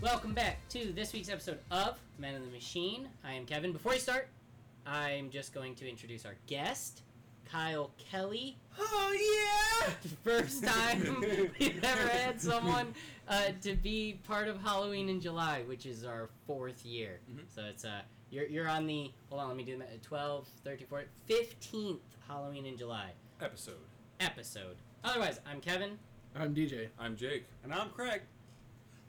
Welcome back to this week's episode of Men in the Machine. I am Kevin. Before we start, I'm just going to introduce our guest, Kyle Kelly. Oh First time we've ever had someone uh, to be part of Halloween in July, which is our fourth year. Mhm. So it's uh, you're you're on the hold on, let me do that. 12, 13, 14, 15th Halloween in July yeah! Episode. episode. Otherwise, I'm Kevin, I'm DJ. I'm Jake. And I'm Craig.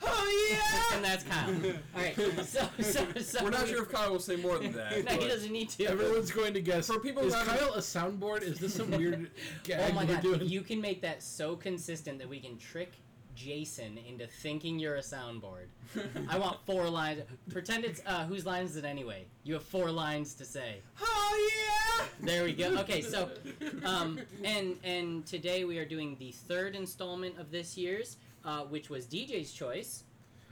Oh and that's Kyle. All right, so so, so We're not sure if Kyle will say more than that. No, he but- doesn't need to. Everyone's going to guess. For people who is haven't- Kyle a soundboard? Is this some weird gag oh my we're god, doing? you can make that so consistent that we can trick Jason into thinking you're a soundboard. I want four lines. Pretend it's uh, whose line is it anyway? You have four lines to say. Oh yeah! There we go. Okay, so um, and and today we are doing the third installment of this year's, uh, which was DJ's choice.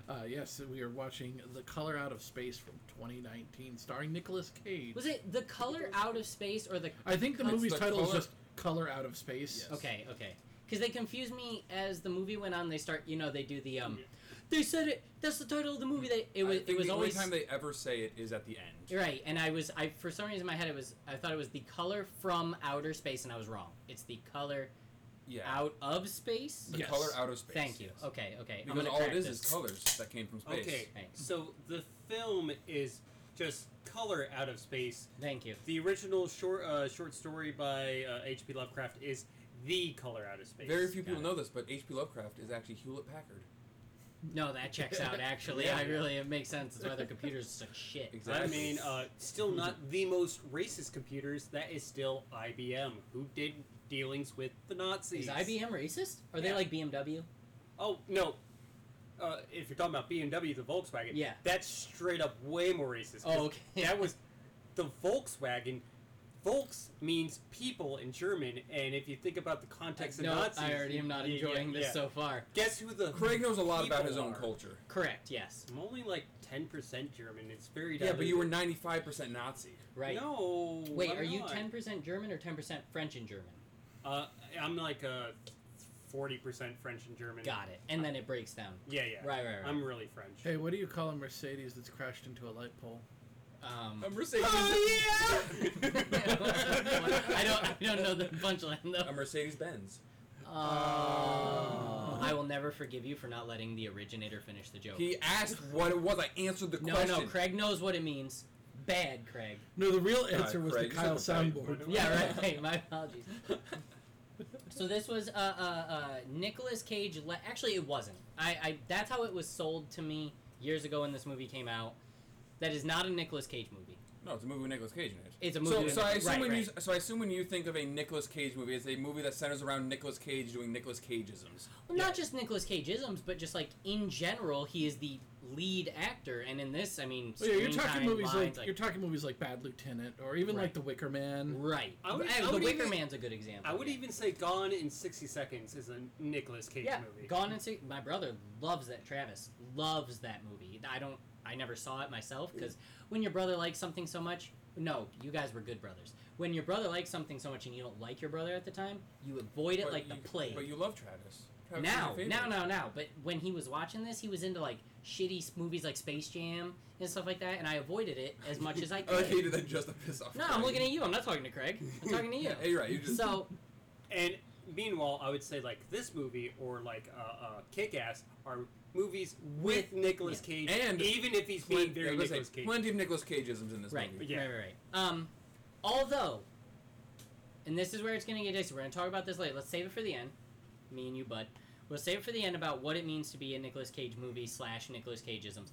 Uh, yes, we are watching The Color Out of Space from 2019, starring Nicolas Cage. Was it the color out of space or the? I think the It's movie's the title color- is just Color Out of Space. Yes. Okay, okay. Because they confused me as the movie went on. They start, you know, they do the um. They said it. That's the title of the movie. They it I was think it was the always only time they ever say it is at the end. You're Right, and I was I for some reason in my head it was I thought it was the color from outer space, and I was wrong. It's the color Yeah. out of space. The Yes. color out of space. Thank you. Okay, okay. I'm Because gonna all it correct is this. is colors that came from space. Okay, Right. so the film is just color out of space. Thank you. The original short uh, short story by uh, H.P. Lovecraft is the color out of space. Very few people Got it. know this, but H.P. Lovecraft is actually Hewlett Packard. No, that checks out. Actually, Yeah. I really it makes sense. That's why their computers are such shit. Exactly. I mean, uh, still not the most racist computers. That is still IBM, who did dealings with the Nazis. Is IBM racist? Are they Yeah. like BMW? Oh no. Uh, if you're talking about BMW, the Volkswagen, Yeah. that's straight up way more racist. 'cause Oh, okay. that was the Volkswagen. Volks means people in German, and if you think about the context of no, Nazis, I already am not yeah, enjoying yeah, this yeah. so far. Guess who the Craig knows a lot about people his own are. culture. Correct. Yes. I'm only like ten percent German. It's very Yeah, but you were diluted. 95% Nazi. Right. No, Wait, I'm are you not. ten percent German or ten percent French and German? Uh, I'm like uh forty percent French and German. Got it. And then it breaks down. Yeah, yeah. Right, right, right. I'm really French. Hey, what do you call a Mercedes that's crashed into a light pole? Um, A Mercedes. Oh, I don't. I don't know the punchline A though. Mercedes Benz. Oh. I will never forgive you for not letting the originator finish the joke. He asked what it was. I answered the no, question. no. Craig knows what it means. Bad, Craig. No, the Uh, real answer was Craig, the Kyle shut the fuck soundboard. Yeah, right. Hey, my apologies. So this was uh, uh, uh, Nicolas Cage. Le- Actually, it wasn't. I, I. That's how it was sold to me years ago when this movie came out. That is not a Nicolas Cage movie. No, it's a movie with Nicolas Cage in it. It's a movie So, with- so I assume right, when you right. so I assume when you think of a Nicolas Cage movie, it's a movie that centers around Nicolas Cage doing Nicolas Cageisms. Well, not just Nicolas Cageisms, but just like in general, he is the lead actor, and in this, I mean, Oh, yeah, you're screen talking time, movies lines, like, you're talking movies like Bad Lieutenant or even Right. like The Wicker Man. right. I would- Uh, I the would Wicker even- Man's a good example. I would yeah. even say Gone in 60 Seconds is a Nicolas Cage yeah, movie. Gone and See. My brother loves that. Travis loves that movie. I don't. I never saw it myself because when your brother likes something so much, no, you guys were good brothers. When your brother likes something so much and you don't like your brother at the time, you avoid it But like the you- plague. But you love Travis. Travis is now, your favorite. now, now, now. But when he was watching this, he was into like shitty s- movies like Space Jam and stuff like that, and I avoided it as much as I I like could. how Oh, you did that just to piss off. no, I'm looking at you. I'm not talking to Craig. I'm talking to you. Yeah, you're right. You just So And meanwhile, I would say like this movie or like uh, uh, Kick Ass are movies with Nicolas yeah. Cage, And even if he's plenty, being very let's say, Nicolas Cage. plenty of Nicolas Cageisms in this right, movie. Yeah. right, right, right. Um, although, and this is where it's gonna get dicey. We're gonna talk about this later. Let's save it for the end. Me and you, bud. We'll save it for the end about what it means to be a Nicolas Cage movie slash Nicolas Cageisms.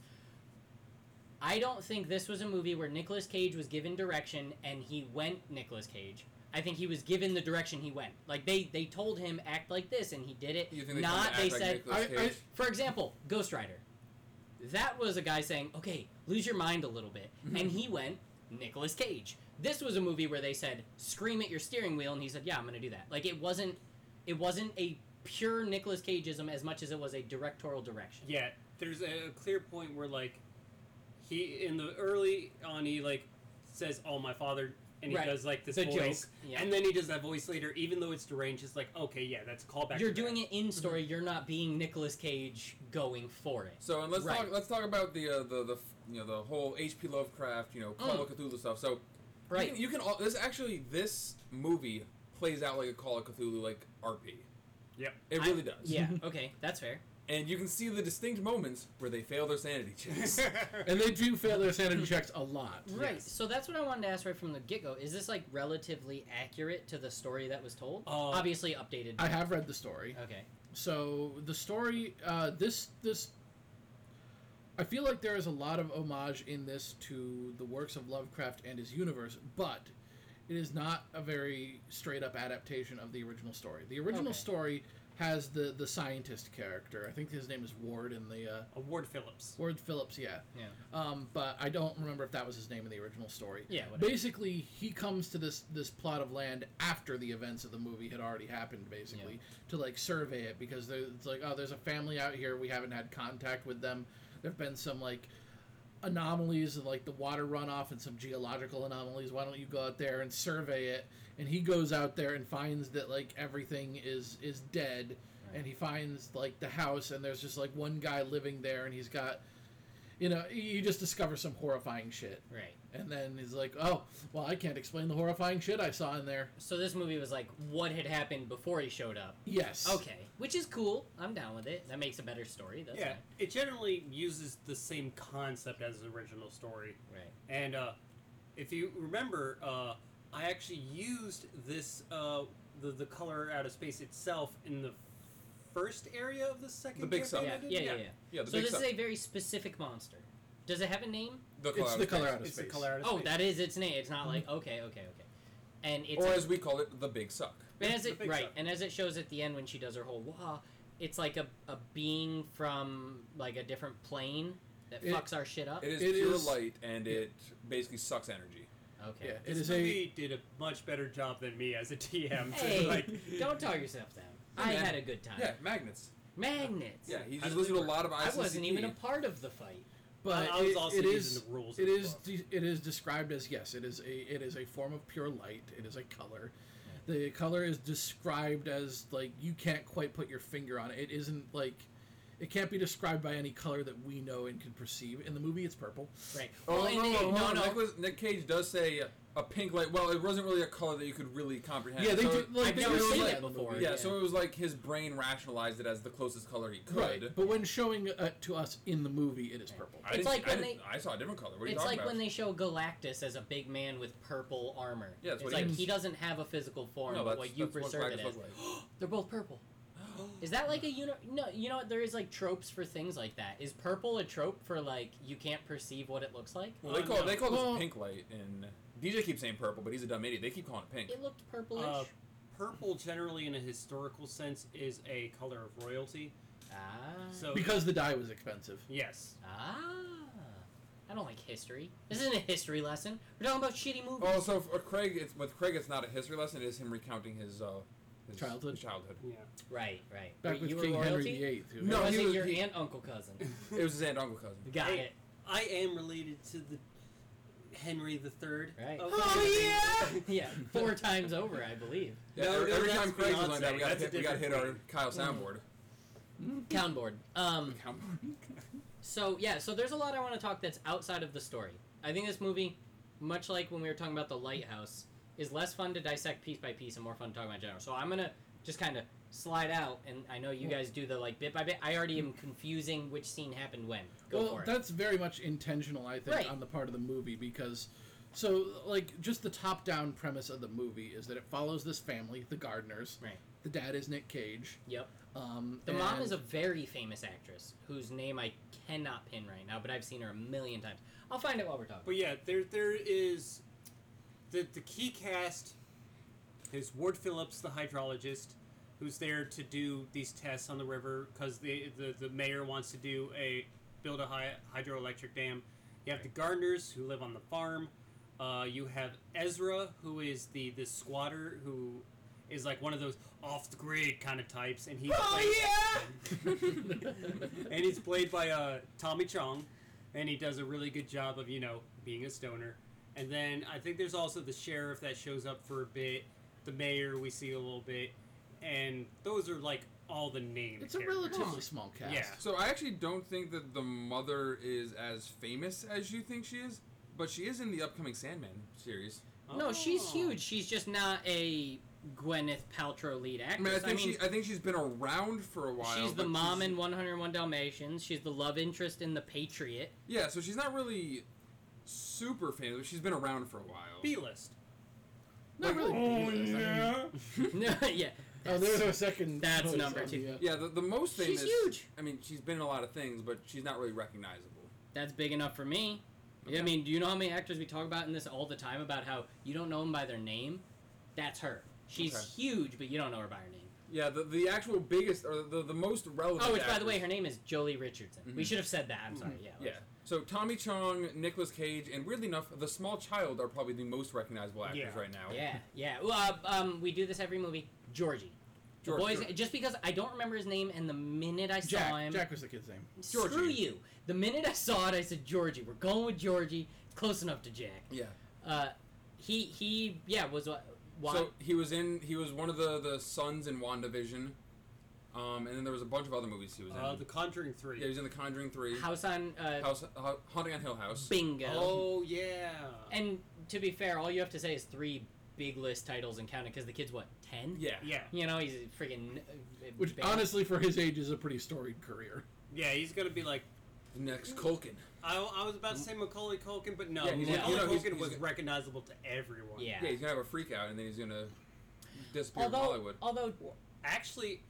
I don't think this was a movie where Nicolas Cage was given direction and he went Nicolas Cage. I think he was given the direction he went. Like they they told him act like this and he did it. You think they Not come to act they like said Nicolas I- I- Cage? for example, Ghost Rider. That was a guy saying, "Okay, lose your mind a little bit," and he went Nicolas Cage. This was a movie where they said, "Scream at your steering wheel," and he said, "Yeah, I'm gonna do that." Like it wasn't, it wasn't a pure Nicolas Cageism as much as it was a directorial direction. yeah, there's a clear point where like he in the early on he like says, "Oh, my father and he Right. does like this The voice, joke. Yeah. and then he does that voice later, even though it's deranged. It's like, okay, yeah, that's a callback. You're doing it in story. You're not being Nicolas Cage going for it. So and let's Right. talk. Let's talk about the uh, the the f- you know the whole H.P. Lovecraft you know Call of Cthulhu stuff. So Mm. Right. you can, you can all, this actually this movie plays out like a Call of Cthulhu like RP. Yep. It I- really does. Yeah. Okay. That's fair. And you can see the distinct moments where they fail their sanity checks. And they do fail their sanity checks a lot. Right. So that's what I wanted to ask right from the get go. Is this like relatively accurate to the story that was told? Oh. Obviously updated. I have read the story. okay. So the story, uh, this this, I feel like there is a lot of homage in this to the works of Lovecraft and his universe, but it is not a very straight up adaptation of the original story. The original Okay. story has the the scientist character. I think his name is Ward in the uh, Award Phillips. Ward Phillips. Yeah. Yeah. Um, but I don't remember if that was his name in the original story. Yeah. Whatever. Basically, he comes to this this plot of land after the events of the movie had already happened, basically, to like survey it because there, it's like, oh, there's a family out here we haven't had contact with them. There've been some like anomalies of like the water runoff and some geological anomalies. Why don't you go out there and survey it? And he goes out there and finds that like everything is is dead, and he finds like the house and there's just like one guy living there, and he's got. You know, you just discover some horrifying shit. Right. And then he's like, "Oh, well, I can't explain the horrifying shit I saw in there." So this movie was like what had happened before he showed up. Yes. Okay. Which is cool. I'm down with it. That makes a better story. That's yeah, fine. it generally uses the same concept as the original story. Right. And uh, if you remember, uh, I actually used this uh, the the color out of space itself in the first area of the second. The big campaign sub. Yeah. I did? Yeah. Yeah. yeah. yeah, the So big this stuff. is a very specific monster. Does it have a name? the It's Call the of color Space. out of It's space. the color out of Oh, space. that is its name. It's not like okay, okay, okay. And it's or a- as we call it, the Big Suck. And as The it big right, stuff. and as it shows at the end when she does her whole wah, it's like a, a being from like a different plane that It- fucks our shit up. It is It pure is- light, and it basically sucks energy. okay. Yeah. It This is a. movie did a much better job than me as a DM. to, Hey, like, don't tell yourself that. I man. had a good time. Yeah, magnets. Magnets. Yeah, he How just does listened it to a lot of I ICCP. wasn't even a part of the fight. But I was it- also it using is. the rules. It of the is. book. De- it is described as yes. It is a. It is a form of pure light. It is a color. The color is described as like you can't quite put your finger on it. It isn't like. It can't be described by any color that we know and can perceive. In the movie, it's purple. Right. Oh Well, no, and no, they- no, no, no. Nicholas, Nick Cage does say uh, a pink light. Well, it wasn't really a color that you could really comprehend. Yeah, they so do. it- Like, I've they never do seen that it in the before. movie. yeah, yeah. so it was like his brain rationalized it as the closest color he could. Right, but when showing uh, to us in the movie, it is Right. purple. I It's didn't- like I when didn't- I saw a different color. What are you It's talking like about? when they show Galactus as a big man with purple armor. Yeah, that's it's what he like is. he doesn't have a physical form, no, but that's, what you that's what preserve it Galactus as. looks like. They're both purple. Is that like a uni- no? You know what? There is like tropes for things like that. Is purple a trope for like you can't perceive what it looks like? Well, they Oh, call no. they call Well- this pink light, and DJ keeps saying purple, but he's a dumb idiot. They keep calling it pink. It looked purplish. Uh, Purple, generally in a historical sense, is a color of royalty. ah, So Because the dye was expensive. yes, ah. I don't like history. This isn't a history lesson. We're talking about shitty movies. Oh, so for Craig, it's with Craig, it's not a history lesson. It is him recounting his, uh, his Childhood. his childhood. yeah. Right, right. Back Wait, with you King were Henry royalty. VIII. who- Oh. No, Or was he it was- your he- aunt, uncle, cousin? It was his aunt, and uncle, cousin. Got Hey, it. I am related to the Henry the Third. Right. of- Oh, yeah! Yeah, four times over, I believe. Yeah, No, every, no, every that's time Craig was Beyonce. like that, we got That's a hit, we got hit different Mm. our Kyle soundboard. Town board. Um. Soundboard. So yeah, so there's a lot I want to talk that's outside of the story. I think this movie, much like when we were talking about the lighthouse, is less fun to dissect piece by piece and more fun to talk about in general. So I'm gonna just kind of slide out, and I know you guys do the like bit by bit. I already am confusing which scene happened when. Go well, for it. that's very much intentional, I think, Right. on the part of the movie because, so like, just the top-down premise of the movie is that it follows this family, the Gardeners. Right. The dad is Nick Cage. Yep. Um, The mom and- is a very famous actress whose name I cannot pin right now, but I've seen her a million times. I'll find it while we're talking. But yeah, there there is the the key cast is Ward Phillips, the hydrologist, who's there to do these tests on the river because the, the the mayor wants to do a build a hy- hydroelectric dam. You have the gardeners who live on the farm. Uh, you have Ezra, who is the the squatter who is like one of those off the grid kind of types, and he's Oh, played- Oh, and he's played by uh, Tommy Chong, and he does a really good job of you know being a stoner. And then I think there's also the sheriff that shows up for a bit, the mayor we see a little bit, and those are like all the names. It's a relatively small cast. Yeah. So I actually don't think that the mother is as famous as you think she is, but she is in the upcoming Sandman series. No, Oh. she's huge. She's just not a Gwyneth Paltrow lead I mean, I actress. think she, I think she's been around for a while. she's the but mom she's- in 101 Dalmatians. She's the love interest in The Patriot. Yeah, so she's not really super famous, but she's been around for a while. B list. Not really. Oh, B-list, I mean- no, yeah, Oh, there's our second. That's choice number on two. the, uh, Yeah, the, the most She's famous. huge. I mean, she's been in a lot of things, but she's not really recognizable. that's big enough for me. I Okay. mean, do you know how many actors we talk about in this all the time about how you don't know them by their name? That's her. She's Okay. huge, but you don't know her by her name. Yeah, the, the actual biggest or the, the most relevant. Oh, which by the way, actors- her name is Jolie Richardson. We Mhm. should have said that. I'm sorry. Yeah. Yeah. So Tommy Chong, Nicolas Cage, and weirdly enough, the small child are probably the most recognizable actors Yeah. right now. Yeah, yeah. Well, uh, um, we do this every movie. Georgie. The George- boy's George. just because I don't remember his name, and the minute I saw Jack. him, Jack was the kid's name. screw Georgie. you. The minute I saw it, I said Georgie. We're going with Georgie. It's close enough to Jack. Yeah. Uh, he he yeah was uh, why So he was in. He was one of the the sons in WandaVision, um, and then there was a bunch of other movies he was Uh, in. the Conjuring Three. yeah, he was in The Conjuring Three, House on uh, House, uh, Haunting on Hill House. Bingo. Oh yeah. And to be fair, all you have to say is three big list titles and count it because the kid's what ten. Yeah. yeah, You know he's a freaking. uh, Which band- honestly, for his age, is a pretty storied career. yeah, he's gonna be like. The next Culkin. I, I was about to say Macaulay Culkin, but no, Yeah, he's- Macaulay no, he's- Culkin he's- was recognizable to everyone. Yeah. Yeah, he's gonna have a freak out, and then he's gonna disappear in Although Hollywood. although Actually,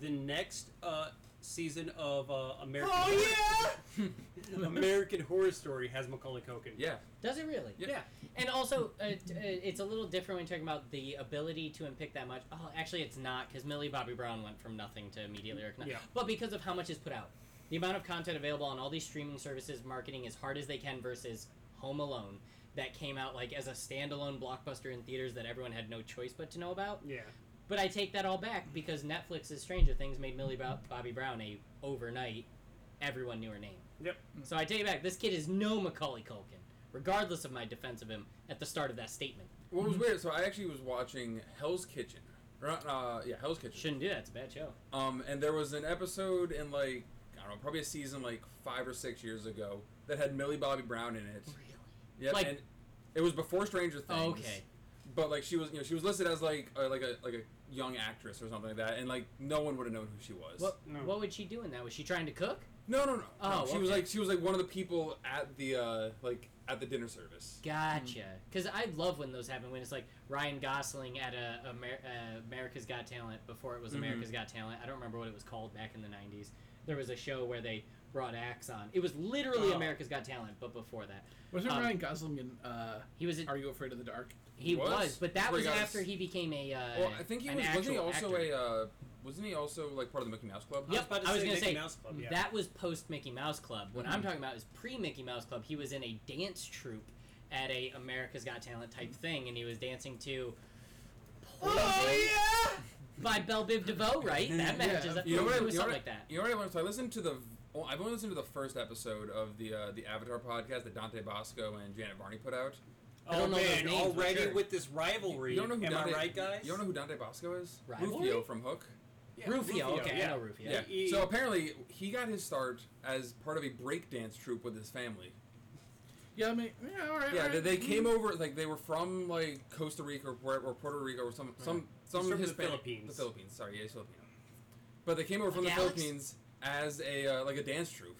the next uh, season of uh, American yeah, American Horror Story has Macaulay Culkin. Yeah. does it really? Yeah. And also, uh, t- uh, it's a little different when you're talking about the ability to unpick that much. Oh, actually, it's not because Millie Bobby Brown went from nothing to immediately recognized. Yeah. But because of how much is put out, the amount of content available on all these streaming services, marketing as hard as they can versus Home Alone, that came out like as a standalone blockbuster in theaters that everyone had no choice but to know about. Yeah. But I take that all back because Netflix's Stranger Things made Millie Bo- Bobby Brown a overnight. Everyone knew her name. Yep. So I take it back. This kid is no Macaulay Culkin, regardless of my defense of him at the start of that statement. What Mm-hmm. was weird? So I actually was watching Hell's Kitchen. Or, Uh, yeah, Hell's Kitchen. Shouldn't do that. It's a bad show. Um, and there was an episode in like I don't know, probably a season like five or six years ago that had Millie Bobby Brown in it. Really? Yep, Like- Oh, and it was before Stranger Things. okay. But like she was, you know, she was listed as like a, like a like a young actress or something like that, and like no one would have known who she was. What No. What would she do in that? Was she trying to cook? No, no, no. Oh, no, she was okay. like she was like one of the people at the uh like at the dinner service. Gotcha. Because I love when those happen. When it's like Ryan Gosling at a, Amer- uh, America's Got Talent before it was Mhm. America's Got Talent. I don't remember what it was called back in the '90s. There was a show where they brought acts on. It was literally Oh. America's Got Talent, but before that, Wasn't Um, Ryan Gosling in uh, he was a, Are You Afraid of the Dark? he was, was? but that Before was he got his- after he became a. Uh, Well, I think he an was. Wasn't he actual also actor. a? Uh, wasn't he also like part of the Mickey Mouse Club? Yep, I was, about to I was say gonna Mickey say, Mouse Club. Yeah. That was post Mickey Mouse Club. What I'm Mhm. talking about is pre Mickey Mouse Club. He was in a dance troupe at a America's Got Talent type thing, and he was dancing to. Oh, Poison By Belle Biv DeVoe, right? That Yeah. matches up. You know what I- it was something you know what I- like that. You know what I learned? So I listened to the. Well, I've only listened to the first episode of the uh, the Avatar podcast that Dante Bosco and Janet Varney put out. I Oh don't know those man, names, I'm already sure. with this rivalry. You don't know who Am Dante, I right, guys? You don't know who Dante Bosco is? Rivalry? Rufio from Hook. Yeah, Rufio, okay, yeah. I know Rufio. Yeah. He- So apparently he got his start as part of a breakdance troupe with his family. Yeah, I mean, yeah, all right. Yeah, all they, right. they came over like they were from like Costa Rica or Puerto, or Puerto Rico or some some some from the Hispanic- Philippines. The Philippines, sorry, yeah, he's Filipino. But they came over from Like the Alex? Philippines as a uh, like a dance troupe.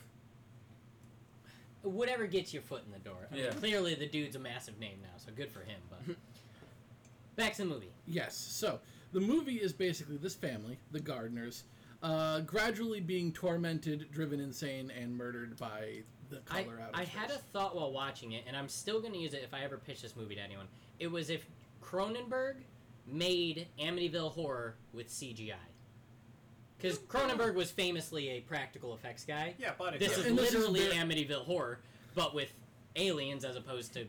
Whatever gets your foot in the door. I mean, Yeah. Clearly, the dude's a massive name now, so good for him. But back to the movie. Yes. So the movie is basically this family, the gardeners, uh, gradually being tormented, driven insane, and murdered by the I, color out. of I had a space. thought while watching it, and I'm still going to use it if I ever pitch this movie to anyone. It was if Cronenberg made Amityville Horror with CGI. Because Cronenberg was famously a practical effects guy. yeah, body This count. is And this is literally very- Amityville Horror, but with aliens as opposed to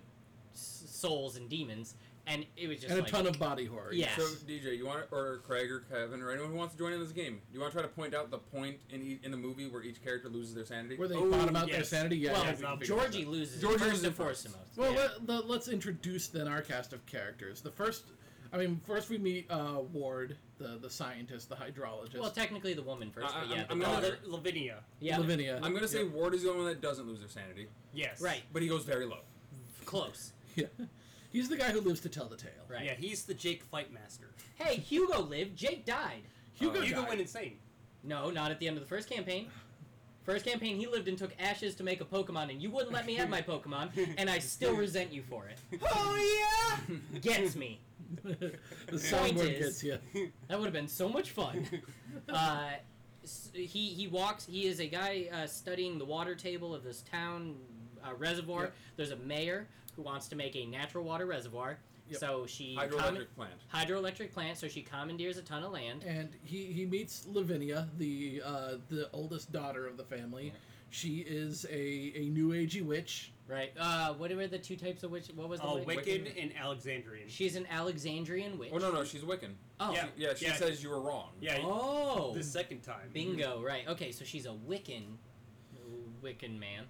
s- souls and demons. and it was just and a like, ton of body horror. Yeah. So DJ, you want or Craig or Kevin or anyone who wants to join in this game, do you want to try to point out the point in e- in the movie where each character loses their sanity? Where they Oh, bottom out their yes. sanity. Yeah. well, yeah, we can figure that Georgie out. loses. Georgie first loses and it first. foremost. Well, yeah. let, let, us introduce then our cast of characters. The first, I mean, first we meet uh, Ward, the the scientist, the hydrologist. Well, technically the woman first, I- but yeah, I'm- the I'm No, gonna- daughter. that- Lavinia. yeah, Uh, Lavinia. I'm gonna say Ward is the only one that doesn't lose their sanity, Yes. right, but he goes very low. close. yeah. He's the guy who lives to tell the tale. Right. Yeah, he's the Jake Fight Master. Hey, Hugo lived. Jake died. Hugo, Uh, Hugo died. went insane. No, not at the end of the first campaign. First campaign, he lived and took ashes to make a Pokemon, and you wouldn't let me have my Pokemon, and I still resent you for it. Oh Gets me. the soundboard is- gets you. That would have been so much fun. Uh, s- he he walks. He is a guy uh, studying the water table of this town uh, reservoir. Yep. There's a mayor who wants to make a natural water reservoir. Yep. So she Hydroelectric common- plant. hydroelectric plant. So she commandeers a ton of land. And he, he meets Lavinia, the uh, the oldest daughter of the family. She is a, a new agey witch. Right. Uh, what were the two types of witch? What was the Oh, witch? Wicked and Alexandrian. She's an Alexandrian witch. Oh no, no, she's Wiccan. Oh. Yeah. Yeah, she Yeah. says you were wrong. Yeah. Oh. The second time. Bingo. Right. Okay. So she's a Wiccan. Wiccan man.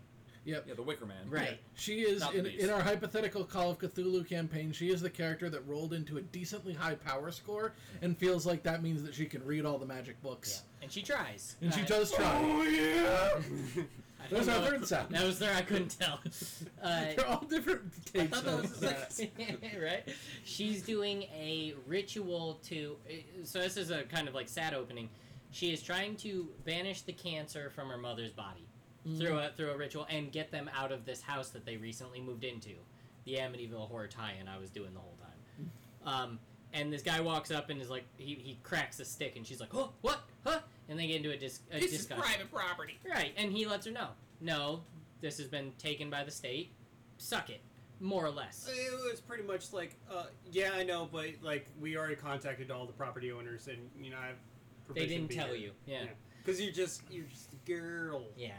Yep. Yeah, the Wicker Man. Right. Yeah. She is Not in, the in our hypothetical Call of Cthulhu campaign. She is the character that rolled into a decently high power score and feels like that means that she can read all the magic Yeah. books. And she tries. And she Uh, does try. yeah. I don't There's our know. third sound. That was there. I couldn't tell. Uh, They're all different I tapes. thought that was of that. right. She's doing a ritual to. eh, So this is a kind of like sad opening. She is trying to banish the cancer from her mother's body Mm. through a through a ritual and get them out of this house that they recently moved into, the Amityville Horror tie-in I was doing the whole time. Mm. Um, and this guy walks up and is like, he, he cracks a stick and she's like, oh, what, huh? And they get into a, dis- a This is discussion. private property. Right, and he lets her know. No, this has been taken by the state. Suck it, more or less. Uh, It was pretty much like, uh, yeah, I know, but like we already contacted all the property owners, and you know, I've They didn't tell you. Yeah. Because you're just you're just a girl. Yeah.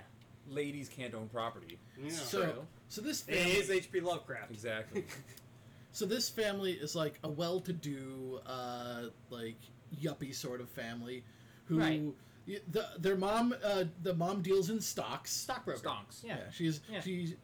Ladies can't own property. Yeah. So- True. So this it family, is H.P. Lovecraft. Exactly. so this family is like a well-to-do, uh, like yuppie sort of family, who Right. y- the, their mom uh, the mom deals in stocks. Stockbroker. Stonks. Yeah. she's Yeah. she's,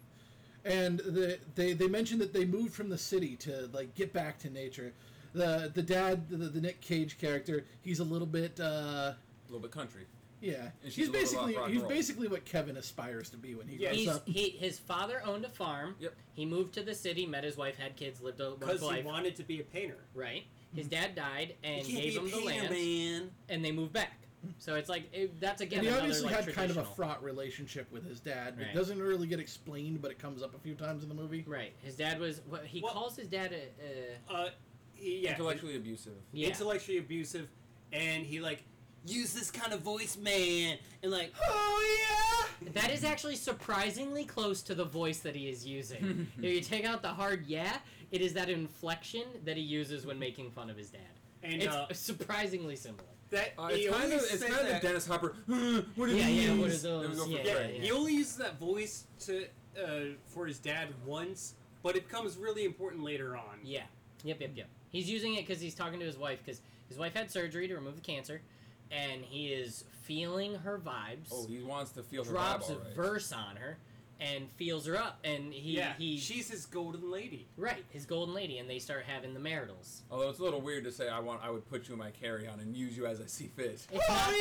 and the, they they mentioned that they moved from the city to like get back to nature. The the dad, the, the Nick Cage character, he's a little bit. Uh, A little bit country. yeah, And she's he's a little basically rock and he's roll. basically what Kevin aspires to be when he Yeah, grows He's, up. he, his father owned a farm. Yep. He moved to the city, met his wife, had kids, lived a Because wonderful he life. wanted to be a painter. right. His dad died and you can't gave be a him the painter, land, man. and they moved back. So it's like it, that's again and he another obviously like had kind of a traditional- fraught relationship with his dad. Right. It doesn't really get explained, but it comes up a few times in the movie. Right. His dad was. What, he Well- calls his dad a. a Uh, he- yeah. Intellectually abusive. yeah. Intellectually abusive, and he like use this kind of voice, man, and like, oh yeah. That is actually surprisingly close to the voice that he is using. if you take out the hard yeah, it is that inflection that he uses when making fun of his dad. And it's uh, surprisingly similar. that Uh, he it's kind only of it's says kind of the that- Dennis Hopper. "Uh, what are Yeah, these? yeah, what are There we those? go for Yeah, Yeah, Craig. yeah. he only uses that voice to uh, for his dad once, but it becomes really important later on. Yeah. Yep, yep, yep. He's using it because he's talking to his wife because his wife had surgery to remove the cancer, and he is feeling her vibes. Oh, he wants to feel her vibe, drops all a right. verse on her, and feels her up, and he yeah, he she's his golden lady. right his golden lady, and they start having the maritals. Although it's a little weird to say I want I would put you in my carry-on and use you as I see fit. It's not that,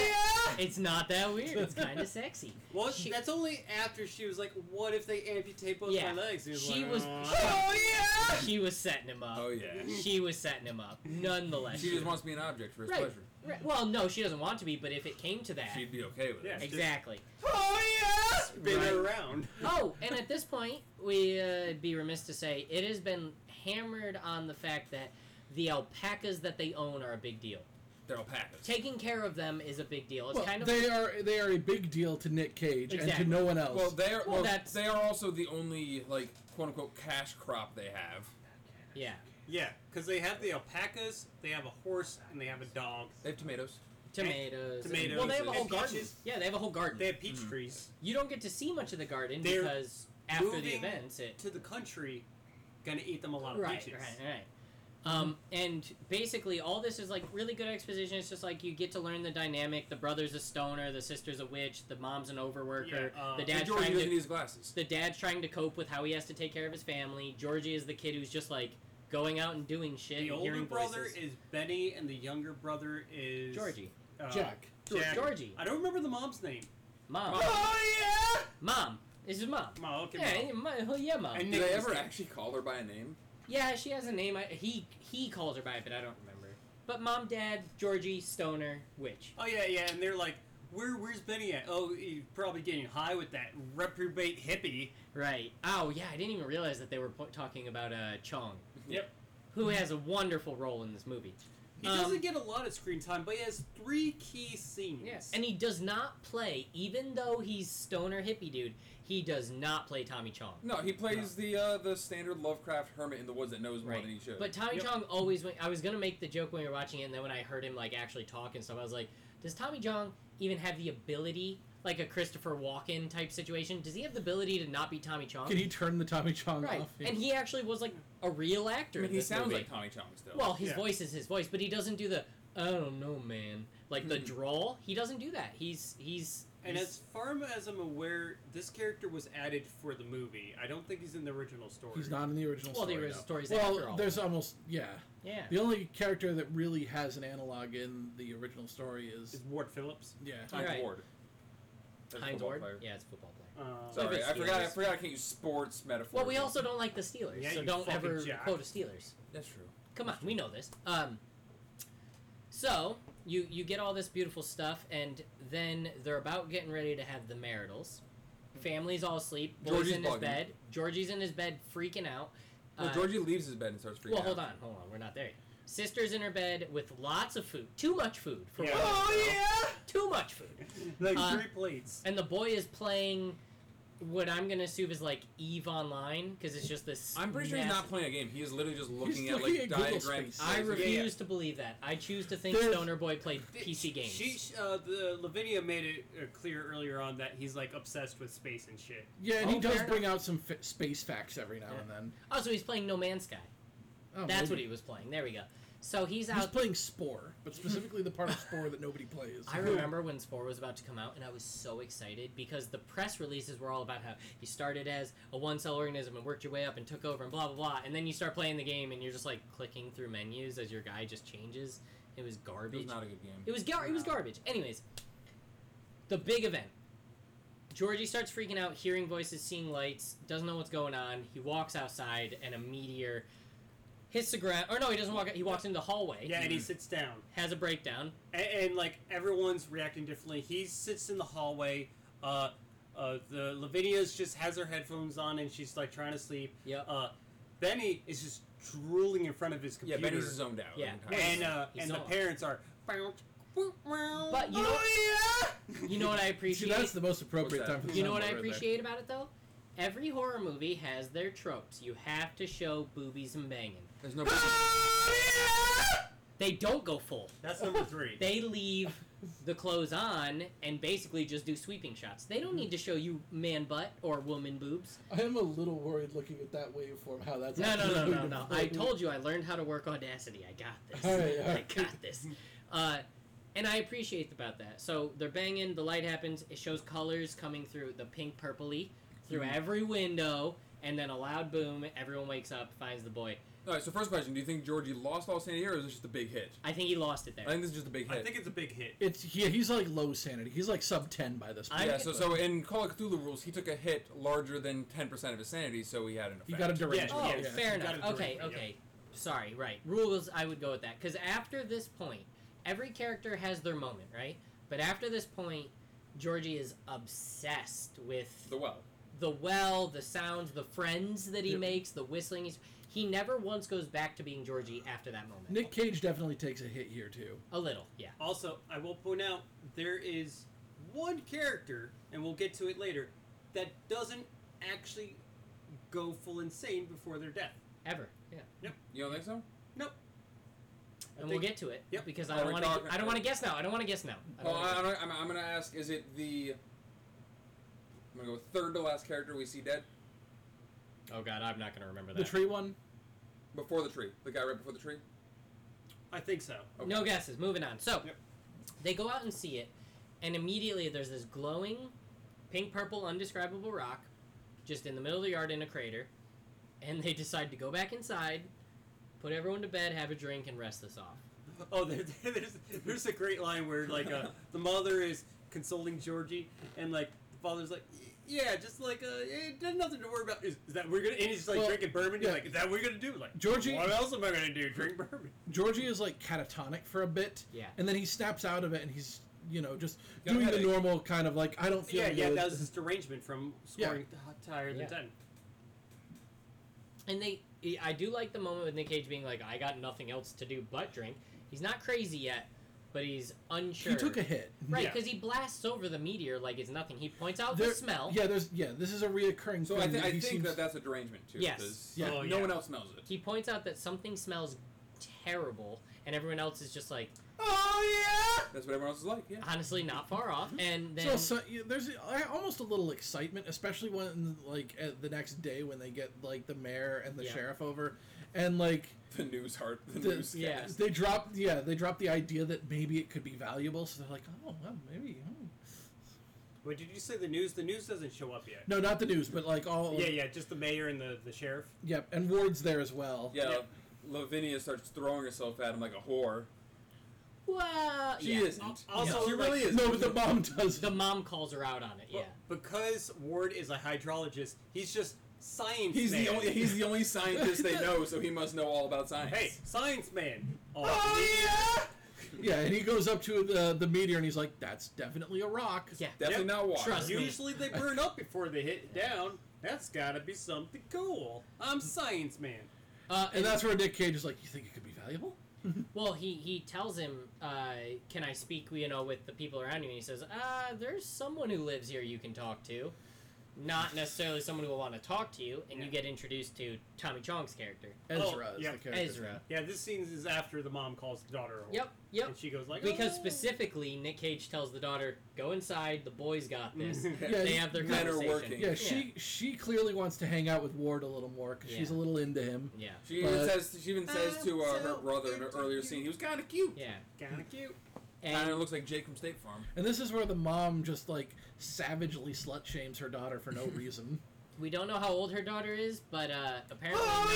yeah. it's not that weird. It's kind of sexy. Well, She- that's only after she was like, "What if they amputate both Yeah. my legs?" And he She like, was- "Aw." She was setting him up. uh, Oh yeah. She was setting him up. Nonetheless, She just wants to be an object for his Right. pleasure. Right, Well, no, she doesn't want to be, but if it came to that, She'd be okay with Yeah. it. exactly. oh yeah, been Right. around. Oh, and at this point, we'd uh, be remiss to say it has been hammered on the fact that the alpacas that they own are a big deal. They're alpacas. Taking care of them is a big deal. It's Well, kind of they are they are a big deal to Nick Cage Exactly. and to no one else. well, they are. Well, Well, that's- they are also the only like quote unquote cash crop they have. yeah, Yeah, because they have the alpacas, they have a horse, and they have a dog. They have tomatoes. tomatoes. and- tomatoes Well, they have a and whole garden. peaches. Yeah, they have a whole garden. They have peach trees. you don't get to see much of the garden They're because after the moving events, it To the country, gonna eat them a lot of right, peaches. right, right. Um, and basically, all this is like really good exposition. It's just like you get to learn the dynamic. The brother's a stoner, the sister's a witch, the mom's an overworker, Yeah, uh, the and dad's George trying doesn't to need his glasses. the dad's trying to cope with how he has to take care of his family. Georgie is the kid who's just like going out and doing shit. The and older hearing brother voices. is Benny, and the younger brother is Georgie. uh, Jack. Jack. Georgie. I don't remember the mom's name. Mom. Mom. Oh This is mom. yeah. Mom. Okay. Yeah, Mom. my, oh, yeah, mom. And Did I Nick was ever there. actually call her by a name? yeah, she has a name. I, he he calls her by it, but I don't remember. But mom, dad, Georgie, stoner, witch. Oh yeah, yeah. And they're like, "Where, where's Benny at? Oh, he's probably getting high with that reprobate hippie." Right. Oh yeah, I didn't even realize that they were po- talking about uh, Chong. Yep. Who has a wonderful role in this movie. Mm-hmm. He Um, doesn't get a lot of screen time, but he has three key scenes. Yes. And he does not play, even though he's stoner hippie dude. He does not play Tommy Chong. No, he plays the uh, the standard Lovecraft hermit in the woods that knows more Right. than he should. But Tommy Yep. Chong always went. I was gonna make the joke when we were watching it, and then when I heard him like actually talk and stuff, I was like, does Tommy Chong even have the ability, like a Christopher Walken type situation? Does he have the ability to not be Tommy Chong? Can he turn the Tommy Chong um, right. off? And he actually was like a real actor. I mean, in he this sounds movie. like Tommy Chong still. Well, his Yeah. voice is his voice, but he doesn't do the I don't know, man. Like the Mhm. drawl, he doesn't do that. He's he's And he's- as far as I'm aware, this character was added for the movie. I don't think he's in the original story. He's not in the original well, story. the original no. stories after Well, all. there's almost yeah. yeah, The only character that really has an analog in the original story is Is Ward Phillips? yeah. Heinz Right. Ward. That's a Heinz football Ward. player. Yeah, it's a football player. Uh, So- Sorry, it's I forgot. I Steelers. forgot I can't use sports metaphors. Well, we also don't like the Steelers, Yeah, so you don't fucking ever jack. quote a Steelers. That's true. Come on, we know this. Um, so you you get all this beautiful stuff, and then they're about getting ready to have the maritals. Family's all asleep. Boy's Georgie's in his bugging. bed. Georgie's in his bed, freaking out. Well, Uh, Georgie leaves his bed and starts freaking Well, hold out. on, hold on. We're not there yet. Sister's in her bed with lots of food. Too much food for Yeah. one. girl. Oh Too much food. yeah, like Uh, three plates. And the boy is playing what I'm going to assume is like Eve Online because it's just this. I'm pretty sure he's not massive- playing a game. He is literally just looking He's at looking like at Google diagrams. space. I Yeah, yeah. refuse to believe that. I choose to think There's- Stoner Boy played PC games. She, she- uh, the Lavinia made it uh, clear earlier on that he's like obsessed with space and shit. Yeah, and Oh, he does fair bring out some f- space facts every now Yeah. and then. Oh, so he's playing No Man's Sky. Oh, That's what maybe. he was playing. There we go. So he's He's out. playing Spore, but specifically the part of Spore that nobody plays. I remember when Spore was about to come out, and I was so excited because the press releases were all about how you started as a one cell organism and worked your way up and took over and blah, blah, blah. And then you start playing the game, and you're just like clicking through menus as your guy just changes. It was It garbage. was not a good game. It was gar- it was garbage. Anyways, the big event. Georgie starts freaking out, hearing voices, seeing lights, doesn't know what's going on. He walks outside, and a meteor hits the ground. Or no, he doesn't walk. out. He walks into the hallway. Yeah, and he sits down, Has a breakdown. and, and like everyone's reacting differently. He sits in the hallway. Uh, uh, the Lavinia's just has her headphones on, and she's like trying to sleep. Yep. Uh, Benny is just drooling in front of his Yeah, computer. Benny's zoned out. Yeah. the entire and time. uh, He's and the zoned. parents are. But you know- oh, yeah! You know what I See, appreciate? that's the most appropriate What's that? time for the you know what I soundboard right there. appreciate about it though? Every horror movie has their tropes. You have to show boobies and banging. there's no. Oh, yeah! They don't go full. That's number three. They leave the clothes on and basically just do sweeping shots. They don't need to show you man butt or woman boobs. I am a little worried looking at that waveform. How that's No, no, actually no, no, going to no. float. I told you I learned how to work Audacity. I got this. All right, all right. I got this. Uh, and I appreciate about that. So they're banging. The light happens. It shows colors coming through the pink purpley through Mm-hmm. Mhm. every window, and then a loud boom. Everyone wakes up, finds the boy. All right. So first question: Do you think Georgie lost all sanity, or is this just a big hit? I think he lost it there. I think this is just a big I hit. think it's a big hit. It's yeah. He's like low sanity. He's like sub ten by this point. I'm- yeah. So so in Call of Cthulhu rules, he took a hit larger than 10 percent of his sanity, so he had an effect. he got a derangement. Oh, Yeah, yeah. fair you enough. gotta Okay, direct it, yeah. okay. Sorry, right. Rules, I would go with that. Because after this point, every character has their moment, right? But after this point, Georgie is obsessed with the well. the well, the sounds, the friends that he Yep. makes, the whistling. He's, he never once goes back to being Georgie after that moment. Nick Cage definitely takes a hit here too. A little, yeah. Also, I will point out there is one character, and we'll get to it later, that doesn't actually go full insane before their death. Ever. Yeah. You don't think so? I And we'll think- get to it Yep. because I Are don't we want talking- to. I don't want to guess now. I don't want to guess now. I Well, don't wanna I, I guess. don't, I'm, I'm gonna ask: Is it the? I'm gonna go third to last character we see dead. oh God, I'm not gonna remember that. The tree one. Before the tree. The guy right before the tree? I think so. Okay. No guesses. Moving on. So, Yep. they go out and see it, and immediately there's this glowing, pink purple, undescribable rock, just in the middle of the yard in a crater, and they decide to go back inside, put everyone to bed, have a drink, and rest this off. Oh, there, there- there's there's a great line where like uh, the mother is consoling Georgie, and like the father's like, "Y- yeah, just like uh, eh, there's nothing to worry about. Is, is that we're gonna? And he's like Well, drinking bourbon. yeah. You're like, is that what we're gonna do? Like Georgie- What else am I gonna do? Drink bourbon? Georgie is like catatonic for a bit, Yeah. and then he snaps out of it, and he's you know just Got a doing the headache. normal kind of like I don't feel Yeah, good. yeah, that was his derangement from Yeah. scoring t- higher than Yeah. ten. And they, I do like the moment with Nick Cage being like, "I got nothing else to do but drink." He's not crazy yet, but he's unsure. He took a hit. right Yeah. because he blasts over the meteor like it's nothing. He points out There- the smell. Yeah, there's yeah. This is a reoccurring. So thing I, thi- that I he think seems- that that's a derangement too. Yes. 'cause Yeah. Oh, No yeah. one else smells it. He points out that something smells terrible, and everyone else is just like, Oh yeah. That's what everyone else is like. Yeah. honestly, not far off. And then So, so yeah, there's uh, almost a little excitement, especially when like uh, the next day when they get like the mayor and the Yeah. sheriff over, and like The news heart. The, The- news. yeah. cast. they drop yeah they drop the idea that maybe it could be valuable. So they're like, oh well, maybe. hmm." Wait, did you say the news? The news doesn't show up yet. No, not the news, but like all Yeah, yeah, just the mayor and the, the sheriff. Yep, and Ward's there as well. Yeah. Yep. Lavinia starts throwing herself at him like a whore. Well, She Uh, yeah. isn't. Also, she like- really is. No, but the mom does. The mom calls her out on it. Yeah. Well, Because Ward is a hydrologist, he's just science He's man. the only. He's the only scientist they know, so he must know all about science. hey, science man. Oh, Oh yeah, and he goes up to the the meteor and he's like, "That's definitely a rock." Yeah. Definitely not water. Trust me. Usually they burn up before they hit down. That's gotta be something cool. I'm science man. Uh, And that's where Nick Cage is like, "You think it could be valuable?" well, he he tells him, uh, "Can I speak? You know, with the people around you?" And he says, "Uh, there's someone who lives here you can talk to, not necessarily someone who will want to talk to you." And you Yeah. get introduced to Tommy Chong's character, Oh, Ezra is yeah, the character. Ezra. Yeah, this scene is after the mom calls the daughter. a whore. Yep. Yep. And she goes like, Because "Oh." specifically, Nick Cage tells the daughter, "Go inside. The boys got "Oh, this." Yeah, they have their men are conversation. working. Yeah, she she clearly wants to hang out with Ward a little more because she's a Yeah. little into him. Yeah. She even But- says. She even says to uh, I'm her so brother in an into earlier you. scene. He was kind of cute. Yeah. Kinda cute. Kind And of looks like Jake from State Farm. And this is where the mom just like savagely slut shames her daughter for no reason. we don't know how old her daughter is, but uh, apparently, Oh,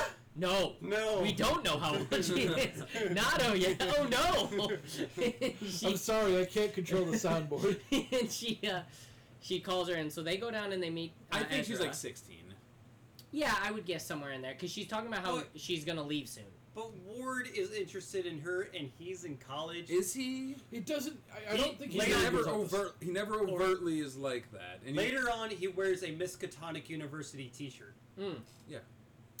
yeah. not- no. No. We don't know how old she is. Not oh yeah. Oh no. I'm she, sorry, I can't control the soundboard. and she uh, she calls her, and so they go down and they meet. Uh, I think she's Ezra. like 16. Yeah, I would guess somewhere in there because she's talking about how Oh. Well- she's gonna leave soon. But Ward is interested in her, and he's in college. Is he? It doesn't. I, I He- don't think He he Later- never goes off the- overt. He never overtly is like that. And he- Later on, he wears a Miskatonic University T-shirt. Mm. Yeah.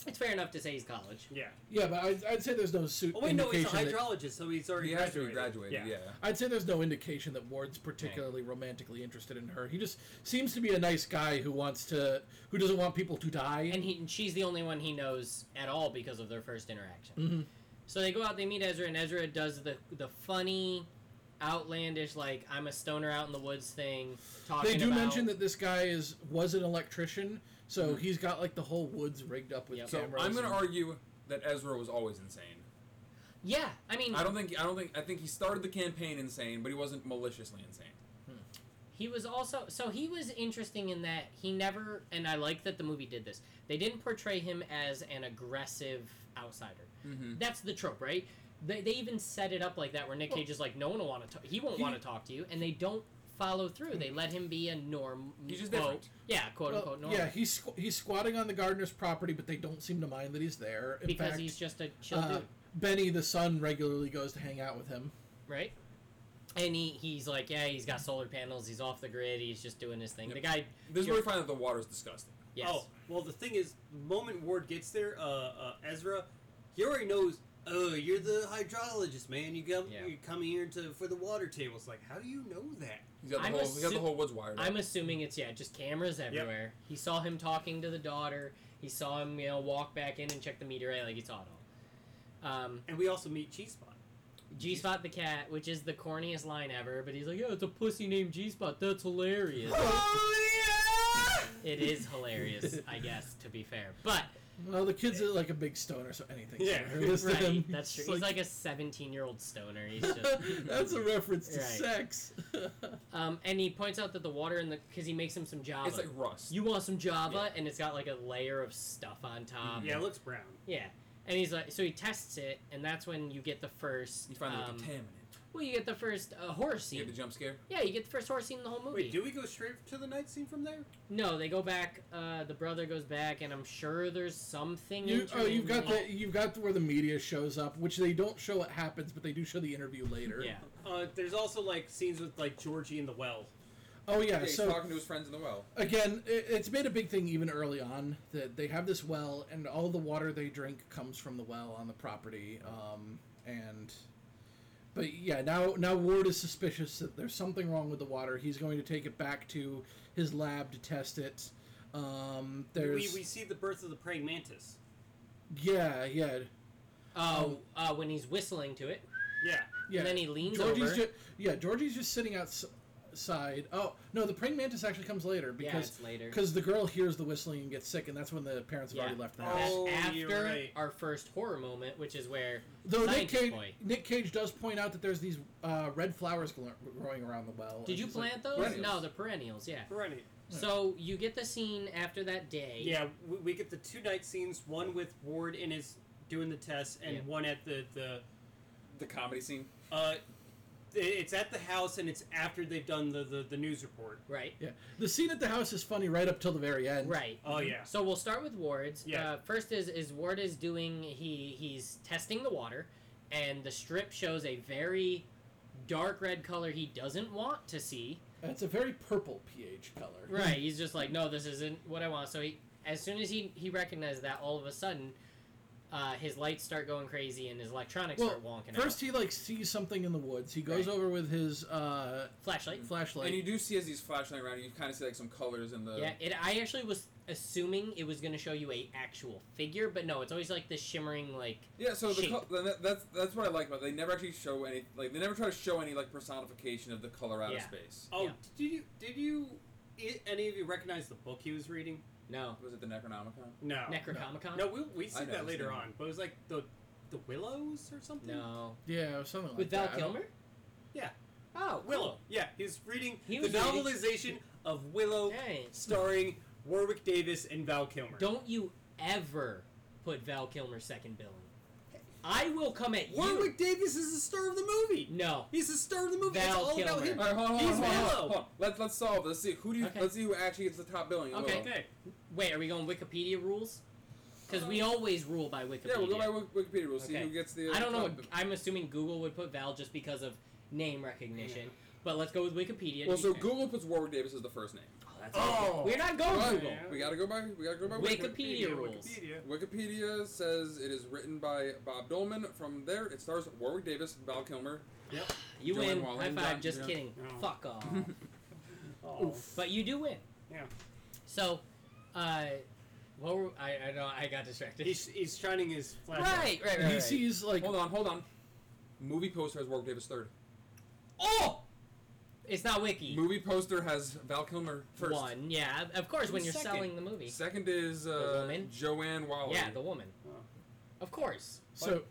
It's fair enough to say he's college. Yeah. Yeah, but I'd, I'd say there's no suit. Oh wait, no, he's a indication that- hydrologist, so he's already he has to be graduated. graduated. Yeah. I'd say there's no indication that Ward's particularly romantically interested in her. He just seems to be a nice guy who wants to, who doesn't want people to die. and he and she's the only one he knows at all because of their first interaction. Mhm. So they go out, they meet Ezra, and Ezra does the the funny, outlandish like I'm a stoner out in the woods thing. Talking they do about, Mm-hmm. mention that this guy is was an electrician, so he's got like the whole woods rigged up with Yep. So cameras. I'm gonna and- argue that Ezra was always insane. Yeah, I mean, I don't think. I don't think. I think he started the campaign insane, but he wasn't maliciously insane. he was also so he was interesting in that he never and I like that the movie did this. They didn't portray him as an aggressive outsider. Hmm. Mm-hmm. That's the trope, right? They, they even set it up like that where Nick Well- Cage is like, no one will want to. He won't He- want to talk to you, and they don't follow through. Hmm. They let him be a norm. He's just quote, different. Yeah, quote Well, unquote normal. yeah, he's squ- he's squatting on the gardener's property, but they don't seem to mind that he's there. In because fact, he's just a chill uh, dude, Benny the son regularly goes to hang out with him. right? And he, he's like, yeah, he's got solar panels. He's off the grid. He's just doing his thing. The guy, This is where we find out the water's disgusting. yes, Oh, well, the thing is, the moment Ward gets there, uh, uh, Ezra, he already knows. Oh, you're the hydrologist, man. You come, Yeah. you come here to for the water tables. Like, how do you know that? He's got the I'm whole. He's got the assu- whole woods wired. up. I'm assuming it's yeah, just cameras everywhere. He saw him talking to the daughter. He saw him, you know, walk back in and check the meteorite. Like he saw it all. Um, And we also meet Cheese Spot. G Spot the cat, which is the corniest line ever, but he's like, "Yeah, it's a pussy named G Spot. That's hilarious." Oh yeah! it is hilarious, I guess, to be fair. But Well, the kid's like a big stoner, so anything. Yeah, Right, that's true. He's like, a 17 year old stoner. He's just, that's a reference to Right. sex. um, and he points out that the water in the because he makes him some Java. It's like rust. you want some Java, and it's got like a layer of stuff on top. Yeah, it looks brown. Yeah. And he's like, so he tests it, and that's when you get the first. You find the um, contaminant. Well, you get the first uh, horror You scene. get the jump scare. yeah, you get the first horror scene in the whole movie. Wait, do we go straight to the night scene from there? No, they go back. Uh, the brother goes back, and I'm sure there's something. You, oh, you've got intermingled. the you've got where the media shows up, which they don't show what happens, but they do show the interview later. Yeah. Uh, there's also like scenes with like Georgie in the well. Oh Yeah, yeah. he's so talking to his friends in the well. again, it, it's made a big thing even early on that they have this well, and all the water they drink comes from the well on the property. Um, and but yeah, now now Ward is suspicious that there's something wrong with the water. He's going to take it back to his lab to test it. Um, We, there's we see the birth of the praying mantis. yeah, yeah, Oh, uh, when he's whistling to it, Yeah. yeah. and then he leans Georgie's over. just yeah, Georgie's just sitting outside. Oh no, the praying mantis actually comes later yeah, because it's later. because the girl hears the whistling and gets sick, and that's when the parents have Yeah. already left the Oh, house. That's you're after right. our first horror moment, which is where Though Nick Scientist Cage, boy. Nick Cage does point out that there's these uh, red flowers gl- growing around the well. did and you it's like- plant those? perennials. No, the perennials. Yeah. Right. So you get the scene after that day. Yeah, we, we get the two night scenes, one with Ward in his doing the test, and Yeah. one at the the The comedy scene. uh, it- it's at the house, and it's after they've done the the, the news report. Right. yeah, the scene at the house is funny right up till the very end. Right. Oh yeah. So we'll start with Ward's. Yeah. Uh, first is is Ward is doing he he's testing the water, and the strip shows a very dark red color he doesn't want to see. That's a very purple pH color. Right. He's just like, no, this isn't what I want. So he, as soon as he he recognized that, all of a sudden, uh, his lights start going crazy and his electronics Well, start wonking First, he like sees something in the woods. He goes Right. over with his uh, out. Flashlight. flashlight. and you do see as he's flashing around, you kind of see like some colors in the. Yeah, it. I actually was assuming it was going to show you a actual figure, but no, it's always like this shimmering like. Yeah, so the Shape. col- then that- that's that's what I like about. It. They never actually show any like they never try to show any like personification of the color out of Yeah. space. Oh, Yeah. did you did you i any of you recognize the book he was reading? No. Was it the Necronomicon? No. Necrocomicon. no, we we I see know that his later name. on, but it was like the the willows or something. No. yeah, or something With like Val that. I don't- Kilmer. Yeah. Oh, Willow. Yeah, he's reading He the was reading- novelization of Willow, cool. Dang. starring Warwick Davis and Val Kilmer. Don't you ever put Val Kilmer second billing. I will come at Warwick Davis is the star of the movie. you. No. He's the star of the movie. Val it's all about Kilmer. him. All right, hold on, hold on, He's hold on, hold on, Willow. hold on. Let's let's solve. Let's see who do you, Okay. let's see who actually gets the top billing. Okay. Willow. Okay. Wait, are we going Wikipedia rules? Because we always rule by Wikipedia. Yeah, we'll go by Wik- Wikipedia. We'll see Okay. who gets the. uh, I don't know. top what- bi- I'm assuming Google would put Val just because of name recognition. But let's go with Wikipedia. Well, Do so you- Google puts Warwick Davis as the first name. Oh, that's Oh. we're not going Alright, Google. yeah. We gotta go by. We gotta go by Wikipedia rules. Wikipedia. Wikipedia says it is written by Bob Dolman. From there, it stars Warwick Davis, Val Kilmer. You Joanne win. Wallen, High John- five. Just John- kidding. No. Fuck off. Oh. but you do win. Yeah. So, uh, what were, I I know I got distracted. He's, he's shining his right, flashlight. right, right. He right. sees like Hold on, hold on. Movie poster has Warwick Davis third. Oh, it's not Wiki. Movie poster has Val Kilmer first. E. One, yeah, of course. When you're Second. selling the movie, Second is The uh, woman? Joanne Waller. yeah, the woman. Oh. Of course. so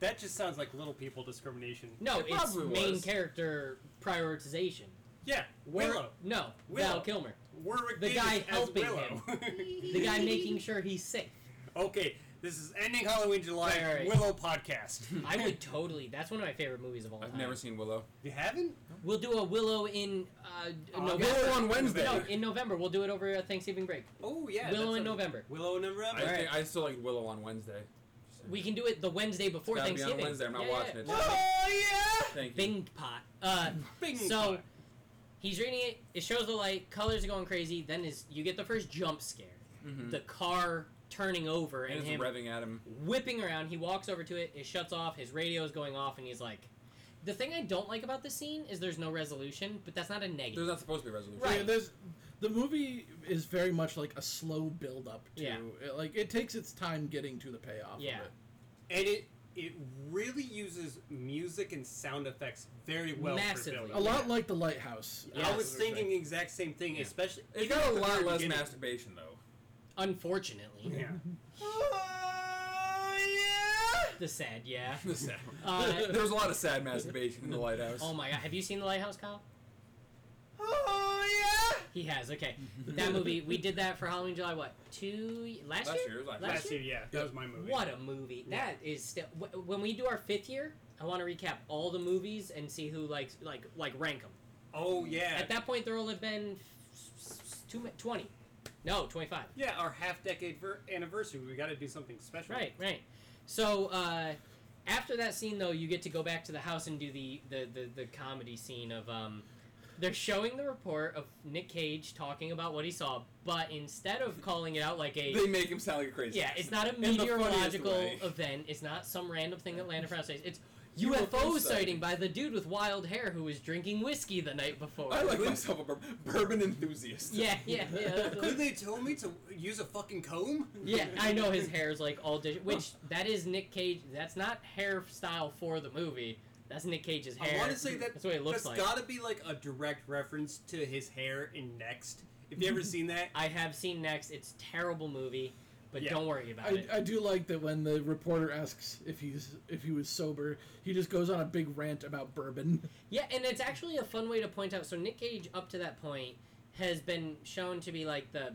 That just sounds like little people discrimination. No, It it's probably main was. character prioritization. Yeah, Willow. No, Val Willow. Kilmer, Warwick The Davis guy as helping Willow. the guy making sure he's safe. okay, this is ending Halloween July Right, right, right. Willow podcast. I would totally. That's one of my favorite movies of all time. I've never seen Willow. You haven't? We'll do a Willow in uh, August? November. Willow on Wednesday. No, in November. We'll do it over uh, Thanksgiving break. Oh yeah. Willow that's in a- November. Willow in I, November. Alright. think, I still like Willow on Wednesday. We can do it the Wednesday before Gotta be on Thanksgiving. Wednesday, I'm not Yeah, watching yeah. it. Oh yeah. Thank you. Bing pot. Uh, Bing so pot. he's reading it. It shows the light. Colors are going crazy. Then is you get the first jump scare. Mhm. The car turning over And and, it's him revving at him. whipping around. He walks over to it. It shuts off. His radio is going off, and he's like, "The thing I don't like about this scene is there's no resolution, but that's not a There's negative." not supposed to be a resolution. Right. Yeah, there's the movie is very much like a slow build up to Yeah. it, like it takes its time getting to the payoff. Yeah. Of it. And it it really uses music and sound effects very well. for Massively. Willow. A lot Yeah. like the lighthouse. Yeah. I was That's what we're thinking the exact same thing, Yeah. especially. It even got at a the lot very less beginning. masturbation though. Unfortunately, Yeah. Oh, the sad, yeah. The sad one. Uh, There was a lot of sad masturbation in the lighthouse. oh my god, have you seen the lighthouse, Kyle? Oh He has. Okay, that movie we did that for Halloween July. What two y- last, Last year? year, it was like Last Last year, yeah, that was my movie. What a movie! That is still wh- when we do our fifth year. I want to recap all the movies and see who likes like like rank them. Oh yeah. At that point, there will have been f- s- s- two mi- twenty, no twenty five. yeah, our half decade ver- anniversary. We got to do something special. Right, right. So uh, after that scene, though, you get to go back to the house and do the the the, the comedy scene of um, they're showing the report of Nick Cage talking about what he saw, but instead of calling it out like a They make him sound like a crazy. Yeah, it's not a the funniest meteorological way. event. It's not some random thing that landed from outer space. It's UFO UFO, sighting. sighting by the dude with wild hair who was drinking whiskey the night before. I like myself a bur- bourbon enthusiast. yeah, yeah, yeah. Could they tell me to use a fucking comb? yeah, I know his hair is like all dish, which that is Nick Cage. That's not hairstyle for the movie. That's Nick Cage's I hair. want to say that that's what it looks that's like. got to be like a direct reference to his hair in Next. If you ever seen that, I have seen next. It's terrible movie, but Yeah. don't worry about I, it. I do like that when the reporter asks if he's if he was sober, he just goes on a big rant about bourbon. Yeah, and it's actually a fun way to point out. So Nick Cage, up to that point, has been shown to be like the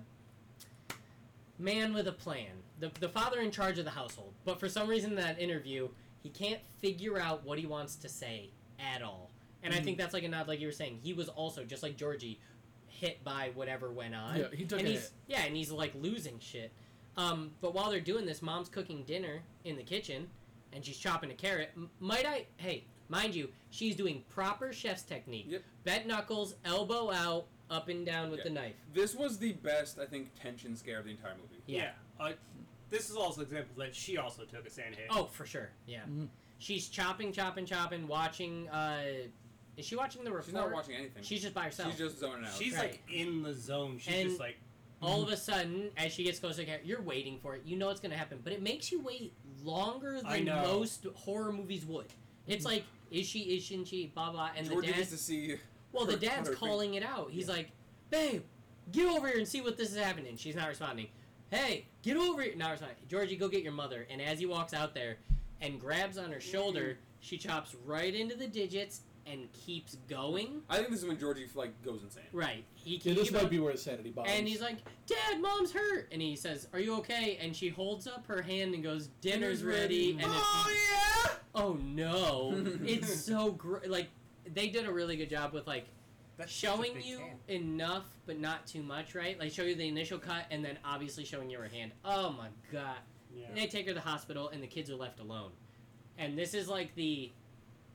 man with a plan, the the father in charge of the household. But for some reason, in that interview, he can't figure out what he wants to say at all. And I think that's like a nod, like you were saying. He was also just like Georgie, hit by whatever went on. Yeah, he took and a he's, Yeah, and he's like losing shit. Um, but while they're doing this, mom's cooking dinner in the kitchen, and she's chopping a carrot. M- might I? Hey, mind you, she's doing proper chef's technique. Yep. Bent knuckles, elbow out, up and down with Yeah. the knife. This was the best, I think, tension scare of the entire movie. Yeah. Uh, this is also an example that she also took a sand hit. Oh, for sure. Yeah. Mhm. She's chopping, chopping, chopping. Watching. Uh, is she watching the report? She's not watching anything. She's just by herself. She's just zoning out. she's right. like in the zone. She's And- just like, All of a sudden, as she gets closer, to the camera, you're waiting for it. You know it's going to happen, but it makes you wait longer I than know. most horror movies would. It's like, is she? Is she? Isn't she? Blah blah. And Georgia the dad. gets to see. Well, the her- dad's her thing. calling it out. He's like, babe, get over here and see what this is happening. She's not responding. Hey, get over here. Not responding. Georgie, go get your mother. And as he walks out there and grabs on her shoulder, she chops right into the digits and keeps going. I think this is when Georgie like goes insane. Right. He can Yeah, this keep might on- be where his sanity bombs. and he's like, Dad, mom's hurt. And he says, Are you okay? And she holds up her hand and goes, Dinner's ready. And it's- oh oh no. it's so great. Like, they did a really good job with, like, that's such a showing big you tan. enough but not too much right like show you the initial cut and then obviously showing you her hand oh my god And Yeah. they take her to the hospital and the kids are left alone and this is like the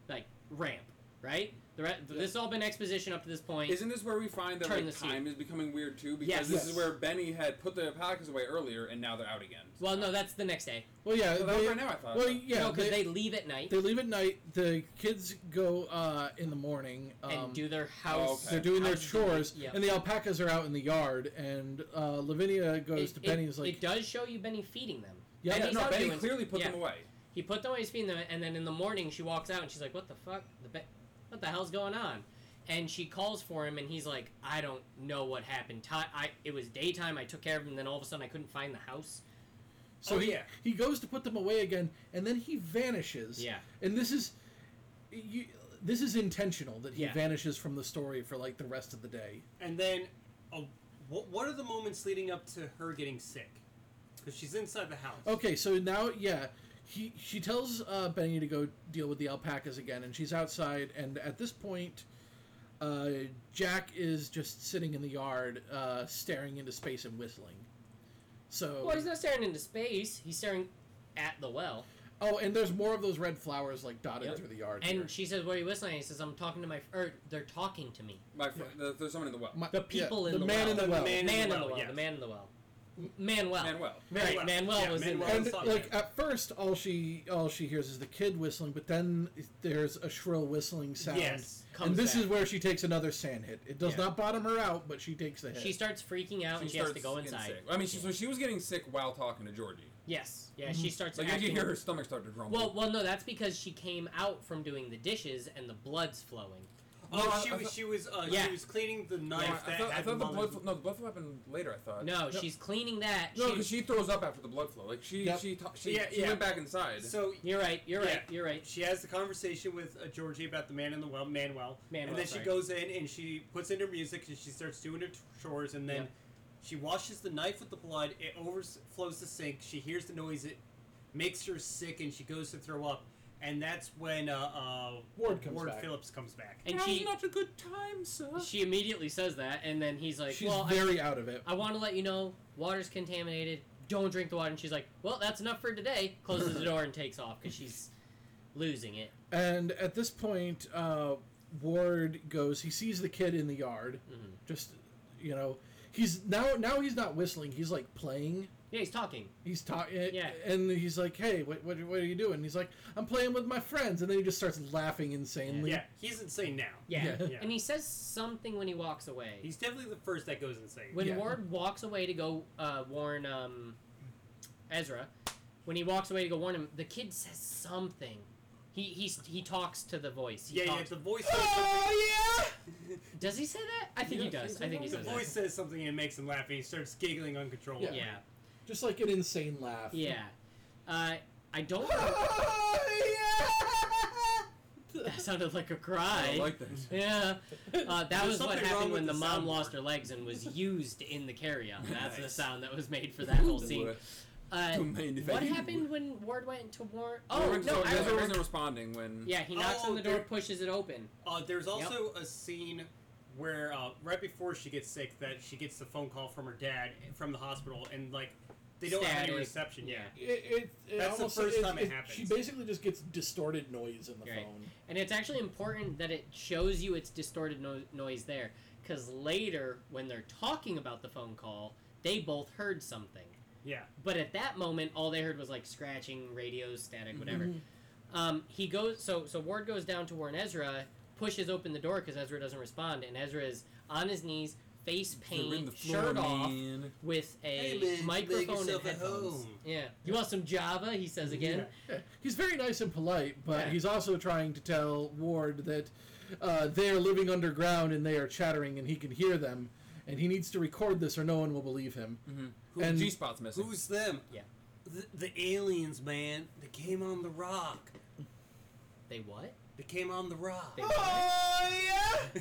like ramp right the re- this has all been exposition up to this yeah! point Isn't this where we find that Turn like, the scene. time is becoming weird too? Because Yes. this Yes. is where Benny had put the packets away earlier, and now they're out again. well no that's the next day well, yeah, So that was they, right now, I thought. well, yeah, no because they, they, leave at night they leave at night. The kids go uh, in the morning. Um, and do their house okay. They're doing their house duty. chores, Yeah. and the alpacas are out in the yard. And uh, Lavinia goes it, to it- Benny. and is it like, does show you Benny feeding them Yeah, yeah, Benny's no, out Benny doing- clearly put yeah. them away. He put them on his feet, in the- and then in the morning she walks out and she's like, "What the fuck? The be- what the hell's going on?" And she calls for him, and he's like, "I don't know what happened. Ti I it was daytime. I took care of him, and then all of a sudden I couldn't find the house." so oh, he, yeah. he goes to put them away again, and then he vanishes. Yeah, and this is you, this is intentional that he Yeah. vanishes from the story for like the rest of the day. And then, oh, what, what are the moments leading up to her getting sick? Because she's inside the house. Oh, Okay, so now yeah, he she tells uh, Benny to go deal with the alpacas again, and she's outside. And at this point, uh, Jack is just sitting in the yard, uh, staring into space and whistling. So well, he's not staring into space. He's staring at the well. oh, and there's more of those red flowers like dotted Yep. through the yard. here. And she says, "What are you whistling?" He says, "I'm talking to my or they're talking to me." My fr- the, there's someone in the well. My- the people in the the man well. in the The well. man- in man the in the well, well. yes. The man in the well. M- Manuel. Manuel. Right, Manuel. Manuel Yeah, was in Manuel there. was And on like it. at first, all she all she hears is the kid whistling, but then there's a shrill whistling sound. Yes. Comes and this back. is where she takes another sand hit. It does Yeah. not bottom her out, but she takes the hit. She starts freaking out, and she has to starts go getting inside. sick. I mean, she, so she was getting sick while talking to Georgie. Yes. Yeah, she starts. Like, you acting could hear her stomach start to grumble. Well, well, no, that's because she came out from doing the dishes and the blood's flowing. Oh, I- she I was thought- she was uh, Yeah. she was cleaning the No, I, knife I that thought, I had thought the Mullen- blood. Fl- no, the blood flow happened later. I thought. No, No. she's cleaning that. Uh, No, she, because she throws up after the blood flow. Like she, Yep. she, ta- she, Yeah, she yeah. went back inside. So you're right. You're Yeah. right. You're right. she has the conversation with uh, Georgie about the man in the well, Manuel, Manuel, and then she sorry. goes in and she puts in her music and she starts doing her t- chores, and then Yep. she washes the knife with the blood. It overflows the sink. She hears the noise. It makes her sick, and she goes to throw up. And that's when uh, uh, Ward comes Ward back. Phillips comes back. And she not a good time, sir. she immediately says that, and then he's like, She's "Well, I- very out of it. I want to let you know water's contaminated. Don't drink the water." And she's like, "Well, that's enough for today." Closes the door and takes off because she's losing it. And at this point, uh, Ward goes. He sees the kid in the yard. Mhm. Just you know, he's now now he's not whistling. He's like playing. Yeah, he's talking. He's talking. Yeah. And he's like, "Hey, what, what what are you doing?" he's like, "I'm playing with my friends." And then he just starts laughing insanely. Yeah, he's insane now. Yeah. Yeah. Yeah. and he says something when he walks away. He's definitely the first that goes insane. when Yeah. Ward walks away to go uh, warn um, Ezra, when he walks away to go warn him, the kid says something. He he's, he talks to the voice. He yeah, yeah, talks. the voice. Oh Does he say that? I think he Yeah, does. he I think he does. The says voice that. says something and it makes him laugh, and he starts giggling uncontrollably. Yeah, Yeah. Just like an insane laugh. yeah. Uh, I don't. Oh, yeah! that sounded like a I cry. like that. yeah, uh, that There's was what something wrong happened when the, with the mom soundboard. lost her legs and was used in the carry-on. That's the Nice. sound that was made for that whole scene. Uh, Too many what things. happened when Ward went to warn? Oh Everyone's- no, I everyone's remember. responding when. Yeah, he knocks Oh, on the door, there- pushes it open. Uh, there's also a scene where uh, right before she gets sick, that she gets the phone call from her dad from the hospital, and like they don't have any Static. reception yet. It, it, it That's the almost- first time it She happens. basically just gets distorted noise in the Right. phone. And it's actually important that it shows you its distorted no- noise there, because later when they're talking about the phone call, they both heard something. Yeah, But at that moment, all they heard was like scratching, radio, static, whatever. Mm-hmm. Mm-hmm. Um, he goes. So so Ward goes down to warn Ezra, pushes open the door because Ezra doesn't respond, and Ezra is on his knees, face They're in paint, the floor, shirt off, man. with a Hey, man, make microphone and yourself at headphones. home. Yeah. You want some Java? He says again. Yeah. He's very nice and polite, but Yeah. he's also trying to tell Ward that uh, they are living underground and they are chattering and he can hear them, and he needs to record this or no one will believe him. Mm-hmm. Who- And- G-spot's missing. who's them? Yeah. the, the aliens, man. They came on the rock. They what? They came on the rock. They Oh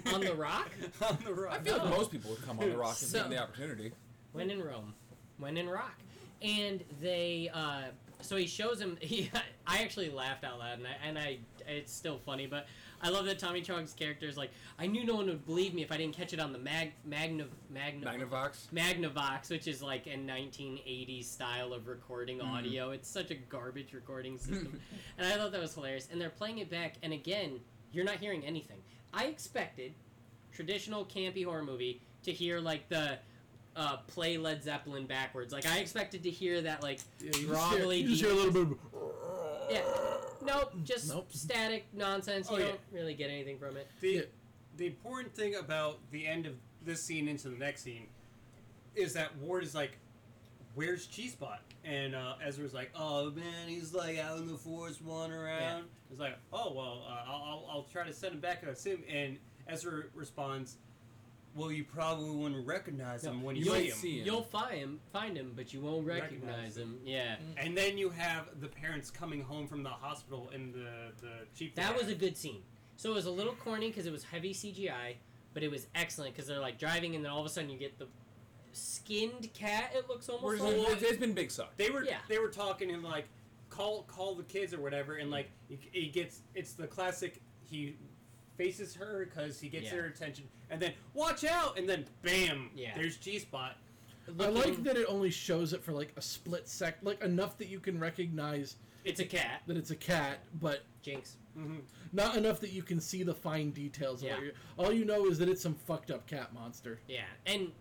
yeah! on the rock? on the rock. I feel like No. most people would come on the rock and So- given the opportunity. When in Rome, when in rock, and they. Uh, so he shows him. He, I actually laughed out loud, and I, and I, it's still funny. But I love that Tommy Chong's character is like, I knew no one would believe me if I didn't catch it on the mag magna magna Magnavox. Magnavox, which is like a 1980s style of recording Mm. audio. It's such a garbage recording system. and I thought that was hilarious. And they're playing it back, and again, you're not hearing anything. I expected traditional campy horror movie to hear like the uh, play Led Zeppelin backwards. Like I expected to hear that like you just hear- grovelly you just hear a little bit of. Yeah. nope, just Nope. static nonsense. Mm, Oh, you yeah. don't really get anything from it. The, Yeah. the important thing about the end of this scene into the next scene is that Ward is like, "Where's G-Spot?" And uh, Ezra's like, "Oh man, he's like out in the forest wandering Yeah. around." It's like, "Oh well, uh, I'll, I'll I'll try to send him back and I see him." And Ezra responds, "Well, you probably wouldn't recognize him No, when you you might see him." see him. You'll find him, find him, but you won't recognize, Recognize him. Yeah. And then you have the parents coming home from the hospital in the the jeep. That van. was a good scene. So it was a little corny because it was heavy CGI, but it was excellent because they're like driving and then all of a sudden you get the skinned cat. It looks We're almost just- like. it's- it's been big suck. They were Yeah. they were talking and like call call the kids or whatever, and like he, Mm-hmm. he gets it's the classic he faces her because he gets Yeah. their attention, and then watch out, and then bam, Yeah. there's G spot. I looking- like that it only shows it for like a split sec, like enough that you can recognize It's a cat. that it's a cat, but Jinx. Mm-hmm. not enough that you can see the fine details. Of Yeah. what you're, all you know is that it's some fucked up cat monster. Yeah. And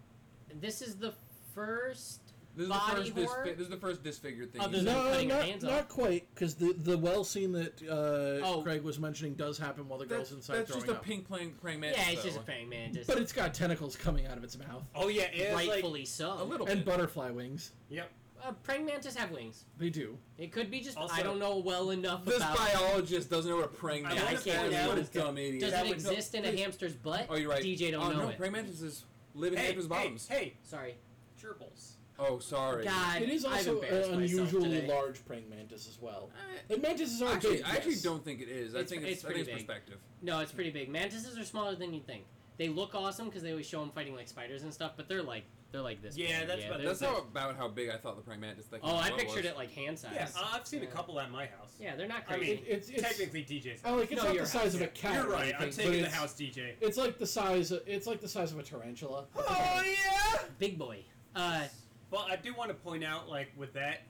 this is the first. This is, the Body first disfi- horror? this is the first disfigured thing. Oh, there's he's done. no- No, cutting her not, hands not off. quite, because the, the well scene that uh, Oh. Craig was mentioning does happen while the That's, girl's inside that's throwing just a up. pink playing praying Yeah, mantis. it's just a though. praying mantis. But it's got tentacles coming out of its mouth Oh yeah, it's like rightfully so. a little and bit. butterfly wings. yep. uh, praying mantis have wings. They do. It could be just I Also- don't know well enough This about. biologist doesn't know what a praying I mantis wanna is. find out. What a dumb does idiot. that it would- no, exist in a please. hamster's butt? Oh, you're right. DJ don't oh, know no, it. praying mantises live in hey, April's hey, bottoms. hey, Sorry. gerbils. Oh, sorry. God, it is I've also embarrassed an myself unusually today. large praying mantis as well. Eh, Like mantises are Actually, big. I actually yes. don't think it is. I It's- think it's it's, I think pretty it's big. perspective. No, it's pretty big. Mantises are smaller than you'd think. They look awesome because they always show them fighting like spiders and stuff, but they're like they're like this. Yeah, big. that's about- they're That's like- how about how big I thought the praying mantis. That Oh, I was. pictured it like hand size. Yeah, I've seen Yeah. a couple at my house. Yeah, they're not I crazy. mean, It's, it's Technically, DJ's. Oh, like it's No, not your the size house, of a yeah. cat. You're or right. I'm anything, but taking the it's- house, DJ. It's like the size. Of, it's like the size of a tarantula. Oh, yeah. Big boy. Uh, But I do want to point out, like with that,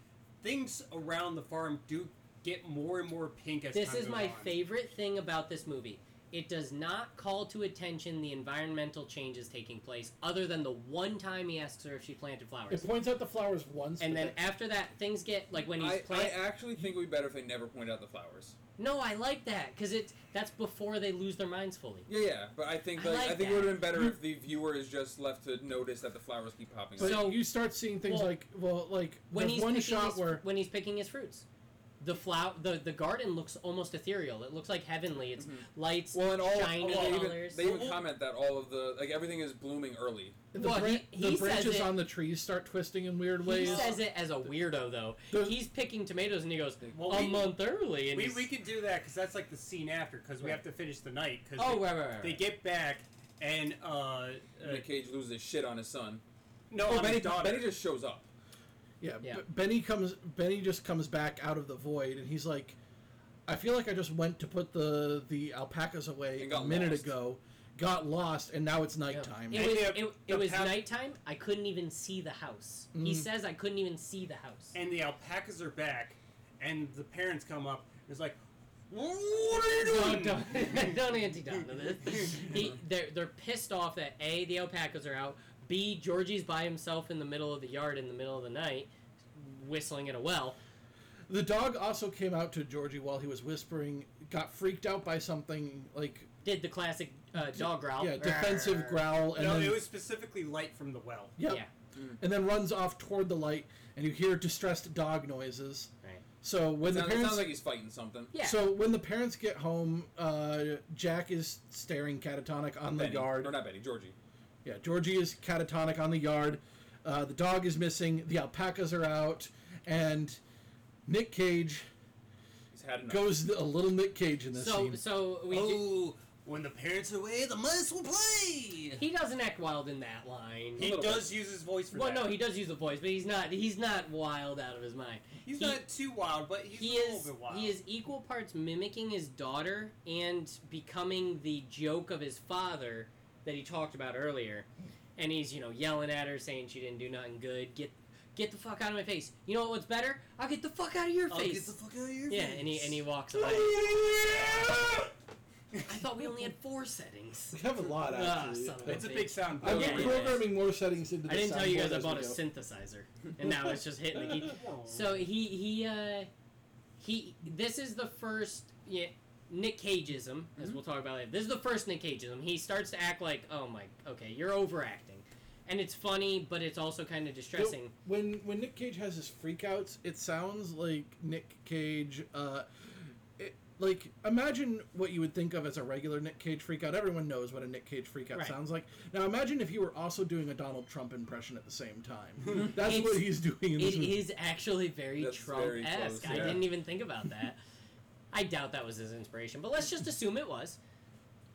things around the farm do get more and more pink as this time is goes my on. favorite thing about this movie. It does not call to attention the environmental changes taking place, other than the one time he asks her if she planted flowers. It points out the flowers once, And but then that- after that, things get like when he's I, plant. actually think it would be better if they never point out the flowers. no, I like that because it's that's before they lose their minds fully. Yeah, yeah, but I think I like, I, like think that. it would have been better if the viewer is just left to notice that the flowers keep popping but up. so- you start seeing things well, like well, like When there's he's one picking shot his, where when he's picking his fruits, the flower the the garden looks almost ethereal. It looks like heavenly. It's Mhm. lights. Well, and all shiny well, they even, colors. they even Well, comment that all of the like everything is blooming early. the, Well, bran- he- he the says branches it- on the trees start twisting in weird he ways. says it as a weirdo though. There's- He's picking tomatoes and he goes Well, a we- month early. And We, he's- we could do that because that's like the scene after because we Right. have to finish the night because oh they, right, right, right, they right. get back and uh, uh And Nick Cage loses his shit on his son. no Oh, on Benny, his daughter. Benny just shows up. Yeah, Yeah. B- Benny comes. Benny just comes back out of the void, and he's like, "I feel like I just went to put the the alpacas away And a got minute lost. ago, got lost, and now it's Yeah. nighttime." It was, Yeah, it, it the was path- nighttime. I couldn't even see the house. He Mm. says I couldn't even see the house. and the alpacas are back and the parents come up. and It's like, what are you doing? don't, don't, don't anti-Don to this. He, they're, they're pissed off that A, the alpacas are out, B, Georgie's by himself in the middle of the yard in the middle of the night, whistling at a well. The dog also came out to Georgie while he was whispering. Got freaked out by something like Did the classic uh, dog growl. yeah, defensive Rrrr. growl, and No, then it was specifically light from the well. yep, Yeah. and then runs off toward the light, and you hear distressed dog noises. Right. So when It the sounds, it parents sounds like he's fighting something. Yeah. So when the parents get home, uh, Jack is staring catatonic on the Benny. yard. Or not Benny, Georgie. Yeah, Georgie is catatonic on the yard. Uh, the dog is missing. The alpacas are out, and Nick Cage He's had enough. goes a little Nick Cage in this So, scene. so we do, oh, when the parents are away, the mice will play. he doesn't act wild in that line. He little does use his voice for well, that. no, he does use a voice, but he's not he's not wild out of his mind. he's he- not too wild, but he's he a little is bit wild. he is equal parts mimicking his daughter and becoming the joke of his father that he talked about earlier and he's you know yelling at her saying she didn't do nothing good get get the fuck out of my face you know what's better i'll get the fuck out of your I'll face Oh, get the fuck out of your yeah face. and he and he walks away i thought we only had four settings we have a lot Ah, actually. son of I- It's a big sound. I'm Yeah. programming more settings into. i the didn't tell you soundboard guys i as we bought a go. synthesizer and now it's just hitting the key So he he uh he this is the first yeah Nick Cageism as Mm-hmm. we'll talk about later. This is the first Nick Cageism. He starts to act like oh my okay you're overacting, and it's funny but it's also kind of distressing. When when Nick Cage has his freakouts, it sounds like Nick Cage. Uh, it, like imagine what you would think of as a regular Nick Cage freakout. Everyone knows what a Nick Cage freakout Right. sounds like. Now imagine if you were also doing a Donald Trump impression at the same time. That's It's- what he's doing in this It movie. is actually very That's very Trump close, esque. I yeah. didn't even think about that. I doubt that was his inspiration, but let's just assume it was.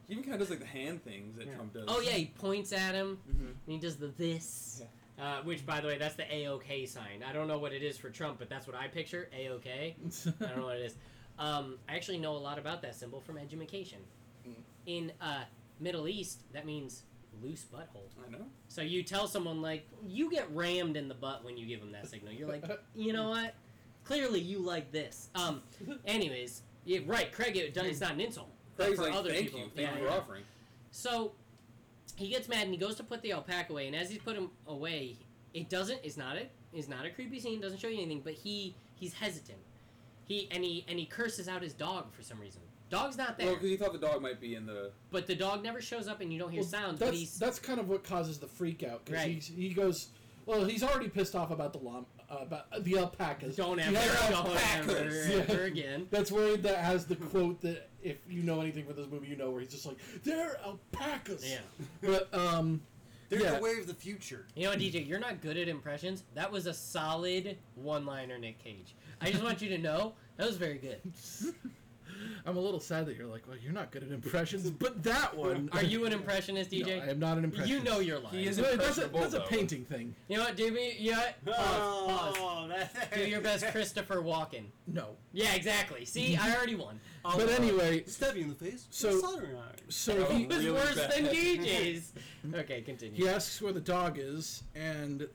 He even kind of does like the hand things that Yeah. Trump does. Oh yeah, he points at him Mhm. and he does the this. Uh, which, by the way, that's the AOK sign. I don't know what it is for Trump, but that's what I picture AOK. I don't know what it is. Um, I actually know a lot about that symbol from edumacation. Mm. In uh, Middle East, that means loose butthole. I know. So you tell someone like you get rammed in the butt when you give them that signal. You're like, you know what? Clearly, you like this. Um, anyways, yeah, right, Craig. It, it's not an insult. but Mm. Craig's for like, other thank people, you, thank yeah, you for yeah. offering. So he gets mad and he goes to put the alpaca away. And as he's put him away, it doesn't. It's not a. It's not a creepy scene. Doesn't show you anything. But he he's hesitant. He and he and he curses out his dog for some reason. Dog's not Well, there, because he thought the dog might be in the. but the dog never shows up, and you don't hear Well, sounds. But that's he's that's kind of what causes the freakout because Right. he goes. Well, he's already pissed off about the lam- uh, about the alpacas. Don't The ever, don't alpacas. ever, ever Yeah. again. That's where that has the quote that if you know anything from this movie, you know where he's just like, "They're alpacas." Yeah. But um, They're Yeah. the way of the future. You know what, DJ? You're not good at impressions. That was a solid one-liner, Nick Cage. I just want you to know that was very good. I'm a little sad that you're like, "Well, you're not good at impressions," but that one. Are you an impressionist, No, DJ? I am not an impressionist. you know you're lying. He is Wait, that's a impressionable, that's a though. painting thing. You know what? Do me. You know what? Pause, pause. Oh, that- Do your best, Christopher Walken. No. Yeah, exactly. See, I already won. I'll, but uh, anyway, stab you in the face. with so- a soldering iron. so he, It was Really worse bad. than DJ's. okay, continue. he asks where the dog is, and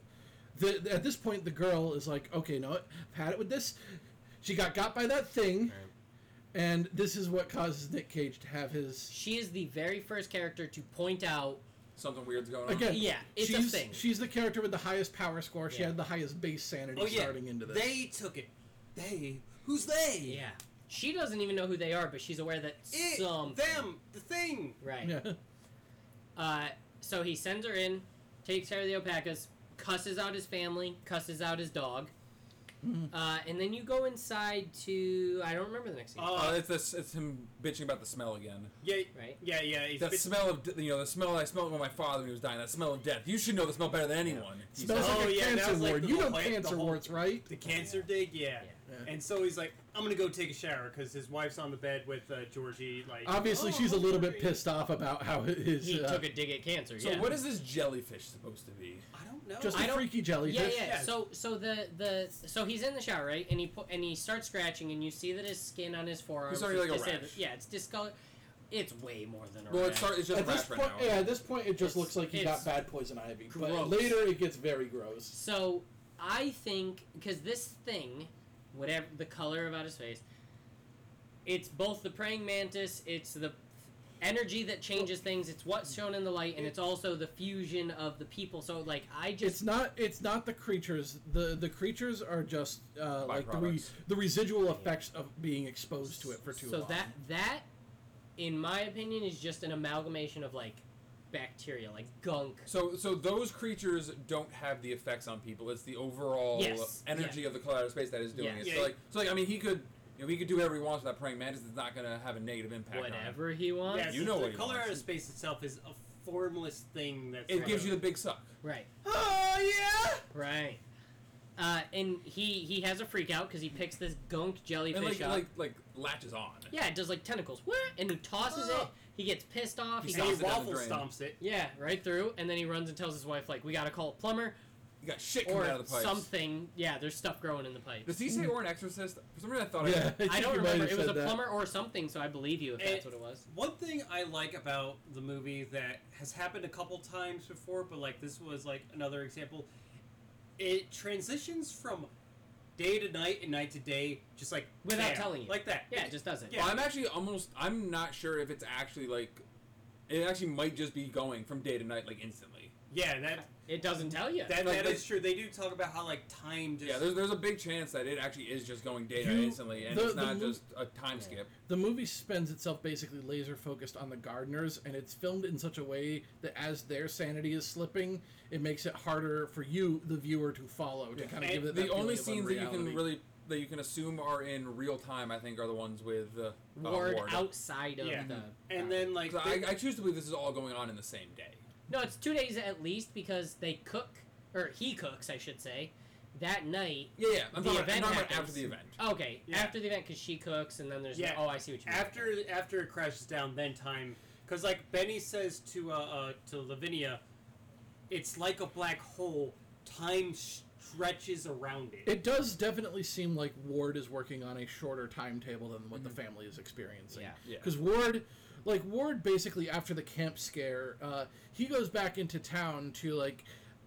the, the- at this point, the girl is like, "Okay, no, I've had it with this. She got got by that thing, Right. and this is what causes Nick Cage to have his She is the very first character to point out. Something weird's going on. again. Yeah, it's a she's, thing. She's the character with the highest power score. She Yeah. had the highest base sanity Oh, yeah. starting into this. They took it. They. Who's they? Yeah, she doesn't even know who they are, but she's aware that It. some Them. The thing. right. yeah. Uh, so he sends her in, takes care of the alpacas, cusses out his family, cusses out his dog, Mhm. uh, and then you go inside to I don't remember the next scene. Uh, Uh, it's this. It's him bitching about the smell again. Yeah. right? Yeah. Yeah. It's That bit- smell of d- you know the smell I smelled when my father was dying. That smell of death. You should know the smell better than anyone. He Smells says. Oh, like a yeah, that cancer was like ward. the you whole know plan- the cancer whole- wards, right? the cancer dig. Yeah. Yeah. Yeah. And so he's like, I'm gonna go take a shower because his wife's on the bed with uh, Georgie. Like, Obviously, "Oh, she's a little bit Georgie." pissed off about how his. He uh, took a dig at cancer. So yeah. what is this jellyfish supposed to be? I don't know. just I a don't- freaky yeah, jellyfish. yeah, Yeah. So, so the the so he's in the shower, right? And he pu- and he starts scratching, and you see that his skin on his forearm. He's already like a rash. Yeah, it's discolored. It's way more than a Well, rash. it's, start, it's just At this rash right point, now. yeah, at this point, it It's- just looks like he it's got bad poison ivy. But gross. later, it gets very gross. So I think because this thing, whatever the color about his face, it's both the praying mantis, it's the energy that changes things, it's what's shown in the light, and it's also the fusion of the people. So like I just It's not. It's not the creatures. the The creatures are just uh, like the, re, Byproducts. the residual effects of being exposed to it for too so long. that that, in my opinion, is just an amalgamation of like bacteria, like gunk. So, so those creatures don't have the effects on people. It's the overall Yes, energy of the color out of space that is doing Yeah. it. Yeah, So, you- like, so like, I mean, he could, you know, he could do whatever he wants with that praying mantis. It's not going to have a negative impact. on him. Whatever he wants. Yeah, You so know the what he color wants. out of space itself is a formless thing that's. It gives you the big suck. Right. Oh yeah. Right. Uh, and he he has a freak out because he picks this gunk And like, jellyfish up. like, like latches on. Yeah, it does like tentacles. What? And he tosses it. He gets pissed off. He He And he goes, stomps it down the waffle drain. stomps it. yeah, right through. And then he runs and tells his wife like, "We gotta call a plumber You got shit coming or out of the pipes. something." Yeah, there's stuff growing in the pipe. Does he say or an exorcist? For some reason, I thought. yeah, I, I think don't you might remember. have It was said a that. plumber or something, so I believe you if that's Eh, what it was. One thing I like about the movie that has happened a couple times before, but like this was like another example, it transitions from day to night and night to day, just like Without bam, telling you. like that. Yeah, it just does it. Yeah. I'm actually almost. I'm not sure if it's actually like. It actually might just be going from day to night, like instantly. yeah, that It doesn't tell you. that, Like that they- is true. They do talk about how like time just Yeah, there's, there's a big chance that it actually is just going day to You- night instantly, and the- it's the not mo- just a time Yeah. skip. The movie spends itself basically laser focused on the gardeners, and it's filmed in such a way that as their sanity is slipping, it makes it harder for you, the viewer, to follow to Yeah. kind of And give it. the that only feeling scenes of that you can unreality. really that you can assume are in real time, I think, are the ones with uh, uh, Ward Ward. outside of Yeah. the. and then like 'Cause I, they- I choose to believe this is all going on in the same day. No, it's two days at least because they cook or he cooks, I should say, that night. Yeah, yeah. I'm The talking, about, I'm event talking about after happens. the event. Okay, Yeah. after the event because she cooks and then there's no- Yeah. oh I see what you mean. after after it crashes down, then time, because like Benny says to uh, uh to Lavinia, it's like a black hole. Time stretches around it. It does definitely seem like Ward is working on a shorter timetable than what the Mm-hmm. family is experiencing. Yeah. Yeah. Because Ward, like Ward, basically after the camp scare, uh, he goes back into town to like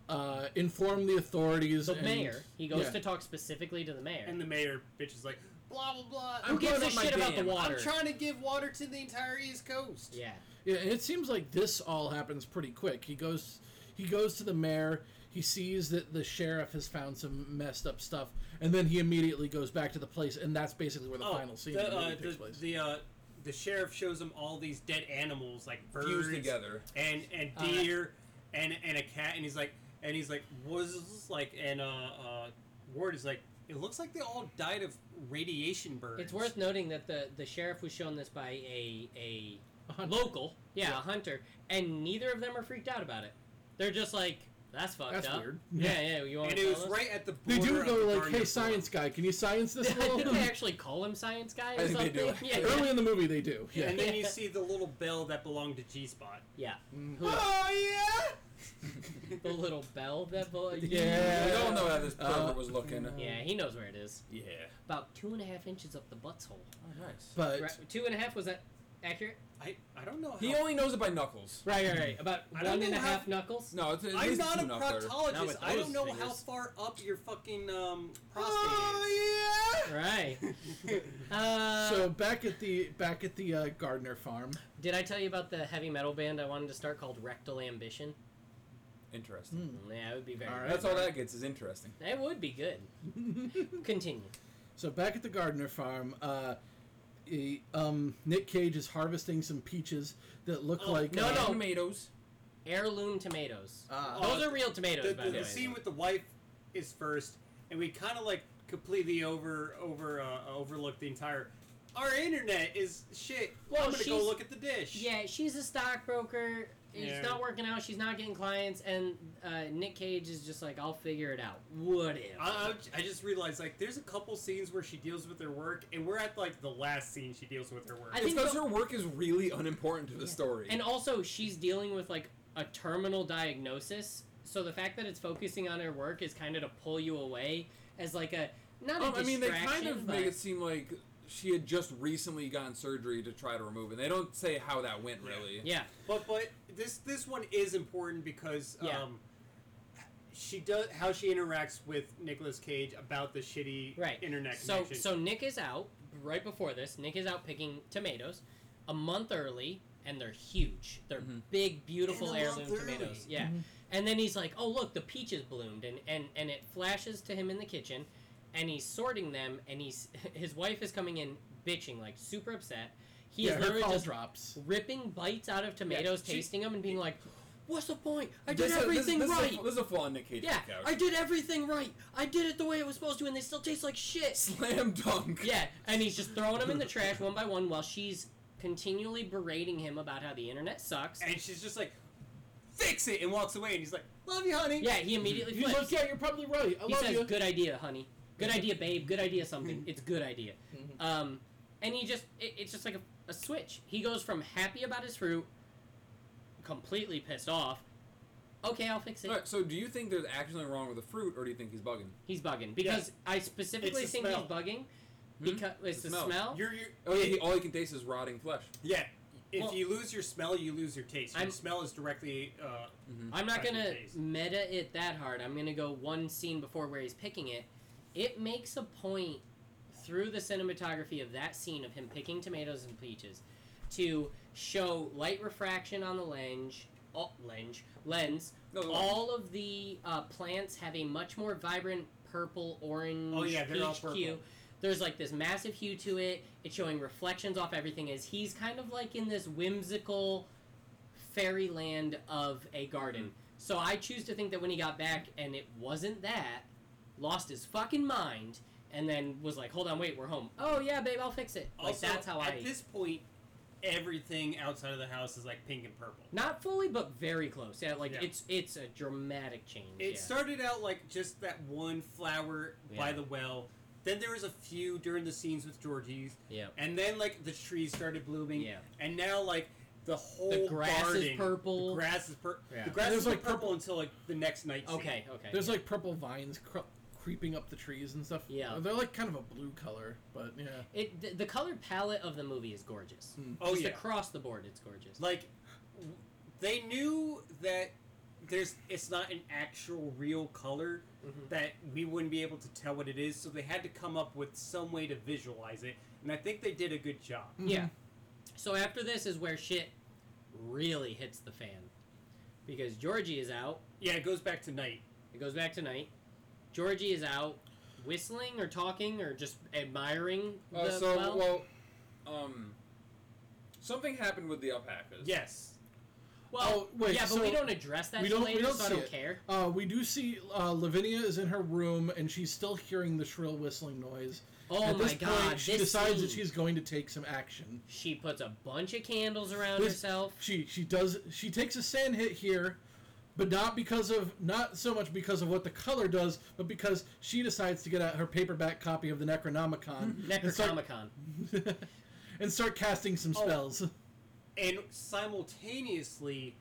uh, inform the authorities. the and- mayor. He goes yeah. to talk specifically to the mayor. And the mayor bitch is like, blah blah blah. Who I'm gives blowing a up my shit about the dam. I'm water? I'm trying to give water to the entire East Coast. yeah. Yeah, and it seems like this all happens pretty quick. He goes, he goes to the mayor. He sees that the sheriff has found some messed up stuff, and then he immediately goes back to the place, and that's basically where the final scene of The, the movie uh, takes the, place. the, uh, the sheriff shows him all these dead animals, like birds Fused together. and and Oh, Uh, deer and and a cat, and he's like, and he's like, what is this like? And uh, uh, Ward is like, it looks like they all died of radiation burns. It's worth noting that the the sheriff was shown this by a a A hunter. local, yeah, Yeah. a hunter, and neither of them are freaked out about it. They're just like, "That's fucked That's up." weird. uh, Yeah, yeah. You want And to it was right at the They border. do of go the like, Garden "Hey, of science guy, can you science this a Did little?" they actually call him Science Guy or I think they something? do. Yeah, yeah. Early in the movie, they do. Blood." Yeah. And then you see the little bell that belonged to G Spot. Mm. Who else? yeah. the little bell that bel- Yeah. We all know how this Uh, pervert was looking. Yeah, he knows where it is. Yeah. About two and a half inches up the butthole. Oh, nice. But Right, two and a half was that accurate? I, I don't know how. He only knows it by knuckles. Right, right, right. About I one don't and a half know how- knuckles. No, it's, it's I'm two not a knuckler. Not with proctologist. I those don't know how fingers. far up your fucking um, prostate Oh yeah. Right. is. Uh, so back at the back at the uh, Gardner farm, did I tell you about the heavy metal band I wanted to start called Rectal Ambition? Interesting. Yeah, it would be very. All good. right. That's all that gets is interesting. That would be good. Continue. so back at the Gardner farm, uh, he, um, Nick Cage is harvesting some peaches that look Oh, like no, uh, no. Tomatoes. Heirloom tomatoes. Ah. Those are real tomatoes, the, by the, the, the way. scene with the wife is first, and we kind of like completely over over uh, overlook the entire. Our internet is shit. Well, I'm gonna go she's- look at the dish. Yeah, she's a stockbroker. It's Yeah. not working out. She's not getting clients, and uh, Nick Cage is just like, "I'll figure it out." What if? I, I- I just realized like there's a couple scenes where she deals with her work, and we're at like the last scene she deals with her work. I It's think because the- her work is really unimportant to the Yeah. story. and also, she's dealing with like a terminal diagnosis, so the fact that it's focusing on her work is kind of to pull you away as like a not a Um, I mean, they kind distraction, of but- make it seem like she had just recently gotten surgery to try to remove it. They don't say how that went Yeah. really. yeah, But but this this one is important because Yeah. um, she does how she interacts with Nicolas Cage about the shitty Right. internet So connection. so Nick is out right before this. Nick is out picking tomatoes a month early, and they're huge. They're Mhm. big, beautiful And a month heirloom early. tomatoes. Yeah. And then he's like, "Oh look, the peaches bloomed," and and and it flashes to him in the kitchen, and he's sorting them, and he's his wife is coming in bitching like super upset. He is yeah, her literally call just drops. ripping bites out of tomatoes, she- tasting them, and being like, "What's the point? I did This is- everything this, this right." Is a, this is a flaw in Nick Cage. yeah, I did everything right. I did it the way it was supposed to, and they still taste like shit. Slam dunk. Yeah, and he's just throwing them in the trash one by one while she's continually berating him about how the internet sucks. and she's just like, fix it, and walks away, and he's like, love you, honey. Yeah, he immediately He's like, flips. yeah, you're probably right. I He love says, you. "Good idea, honey. Good idea, babe. Good idea, something. It's good idea." Mhm. Um, and he just it, it's just like a, a switch. He goes from happy about his fruit, completely pissed off. Okay, I'll fix it. All right, so do you think there's actually wrong with the fruit, or do you think he's bugging? He's bugging because I specifically It's the think he's smell. bugging Hmm? because it's the, The smell. smell. You're, you're Oh yeah, he, all he can taste is rotting flesh. yeah. If Well- you lose your smell, you lose your taste. Your I'm- smell is directly uh, I'm not Fucking gonna taste. meta it that hard. I'm gonna go one scene before where he's picking it. It makes a point through the cinematography of that scene of him picking tomatoes and peaches to show light refraction on the lens, oh, lens, lens. No, the lens. All of the uh, plants have a much more vibrant purple, orange, Oh, yeah, they're all peach purple. hue. There's like this massive hue to it. It's showing reflections off everything. As he's kind of like in this whimsical fairyland of a Mm. garden. So I choose to think that when he got back and it wasn't that, lost his fucking mind, and then was like, "Hold on, wait, we're home. Oh yeah, babe, I'll fix it." Like also, that's how at I. this point, everything outside of the house is like pink and purple. Not fully, but very close. Yeah, like Yeah. it's it's a dramatic change. It yeah. started out like just that one flower by Yeah. the well. Then there was a few during the scenes with Georgie's, yeah. and then like the trees started blooming. Yeah. And now like the whole The grass garden- is purple. The grass is purple. Yeah. The grass There's, is like, like purple until like the next night. scene. okay. Okay. There's like purple vines cr- creeping up the trees and stuff. Yeah. they're like kind of a blue color, but yeah. It the, the color palette of the movie is gorgeous. Oh Just yeah. across the board, it's gorgeous. Like w- they knew that there's it's not an actual real color Mm-hmm. Mhm. that we wouldn't be able to tell what it is, so they had to come up with some way to visualize it, and I think they did a good job. Yeah. So after this is where shit really hits the fan, because Georgie is out. Yeah, it goes back to night. It goes back to night. Georgie is out whistling or talking or just admiring the Uh, so well. well, um, something happened with the alpacas. Yes. Well, Oh, wait, yeah, but so we don't address that we till don't- later, we don't so I see don't it. care. Uh, we do see uh, Lavinia is in her room and she's still hearing the shrill whistling noise. Oh At my this god, point, she this decides that scene. she's going to take some action. She puts a bunch of candles around This- herself. She she does she takes a sand hit here, but not because of not so much because of what the color does, but because she decides to get out her paperback copy of the Necronomicon and start Necrocomicon. and start casting some Oh. spells. And simultaneously,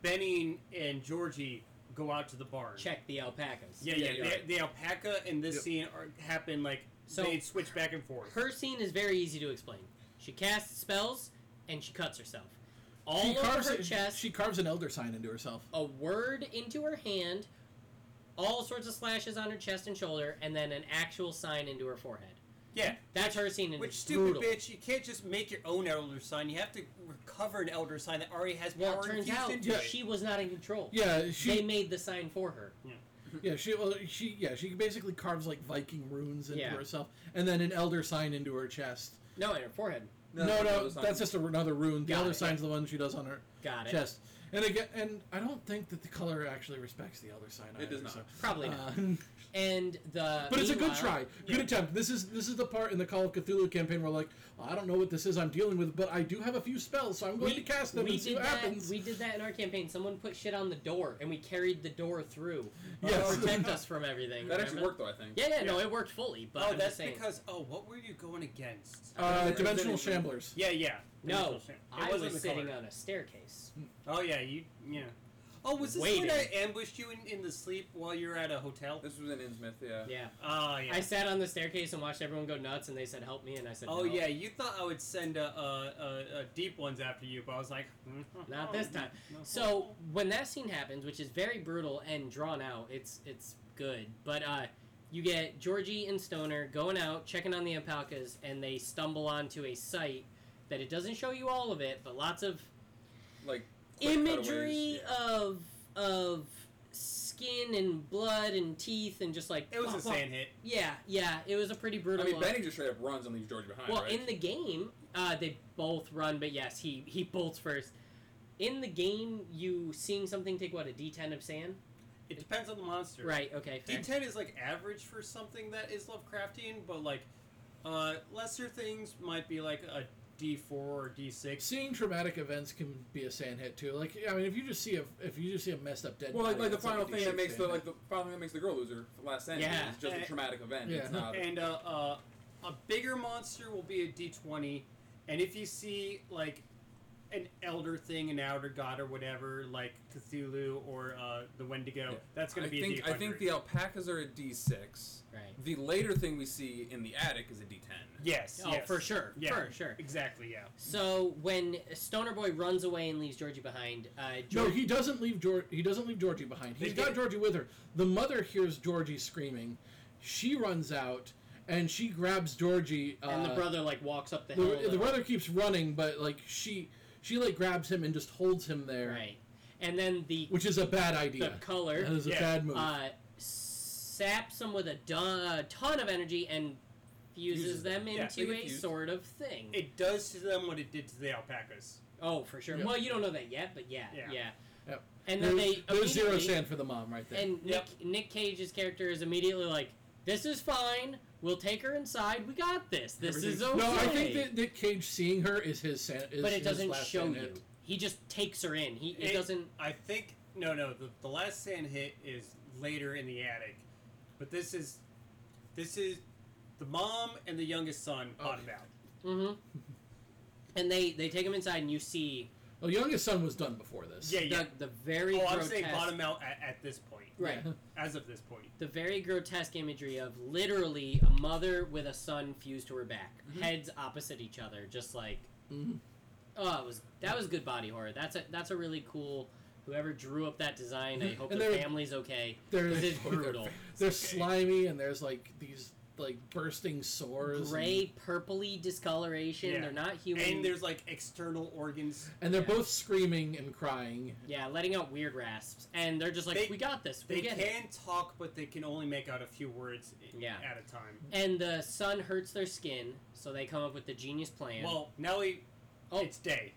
Benny and Georgie go out to the barn. Check the alpacas. Yeah, yeah. you're right. the, the alpaca and this Yep. scene are, happen like So- they switch back and forth. Her scene is very easy to explain. She casts spells and she cuts herself. All she over carves her a- chest, She carves an elder sign into herself. a word into her hand, all sorts of slashes on her chest and shoulder, and then an actual sign into her forehead. yeah, That's her scene. And which it's stupid brutal. bitch! You can't just make your own elder sign. You have to recover an elder sign that already has power Well, it turns infused out into it. she was not in control. Yeah, they she made the sign for her. yeah she well, she yeah she basically carves like Viking runes into Yeah. herself, and then an elder sign into her chest. No, in her forehead. No, no, that's just another rune. The Got other it. sign's the one she does on her Got it. chest. And again, and I don't think that the color actually respects the elder sign. It either, does not. so- Probably not. Uh, And the. but it's a good meanwhile- try, good attempt. This is this is the part in the Call of Cthulhu campaign where like I don't know what this is I'm dealing with, but I do have a few spells, so I'm going to cast them and see did what that, happens. We did that in our campaign. Someone put shit on the door, and we carried the door through Yes. to protect us from everything. That actually remember? worked though, I think. Yeah, yeah, no, it worked fully. But oh, I'm that's just saying, because oh, what were you going against? uh, Represented- dimensional shamblers. yeah, yeah. no, It I wasn't was the color. sitting on a staircase. Oh yeah, you yeah. Oh, was this Waiting. when I ambushed you in, in the sleep while you were at a hotel? This was in Innsmouth, yeah. Yeah. Oh yeah. I sat on the staircase and watched everyone go nuts, and they said, "Help me!" And I said, oh "No." yeah, you thought I would send uh, a, a, a, a deep ones after you, but I was like, Oh, Not this time. So when that scene happens, which is very brutal and drawn out, it's it's good. But uh, you get Georgie and Stoner going out checking on the alpacas, and they stumble onto a site that it doesn't show you all of it, but lots of Like quick imagery cutaways. of of skin and blood and teeth and just like it was wah, a wah. sand hit. Yeah, yeah, it was a pretty I brutal. mean, uh, Benny just straight up runs and leaves George behind. well, right? in the game, uh, they both run, but yes, he he bolts first. In the game, you seeing something take what a D10 of sand? It depends on the monster. Right. Okay. Fair. D10 is like average for something that is Lovecraftian, but like uh, lesser things might be like a D4 or D6. Seeing traumatic events can be a sand hit too. Like I mean, if you just see a if you just see a messed up dead. well, like, body, like the that's like final a thing D6 that makes the sand like the final thing that makes the girl loser last sentence Yeah. is just Eh. a traumatic event. Yeah. It's not. And uh, uh, a bigger monster will be a D20, and if you see like an elder thing, an outer god or whatever, like Cthulhu or uh, the Wendigo, Yeah. that's going I to be think a D100. I think the alpacas are a D6. Right. The later thing we see in the attic is a D10. yes, Oh, yes. for sure. Yeah. For sure. Exactly, yeah. So when Stoner Boy runs away and leaves Georgie behind, uh, No, Georgie, he doesn't leave George. He doesn't leave Georgie behind. They He's got did- Georgie with her. The mother hears Georgie screaming. She runs out and she grabs Georgie. Uh, and the brother like walks up the hill. the, the brother keeps running, but like she she like grabs him and just holds him there, Right. And then the which is a bad the idea. color. That is a Yeah. bad move. uh, saps them with a dun- a ton of energy and fuses, Fuses them. them Yeah, into they get a fused. sort of thing. It does to them what it did to the alpacas. oh, for sure. Yeah. Well, you don't know that yet, but yeah, yeah. Yeah. Yep. And there's, then they there's zero immediately- sand for the mom right there. And Yep. Nick Nick Cage's character is immediately like, "This is fine. We'll take her inside. We got this. This is okay." Everything's- No, I think that Nick Cage seeing her is his sand. Is but it his doesn't last show you. sand hit. He just takes her in. He it, It- doesn't. I think no, no. The, the last sand hit is later in the attic, but this is this is the mom and the youngest son Oh, bottom Okay. out. hmm And they they take him inside, and you see Well, youngest son was done before this. Yeah, yeah. the the very oh, I'm grotesque, saying bottom out at, at this point, right? Yeah. as of this point. The very grotesque imagery of literally a mother with a son fused to her back, Mm-hmm. Mhm. heads opposite each other, just like Mhm. oh, it was that was good body horror. That's a that's a really cool. Whoever drew up that design, I hope And their they're- family's okay. They're- This is they're brutal. They're Okay. slimy and there's like these like bursting sores. and- Gray, purpley discoloration. Yeah. They're not human. And there's like external organs. And they're Yeah. both screaming and crying. yeah, letting out weird rasps, and they're just like, They- "We got this. We They get can it." talk, but they can only make out a few words i- Yeah. at a time. And the sun hurts their skin, so they come up with the genius plan. Well, Nelly, Oh. it's day.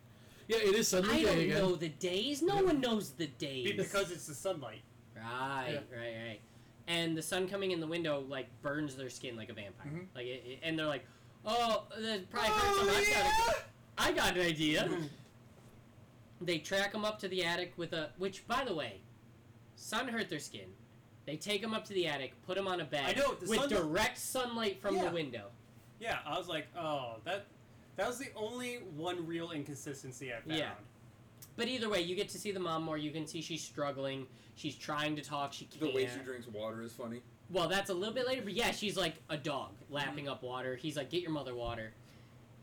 Yeah, it is suddenly I day don't again. know the days. No one knows the days. Be- because it's the sunlight. Right, right, right. And the sun coming in the window like burns their skin like a vampire. Mhm. Mm-hmm. Like it, it- and they're like, oh, that probably hurts them. I got, a- I got an idea. they track them up to the attic with a. Which, by the way, sun hurt their skin. They take them up to the attic, put them on a bed I know, the with sun- direct sunlight from Yeah. the window. Yeah, I was like, oh, that that was the only one real inconsistency I found. Yeah. But either way, you get to see the mom more. You can see she's struggling. She's trying to talk. She The can't. way she drinks water is funny. Well, that's a little bit later, but yeah, she's like a dog lapping up water. He's like, "Get your mother water."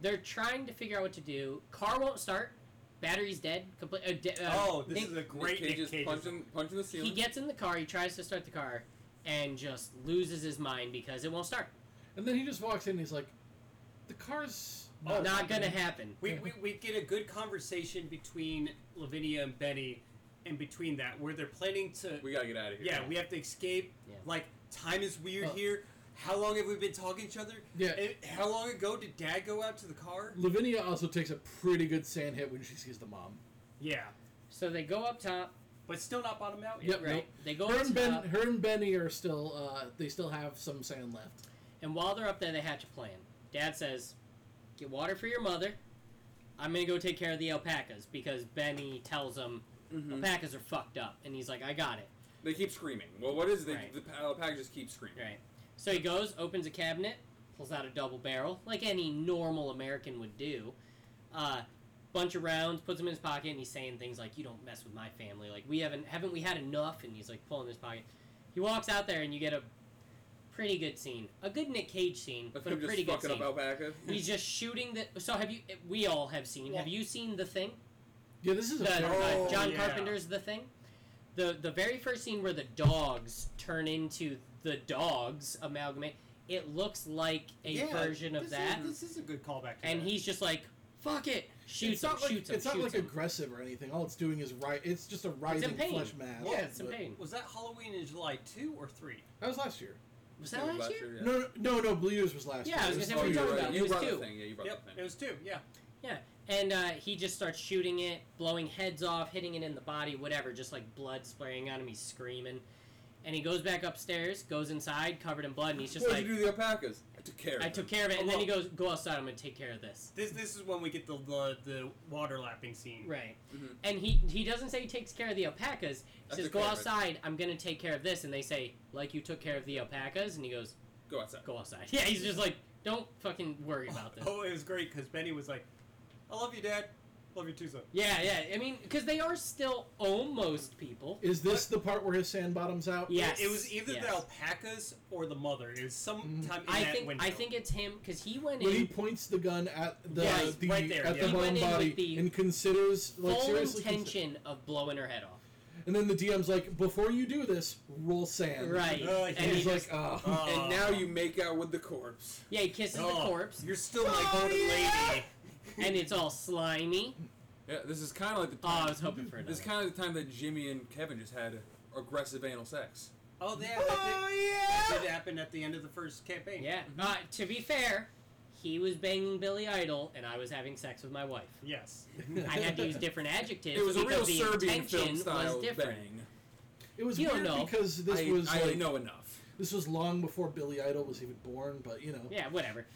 They're trying to figure out what to do. Car won't start. Battery's dead. Complete. Uh, de- uh, Oh, this Nick- is a great Nick Cage Nick is Cage. punching, punching the ceiling. he gets in the car. He tries to start the car, and just loses his mind because it won't start. And then he just walks in and he's like, the car's Oh, Not gonna happen. We, we, we get a good conversation between Lavinia and Benny, and between that, where they're planning to. we gotta get out of here. yeah, we have to escape. Yeah. Like, time is weird Oh. here. How long have we been talking to each other? Uh, Yeah. And how long ago did Dad go out to the car? Lavinia also takes a pretty good sand hit when she sees the mom. Yeah, So they go up top. but still not bottom out Yep. yet. Right. nope. They go her up and Ben, top, her and Benny are still. Uh, they still have some sand left. and while they're up there, they hatch a plan. Dad says, "Get water for your mother." I'm gonna go take care of the alpacas because Benny tells him Mm-hmm. Mhm. alpacas are fucked up, and he's like, "I got it." They keep screaming. Well, what is it? They, Right. The pa- pack just keeps screaming. Right. So he goes, opens a cabinet, pulls out a double barrel, like any normal American would do. Uh, bunch of rounds, puts them in his pocket, and he's saying things like, "You don't mess with my family. Like we haven't haven't we had enough?" And he's like pulling his pocket. He walks out there, and you get a pretty good scene, a good Nick Cage scene, Of but a him pretty just good fucking up scene. alpaca. He's just shooting the. So have you? We all have seen. Have Yeah. you seen the thing? Yeah, this is a. the, fair- uh, Oh, John yeah. Carpenter's The Thing. The the very first scene where the dogs turn into the dogs amalgamate, it looks like a Yeah, version of this that, Is, this is a good callback. To and that. he's just like, "Fuck it, shoots it's him, not like shoots him, it's not shoots like him." aggressive or anything. All it's doing is right. It's just a writhing pain. flesh mass. yeah, it's in but- pain. was that Halloween in July two or three? That was last year. Was that last year? yeah. No, no, no, no. Bleeders was last Yeah, year. I was It gonna say oh, we you're talked right. about it. You It was brought the two. thing. Yeah, you brought yep, the it thing. was two. Yeah, And uh, he just starts shooting it, blowing heads off, hitting it in the body, whatever, just like blood spraying on him. He's screaming, and he goes back upstairs, goes inside, covered in blood, and he's just what like, did you do to the alpacas? I took care of "I them. took care of it." And Oh, then he well. goes, "Go outside. I'm gonna take care of this." this this is when we get the the, the water lapping scene. Right. Mm-hmm. Mhm. And he he doesn't say he takes care of the alpacas. He I says, took "Go care of it." outside. I'm gonna take care of this." And they say, "Like you took care of the alpacas?" And he goes, Go outside. "Go outside." Yeah, he's just like, "Don't fucking worry about this." Oh, it was great because Benny was like, "I love you, Dad. Love you too, son." Yeah, yeah. I mean, because they are still almost people. Is this the part where his sand bottoms out? Yeah. It was either Yes. Mm-hmm. the alpacas or the mother. It was sometime in I that think window. I think it's him because he went When he in points the gun at the, Yeah, he's the right there, at yeah. the He went bone in with body the and considers like full seriously consider- intention of blowing her head off. and then the DM's like, before you do this, roll sand. Right. Uh, and And he he's just, like, ah. Uh, and now you make out with the corpse. yeah, he kisses the Oh, corpse, You're still my Oh, golden yeah! lady. and it's all slimy. Yeah, this is kind of like the Oh, I time. was hoping for another. this is kind of the time that Jimmy and Kevin just had aggressive anal sex. Oh, yeah. That did, yeah. that did happen at the end of the first campaign. Yeah. Uh, to be fair, he was banging Billy Idol, and I was having sex with my wife. Yes. I had to use different adjectives. It was a real because the Serbian intention film style was different. bang. It was You don't weird know. because this I, was I like know enough. this was long before Billy Idol was even born, but you know. Yeah, whatever.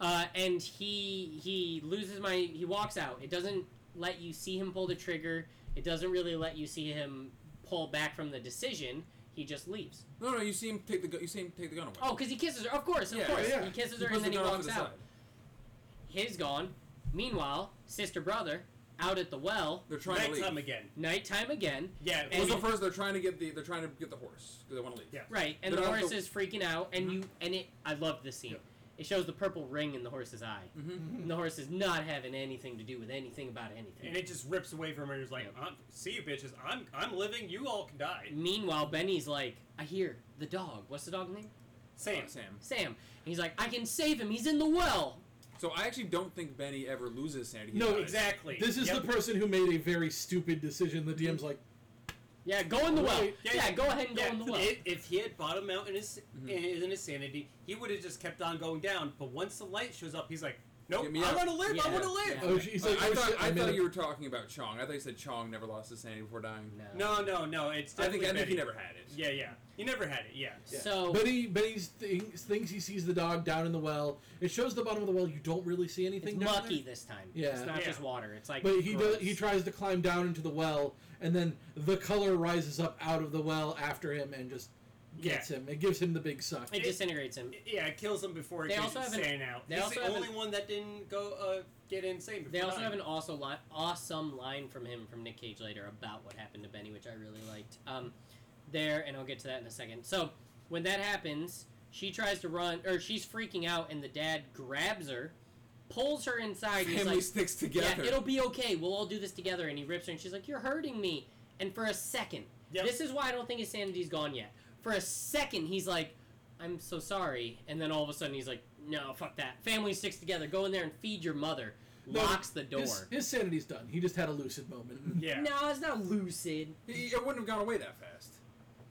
Uh, and he he loses my. He walks out. It doesn't let you see him pull the trigger. It doesn't really let you see him pull back from the decision. He just leaves. No, no, you see him take the gu- you see him take the gun away. Oh, because he kisses her. Of course, of Yeah, course. yeah. He kisses He her and puts then the he gun off to walks the out. side. His gone. Meanwhile, sister brother out at the well. They're trying to leave. Nighttime again. Nighttime again. Yeah. And- Well, we- so first they're trying to get the they're trying to get the horse because they want to leave. Yeah. Right, and They're the not horse the- is freaking out, and you and it. I love this scene. Yeah. It shows the purple ring in the horse's eye, Mm-hmm. Mm-hmm. and the horse is not having anything to do with anything about anything. and it just rips away from her. and It's like, Yep. Mm. I'm, see you bitches. I'm I'm living. You all can die. Meanwhile, Benny's like, "I hear the dog. What's the dog's name? Same. Uh, Sam. Sam." And he's like, "I can save him. He's in the well." So I actually don't think Benny ever loses sanity. He No, dies. Exactly. This is Yep. the person who made a very stupid decision. The DM's like, Yeah, go in the well. Right. Yeah, go ahead and go in the well. i- if he had bottomed Mm-hmm. out in his in his insanity, he would have just kept on going down. But once the light shows up, he's like, Nope. Get me I out. want to live. I Yeah. want to live. Yeah. Oh, she's like, I, I oh, thought, shit, I made thought it. you were talking about Chong. I thought you said Chong never lost his sanity before dying. No. No, no, no. It's I think definitely I think he Betty. never had it. Yeah, yeah. You never had it. Yeah. So Betty, Betty's thinks, thinks he sees the dog down in the well. It shows the bottom of the well. You don't really see anything. it's down there. mucky this time. Yeah. It's not Yeah. just water. It's like. But he does, gross. he tries to climb down into the well, and then the color rises up out of the well after him and just gets him. It gives him the big suck. It disintegrates him. Yeah, it kills him before it They gets also have an- insane out. they He's also the have only an- one that didn't go uh, get insane. Before They also dying. have an also li- awesome line from him from Nick Cage later about what happened to Benny, which I really liked. Um, there, and I'll get to that in a second. So when that happens, she tries to run, or she's freaking out, and the dad grabs her, pulls her inside, and he's Family like, sticks "Yeah, together. it'll be okay. We'll all do this together." And he rips her, and she's like, "You're hurting me." And for a second, Yep. this is why I don't think his sanity's gone yet. For a second, he's like, I'm so sorry. And then all of a sudden, he's like, no, fuck that. Family sticks together. Go in there and feed your mother. No, Locks the door. His, his sanity's done. He just had a lucid moment. yeah. No, it's not lucid. He- it wouldn't have gone away that fast.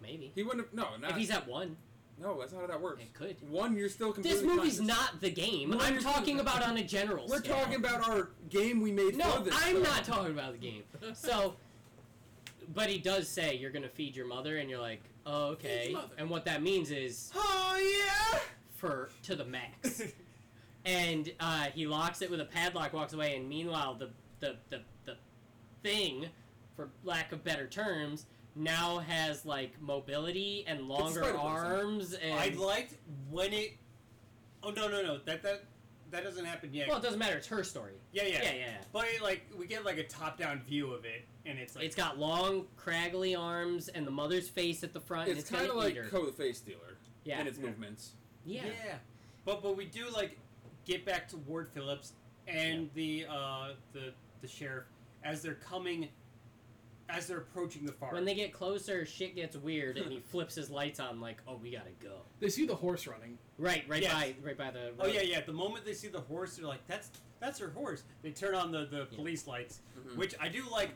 Maybe. He wouldn't have. No, not. If he's at one, no, that's not how that works. it could. One, you're still completely. This movie's conscious. not the game. No, I'm you're- talking about on a general We're scale. talking about our game we made for No, this. I'm though. not talking about the game. So, but he does say you're gonna feed your mother, and you're like, oh, okay. mother. And what that means is Oh yeah. for to the max. and uh, he locks it with a padlock, walks away, and meanwhile the the, the the thing, for lack of better terms, now has like mobility and longer Spider-Man, isn't it? arms and I liked when it. Oh no no no that that that doesn't happen yet. well, it doesn't matter. It's her story. yeah, yeah Yeah, yeah. But it, like we get like a top down view of it, and it's like it's got long, craggly arms, and the mother's face at the front, It's, and it's kind gonna of eat like her. Co the Face Dealer yeah. and its Yeah. movements. yeah, But but we do like get back to Ward Phillips and the uh the the sheriff as they're coming, as they're approaching the farm. When they get closer, shit gets weird, and he flips his lights on, like, "Oh, we gotta go." They see the horse running. Right, right Yes. by, right by the. Oh road. yeah, yeah. The moment they see the horse, they're like, "That's that's her horse." They turn on the, the Yeah. police lights, Mm-hmm. Mhm. which I do like.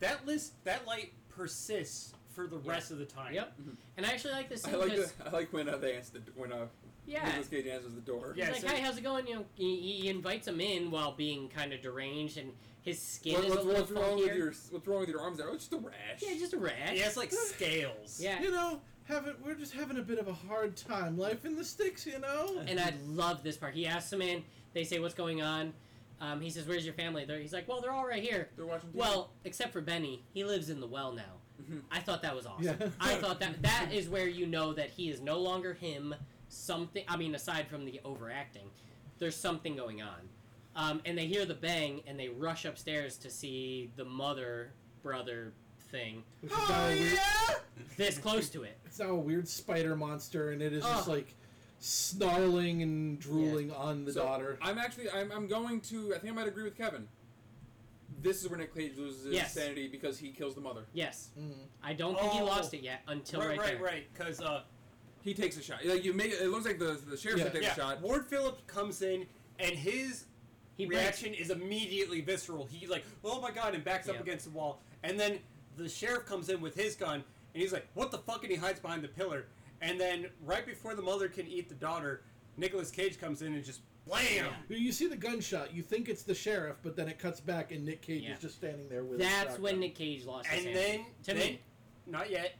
That list that light persists for the Yeah. rest of the time. Yep. And I actually like this I scene like because the, I like when uh, they answer the, when uh, yeah, Nicolas Cage answers the door. Yeah, He's so- like, "Hey, how's it going?" You know, he, he invites him in while being kind of deranged, and his skin What- is what's, a little what's wrong with funkier. your What's wrong with your arms? There, oh, it's just a rash. Yeah, just a rash. He has like scales. Yeah. You know, having we're just having a bit of a hard time. Life in the sticks, you know. And I love this part. He asks him in. They say, "What's going on?" Um, he says, "Where's your family?" They're, he's like, "Well, they're all right here." They're watching. TV. Well, except for Benny, he lives in the well now. Mm-hmm. Mhm. I thought that was awesome. Yeah. I thought that that is where you know that he is no longer him. Something. I mean, aside from the overacting, there's something going on. Um, and they hear the bang, and they rush upstairs to see the mother brother thing Which is Oh, now a weird, this close to it. It's now a weird spider monster, and it is just Ugh. like snarling and drooling on the So, daughter. I'm actually I'm, I'm going to I think I might agree with Kevin. This is where Nick Cage loses his Yes. sanity because he kills the mother. Yes, Mm. I don't think he Oh. lost it yet until right, Right, right, there. right. Because uh, He takes a shot. Like you make it looks like the the sheriff Yeah. should take yeah, a shot. Ward Phillips comes in and his He breaks. reaction is immediately visceral. He like, oh my god, and backs Yeah. up against the wall. And then the sheriff comes in with his gun, and he's like, what the fuck? And he hides behind the pillar. And then right before the mother can eat the daughter, Nicolas Cage comes in and just blam. Yeah. You see the gunshot. You think it's the sheriff, but then it cuts back, and Nick Cage Yeah. is just standing there with. his That's when shotgun. Nick Cage lost his And sanity. then, to then me. not yet.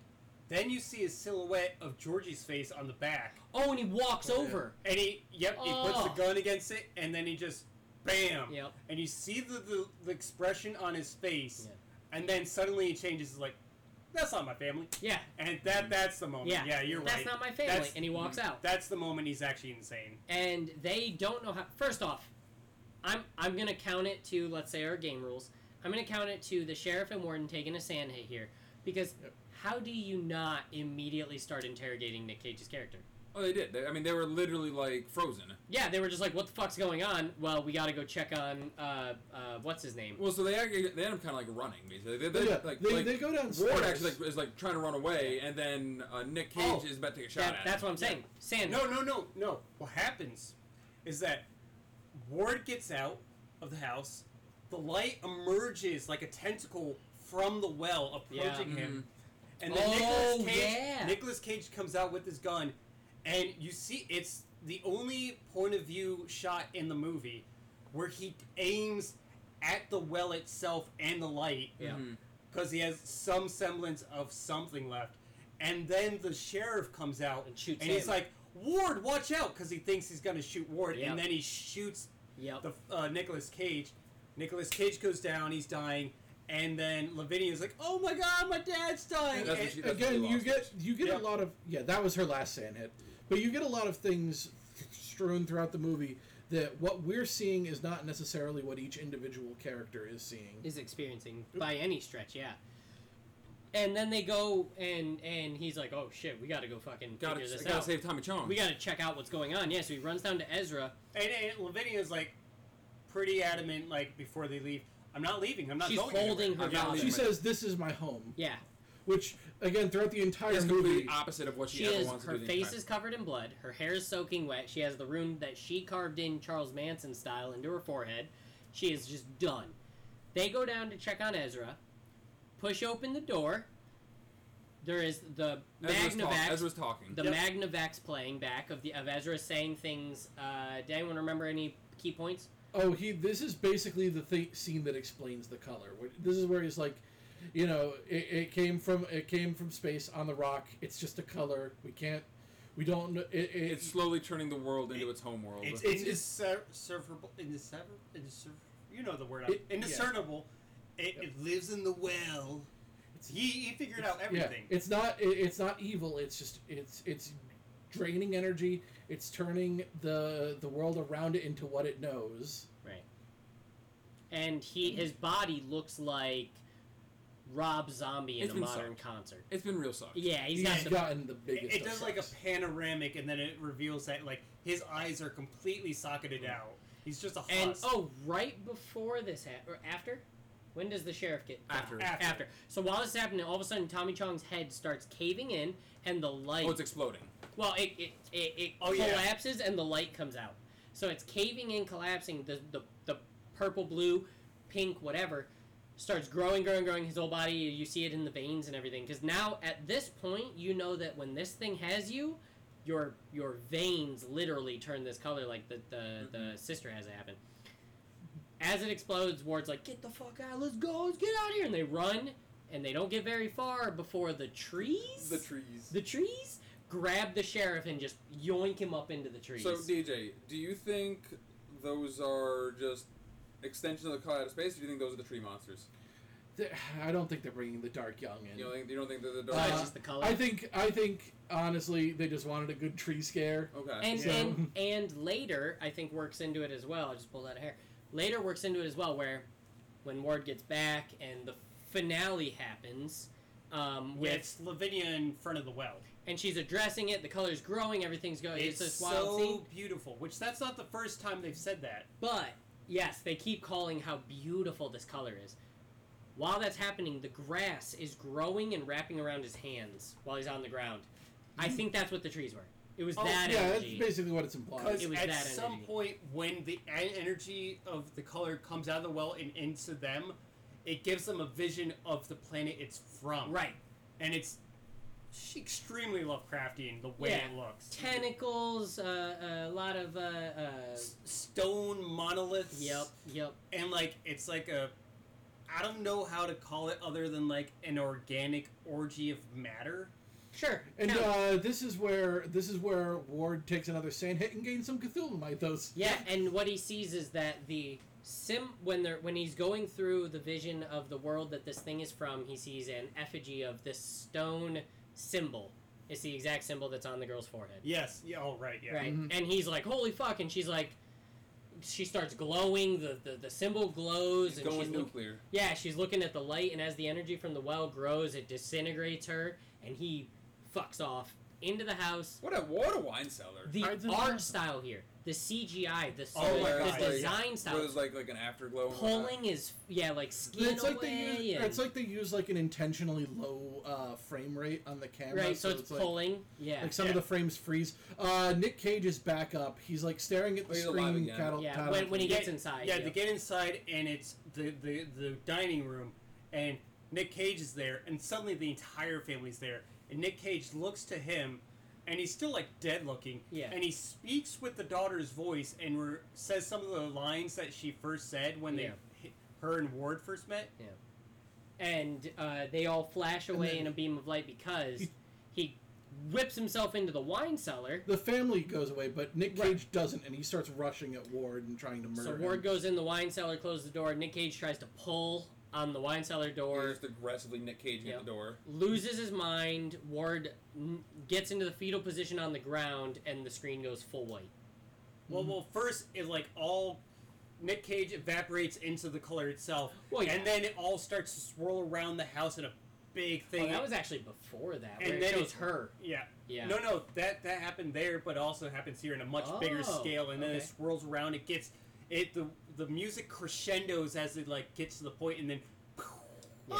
Then you see a silhouette of Georgie's face on the back, Oh, and he walks Yeah. over. and he, yep, he puts Oh. the gun against it, and then he just, bam, Yep. and you see the, the, the expression on his face, and then suddenly he changes it's like, that's not my family. Yeah. And that that's the moment. Yeah. Yeah, you're That's right. not my family. That's- Mm-hmm. and he walks out. That's the moment he's actually insane. and they don't know how. First off, I'm I'm gonna count it to let's say our game rules. I'm gonna count it to the sheriff and warden taking a sand hit here because Yep. how do you not immediately start interrogating Nick Cage's character? Oh, they did. They, I mean, they were literally like frozen. Yeah, they were just like, "What the fuck's going on?" Well, we gotta go check on uh, uh what's his name. Well, so they actually, they end up kind of like running. Basically, they, they, yeah, like, they, like they go downstairs. Ward actually like, is like trying to run away, and then uh, Nick Cage Oh, is about to take a shot That, at. that's him. what I'm saying. Sand. No, no, no, no. What happens is that Ward gets out of the house. The light emerges like a tentacle from the well, approaching Yeah. him. And then Oh, Nicholas Cage, yeah. Nicolas Cage comes out with his gun, and you see it's the only point of view shot in the movie where he aims at the well itself and the light Yeah. Mm-hmm. Mhm. because he has some semblance of something left. And then the sheriff comes out And shoots and he's him. like, Ward, watch out, because he thinks he's gonna shoot Ward, Yep. Oh. and then he shoots Yep. the uh, Nicholas Cage. Nicholas Cage goes down, he's dying, and then Lavinia's like, "Oh my God, my dad's dying!" That's what And- she- that's Again, what you lost. get you get Yeah. a lot of yeah. That was her last sand hit, but you get a lot of things strewn throughout the movie that what we're seeing is not necessarily what each individual character is seeing. is experiencing by any stretch, yeah. And then they go and and he's like, "Oh shit, we got to go fucking Gotta, figure this gotta out. save Tommy Chong. we got to check out what's going on." Yeah, so he runs down to Ezra. and, and Lavinia's like, pretty adamant, like before they leave, "I'm not leaving. I'm not She's going." holding her I'm not daughter. leaving. She says, "This is my home," Yeah, which again throughout the entire it's movie, completely opposite of what she, she ever is. wants Her to do. the face entire- is covered in blood. Her hair is soaking wet. She has the rune that she carved in Charles Manson style into her forehead. She is just done. They go down to check on Ezra. Push open the door. There is the Ezra's, talk, Magnavax Ezra's talking. the Yep. Magnavax playing back of the of Ezra saying things. Uh, did anyone remember any key points? oh he. This is basically the thi- scene that explains the color. Where- This is where he's like, you know, it, it came from it came from space on the rock. It's just a color. We can't. We don't. kn- It, it, it's slowly turning the world into its home world. It's indiscernible. Indiscernible. Indiscernible. You know the word. I'm It- yeah. indiscernible. It, it lives in the well. He, he figured out everything. Yeah, it's not it, it's not evil. It's just it's it's draining energy. It's turning the the world around it into what it knows. Right. And Mm-hmm. he his body looks like Rob Zombie in It's a been modern concert. it's been real sucked. Yeah, he's He's, got the gotten the It, biggest. it does like a upsets. panoramic, and then it reveals that like his eyes are completely Mm. socketed out. He's just a husk. and oh, right before this ha- or after. When does the sheriff get After. After. after? So while this is happening, all of a sudden Tommy Chong's head starts caving in, and the light. Oh, it's exploding. Well, it it, it, it Oh, yeah. collapses and the light comes out. So it's caving in, collapsing. The, the the purple, blue, pink, whatever, starts growing, growing, growing. His whole body. You see it in the veins and everything. Because now at this point, you know that when this thing has you, your your veins literally turn this color, like the the, Mm-hmm. the sister has it happen. As it explodes, Ward's like, "Get the fuck out! Let's go! Let's get out of here!" And they run, and they don't get very far before the trees. The trees. The trees grab the sheriff and just yoink him up into the trees. So DJ, do you think those are just extensions of the call out of space, or do you think those are the tree monsters? Th- I don't think they're bringing the dark young in. You don't think, you don't think they're the Oh, dark? that's Uh, just the color. I think I think honestly they just wanted a good tree scare. okay. and, so- and and later, I think works into it as well. I just pulled out a hair. Later works into it as well, where when Ward gets back and the finale happens, um, Yeah, with it's Lavinia in front of the well. and she's addressing it. The color's growing. Everything's Uh, going. It's, It's, this wild so scene. beautiful. Which that's not the first time they've said that. But yes, they keep calling how beautiful this color is. While that's happening, the grass is growing and wrapping around his hands while he's on the ground. I think that's what the trees were. It was Oh, that Mm-hmm. yeah, energy. that's basically what it's Because It implying. was at that some energy. point, when the en- energy of the color comes out of the well and into them, it gives them a vision of the planet it's from. right. And it's sh- extremely Lovecraftian the way Yeah. it looks. Tentacles, uh, a lot of. Uh, uh, S- stone monoliths. yep, yep. And like it's like a, I don't know how to call it other than like an organic orgy of matter. Sure. And count. uh, this is where this is where Ward takes another sand hit and gains some Cthulhu mythos. Yeah, and what he sees is that the sim when they're when he's going through the vision of the world that this thing is from, he sees an effigy of this stone symbol. It's the exact symbol that's on the girl's forehead. Yes. Yeah. Oh right. Yeah. Right. Mhm. And he's like, Holy fuck and she's like she starts glowing, the, the, the symbol glows It's and she's going look- nuclear. yeah, she's looking at the light, and as the energy from the well grows, it disintegrates her, and he fucks off into the house. What a water wine cellar. The I didn't know. art style here, the CGI, the, Oh my the God. design Where style, there's like like an afterglow. uh, and whatnot. pulling is yeah like skin It's like, they away use, and- it's like they use like an intentionally low uh, frame rate on the camera. right so, it's, like, pulling yeah like some of Yeah. the frames freeze. Uh, Nick Cage is back up. He's like staring at the Oh, he's alive screen. again. Cattle, yeah cattle- when, when he Yeah, gets inside Yeah, they get inside and it's the, the the dining room and Nick Cage is there and suddenly the entire family's there and Nick Cage looks to him and he's still like dead looking. Yeah. And he speaks with the daughter's voice and re- says some of the lines that she first said when Yeah. they, her and Ward first met. and uh, they all flash And away then- in a beam of light because He- he whips himself into the wine cellar. The family goes away, but Nick Cage Right. doesn't, and he starts rushing at Ward and trying to murder So him. Ward goes in the wine cellar, closes the door. Nick Cage tries to pull on the wine cellar Or door, just aggressively Nick Caging Yeah. at the door. loses his mind. Ward n- gets into the fetal position on the ground, and the screen goes full white. Well, Mm-hmm. well, first it like all Nick Cage evaporates into the color itself, Well, yeah. and then it all starts to swirl around the house in a big thing. Oh, that was actually before that. And where then it shows it- her. yeah. Yeah. No, no, that that happened there, but also happens here in a much bigger Oh, scale, and then it okay. swirls around. It gets it the the music crescendos as it like gets to the point, and then. Ah! Yeah.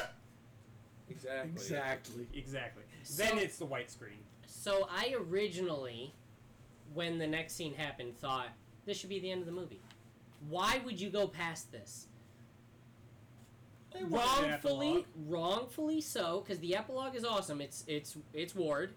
Oh Exactly. Exactly. yeah! Exactly. So- then it's the white screen. So I originally, when the next scene happened, thought this should be the end of the movie. Why would you go past this? They wanted an Wrongfully, epilogue. wrongfully so, because the epilogue is awesome. It's it's it's Ward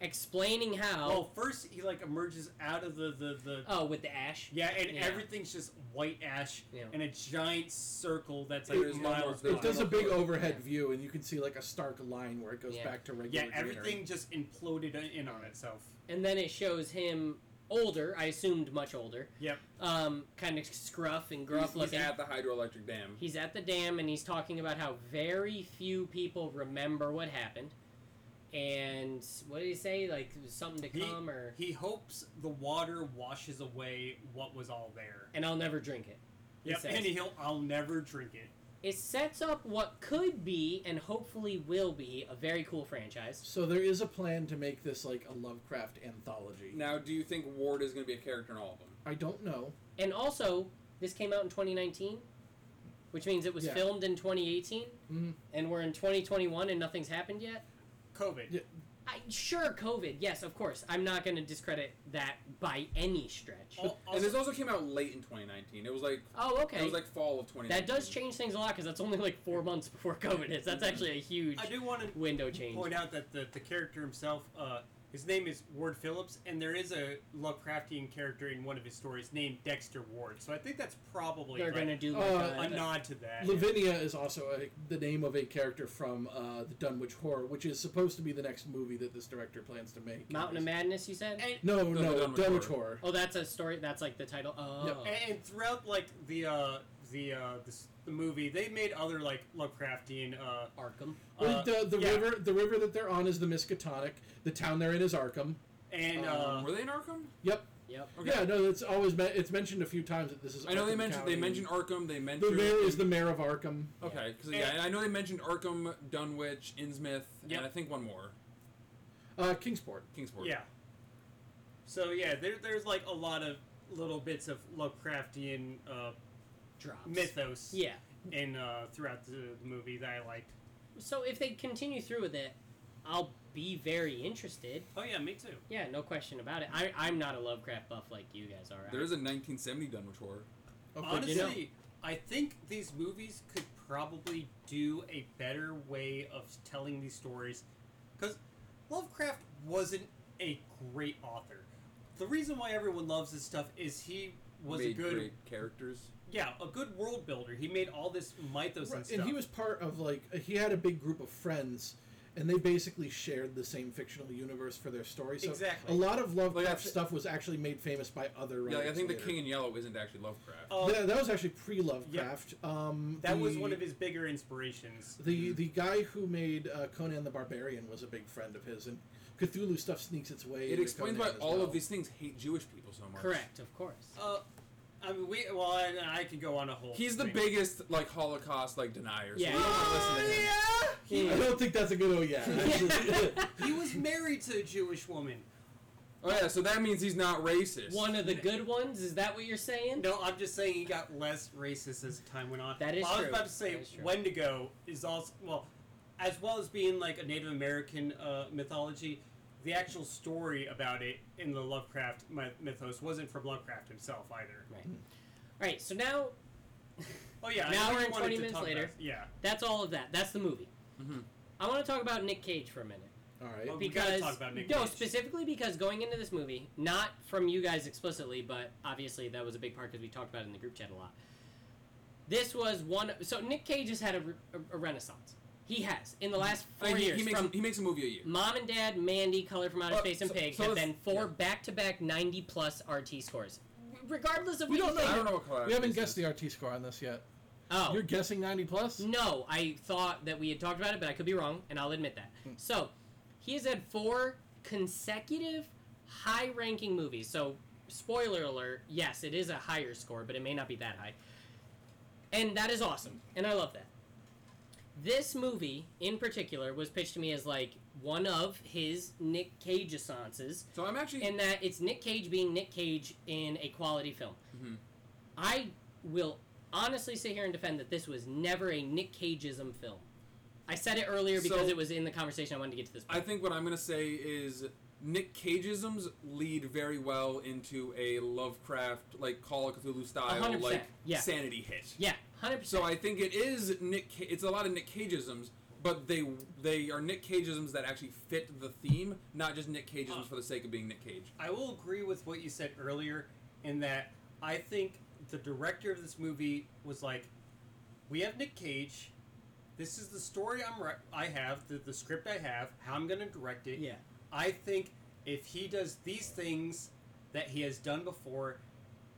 explaining how. Oh, first he like emerges out of the the, the oh, with the ash. yeah, and Yeah. everything's just white ash Yeah. and a giant circle that's like There is no more miles. building. wide. It does a big overhead Yeah. view, and you can see like a stark line where it goes Yeah. back to regular. yeah, greenery. everything just imploded in on itself. And then it shows him older. I assumed much older. Yep. Um, kind of scruff and He's, gruff he's looking. at the hydroelectric dam. He's at the dam and he's talking about how very few people remember what happened. And what did he say? Like something to He- come or He hopes the water washes away what was all there. and I'll never drink it. He Yep, says. and he'll I'll never drink it. It sets up what could be and hopefully will be a very cool franchise. So there is a plan to make this like a Lovecraft anthology. Now, do you think Ward is going to be a character in all of them? I don't know. And also, this came out in 2019, which means it was Yeah. filmed in 2018 Mm-hmm. Mhm. and we're in 2021 and nothing's happened yet. COVID. Yeah. I sure COVID. Yes, of course. I'm not going to discredit that by any stretch. Al- and this also- also came out late in 2019. It was like Oh, okay. it was like fall of That 2019. does change things a lot because that's only like four months before COVID is. That's actually a huge I do want to window change. point out that the, the character himself, uh, his name is Ward Phillips, and there is a Lovecraftian character in one of his stories named Dexter Ward. So I think that's probably They're like, gonna do Uh, like a a- nod to that. Lavinia is also a, the name of a character from uh, the Dunwich Horror, which is supposed to be the next movie that this director plans to make. Mountain of Madness. You said? And, No, No, no, the Dunwich, Dunwich Horror. Oh, that's a story. That's like the title. Oh, Yep. and, and throughout like the uh, the uh, this, the movie, they made other like Lovecraftian. Uh, Arkham. Well, uh, the the yeah, river the river that they're on is the Miskatonic. The town they're in is Arkham. and uh, Um, were they in Arkham? Yep. Yep. Okay. Yeah, no, it's always me- it's mentioned a few times that this is. I know they Arkham mentioned County. they mentioned Arkham. They the mentioned mayor is the mayor of Arkham. okay. Because yeah, I know they mentioned Arkham, Dunwich, Innsmouth, Yep. and I think one more, Uh, Kingsport. Kingsport. yeah. So yeah, there, there's like a lot of little bits of Lovecraftian uh, Drops. mythos Yeah. in uh, throughout the, the movie that I liked. So if they continue through with it, I'll be very interested. Oh yeah, me too. Yeah, no question about it. I, I'm not a Lovecraft buff like you guys are. There is a 1970 Dunwich horror. Okay. Honestly, you know. I think these movies could probably do a better way of telling these stories because Lovecraft wasn't a great author. The reason why everyone loves his stuff is he was Made a good, great characters. yeah, a good world builder. He made all this mythos and Right, stuff. and he was part of like he had a big group of friends, and they basically shared the same fictional universe for their story. So Exactly. a lot of Lovecraft Like, I thi- stuff was actually made famous by other writers. Yeah, like, I think later. the King in Yellow isn't actually Lovecraft. Oh, Th- that was actually pre-Lovecraft. Um, that was the- one of his bigger inspirations. The the guy who made uh, Conan the Barbarian was a big friend of his, and Cthulhu stuff sneaks its way. it into explains why Conan as all well. of these things hate Jewish people so much. Correct, of course. Uh, I mean, we well, I, I could go on a whole. He's the thing. biggest like Holocaust like denier. So Yeah. we don't want to listen to him. I Yeah. don't think that's a good. Oh yeah. He was married to a Jewish woman. Oh yeah, so that means he's not racist. One of the good ones. Is that what you're saying? No, I'm just saying he got less racist as time went on. That is well, I was true. about to say That is true. Wendigo is also well, as well as being like a Native American uh, mythology. The actual story about it in the Lovecraft my- mythos wasn't from Lovecraft himself either. Right. All right. So now Oh yeah, I An know hour you and wanted 20 to minutes talk later. about- yeah, That's all of that. That's the movie. Mhm. I want to talk about Nick Cage for a minute All right. Well, we gotta because talk about Nick no, Cage. specifically because going into this movie, not from you guys explicitly, but obviously that was a big part because we talked about it in the group chat a lot. This was one. So Nick Cage has had a, re- a, a renaissance. He has in the last four I mean, he, years. he makes from he makes a movie a year. Mom and Dad, Mandy, Color from Outer Uh, Space, and so- Pig so have it's- been four yeah. back-to-back 90-plus RT scores, R- regardless of We what you don't know. I think. don't know what collab. We haven't guessed the RT score on this yet. Oh, You're guessing 90 plus? Mm-hmm. No, I thought that we had talked about it, but I could be wrong, and I'll admit that. So, he has had four consecutive high ranking movies. So, spoiler alert, yes, it is a higher score, but it may not be that high. And that is awesome, and I love that. This movie, in particular, was pitched to me as like one of his Nick Cage essences, So I'm actually. in that it's Nick Cage being Nick Cage in a quality film. Mhm. I will honestly sit here and defend that this was never a Nick Cageism film. I said it earlier because So- it was in the conversation. I wanted to get to this. I Point. think what I'm gonna say is Nick Cageisms lead very well into a Lovecraft like Call of Cthulhu A style hundred like percent, yeah. sanity hit. yeah, hundred So percent. I think it is Nick. Ca- it's a lot of Nick Cageisms, but they they are Nick Cageisms that actually fit the theme, not just Nick Cageisms Uh. for the sake of being Nick Cage. I will agree with what you said earlier in that I think the director of this movie was like, "We have Nick Cage. This is the story I'm ri- I have, the, the script I have, how I'm going to direct it. Yeah, I think if he does these things that he has done before,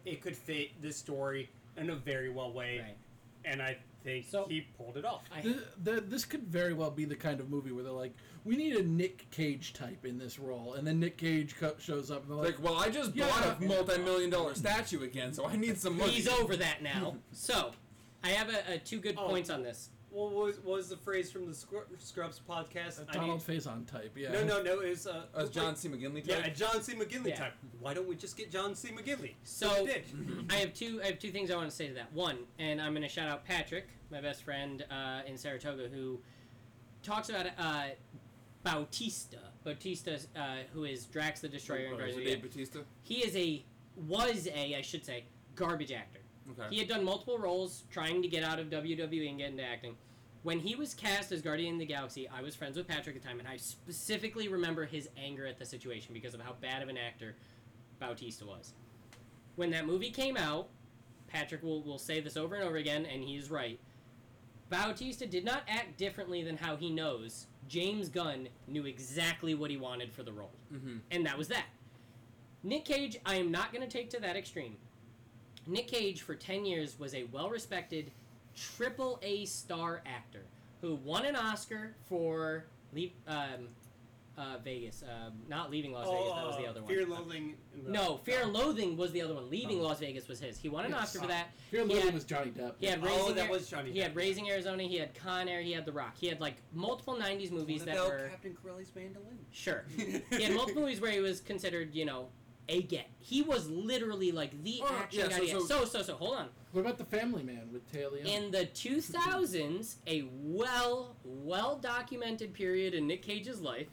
it could fit this story in a very well way. right. And I think So- he pulled it off. I, Th th this could very well be the kind of movie where they're like, we need a Nick Cage type in this role, and then Nick Cage co- shows up and they're like, Like, well, I just Yeah. bought a multi-million dollar statue again, so I need some money. he's over that now. so I have a, a two good Oh. points on this. What was, what was the phrase from the Scru- Scrubs podcast? a I need, Donald Faison type, yeah. No, no, no. It was uh, As Oh, John C. McGinley. Yeah, type? a John C. McGinley Yeah. Oh, type. Why don't we just get John C. McGinley? So- we did. I have two. I have two things I want to say to that. One, and I'm going to shout out Patrick, my best friend uh, in Saratoga, who talks about uh, Bautista. Bautista, uh, who is Drax the Destroyer in Oh, is Guardians of it the Dave Galaxy. Batista. He is a was a I should say garbage actor. Okay. He had done multiple roles trying to get out of WWE and get into acting. When he was cast as Guardian of the Galaxy, I was friends with Patrick at the time, and I specifically remember his anger at the situation because of how bad of an actor Bautista was. When that movie came out, Patrick will, will say this over and over again, and he is right. Bautista did not act differently than how he knows. James Gunn knew exactly what he wanted for the role Mm-hmm. and that was that. Nick Cage, I am not going to take to that extreme. Nick Cage, for 10 years, was a well respected triple A star actor who won an Oscar for Le- um, uh, Vegas. Um not Leaving Las Vegas, that was the uh, other one. Fear and Loathing. in the- no, Fear and Loathing was the other one. Leaving Oh. Las Vegas was his. He won an Yes. Oscar for that. Here He Lily had- was Johnny Depp. He had Raising Oh, that Ar- was Johnny. he had Depp. Raising Arizona, he had Con Air, he had The Rock. He had like multiple 90s movies What that about were. Captain Corelli's mandolin. Sure. he had multiple movies where he was considered, you know, a get. He was literally like the Oh, action yeah, guy. so- to get. so- so, so, so, hold on. What about the Family Man with Taylor? In the 2000s, a well, well documented period in Nick Cage's life,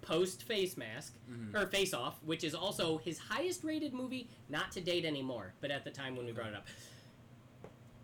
post Face Mask, Mhm. or Face Off, which is also his highest rated movie, not to date anymore, but at the time when we brought it up.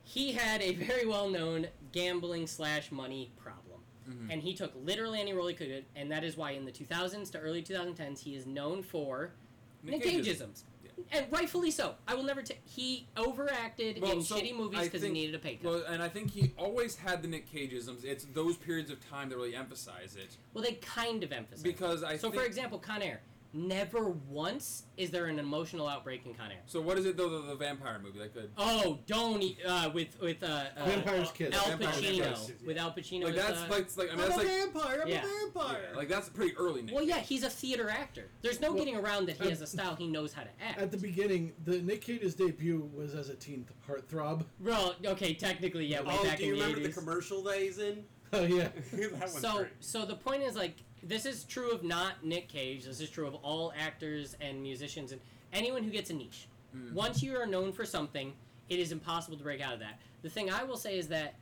He had a very well known gambling slash money problem Mhm. and he took literally any role he could, and that is why in the 2000s to early 2010s he is known for Nick Cageisms, and rightfully so. I will never. take he overacted Well, in so shitty movies I because he think- needed a pay cut. Well, Well, and I think he always had the Nick Cageisms. It's those periods of time that really emphasize it. they kind of emphasize. it. Because I so, think, for example, Con Air. Never once is there an emotional outbreak in Con Air. so what is it though? The, the vampire movie uh, that could Oh, don't e- uh, with with uh, uh, Vampire's uh, Kiss. Al Vampire's Pacino Kiss, yeah. with Al Pacino. like as, that's uh, like, like I mean I'm that's a like vampire. I'm Yeah. a vampire. yeah, like that's pretty early Nick. well, Cage. yeah, he's a theater actor. There's no Well, getting around that he at- has a style he knows how to act. At the beginning, the Nick Cage's debut was as a teen th- heartthrob. Well, okay, technically, yeah, way oh, back do you in the remember 80s. the commercial that he's in? Oh yeah. that one's so, great. so the point is like this is true of not Nick Cage. This is true of all actors and musicians and anyone who gets a niche. Mhm. Once you are known for something, it is impossible to break out of that. The thing I will say is that,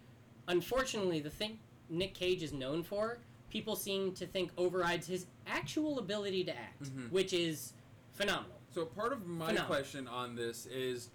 unfortunately, the thing Nick Cage is known for, people seem to think overrides his actual ability to act, Mhm. which is phenomenal. So part of my Phenomenal. question on this is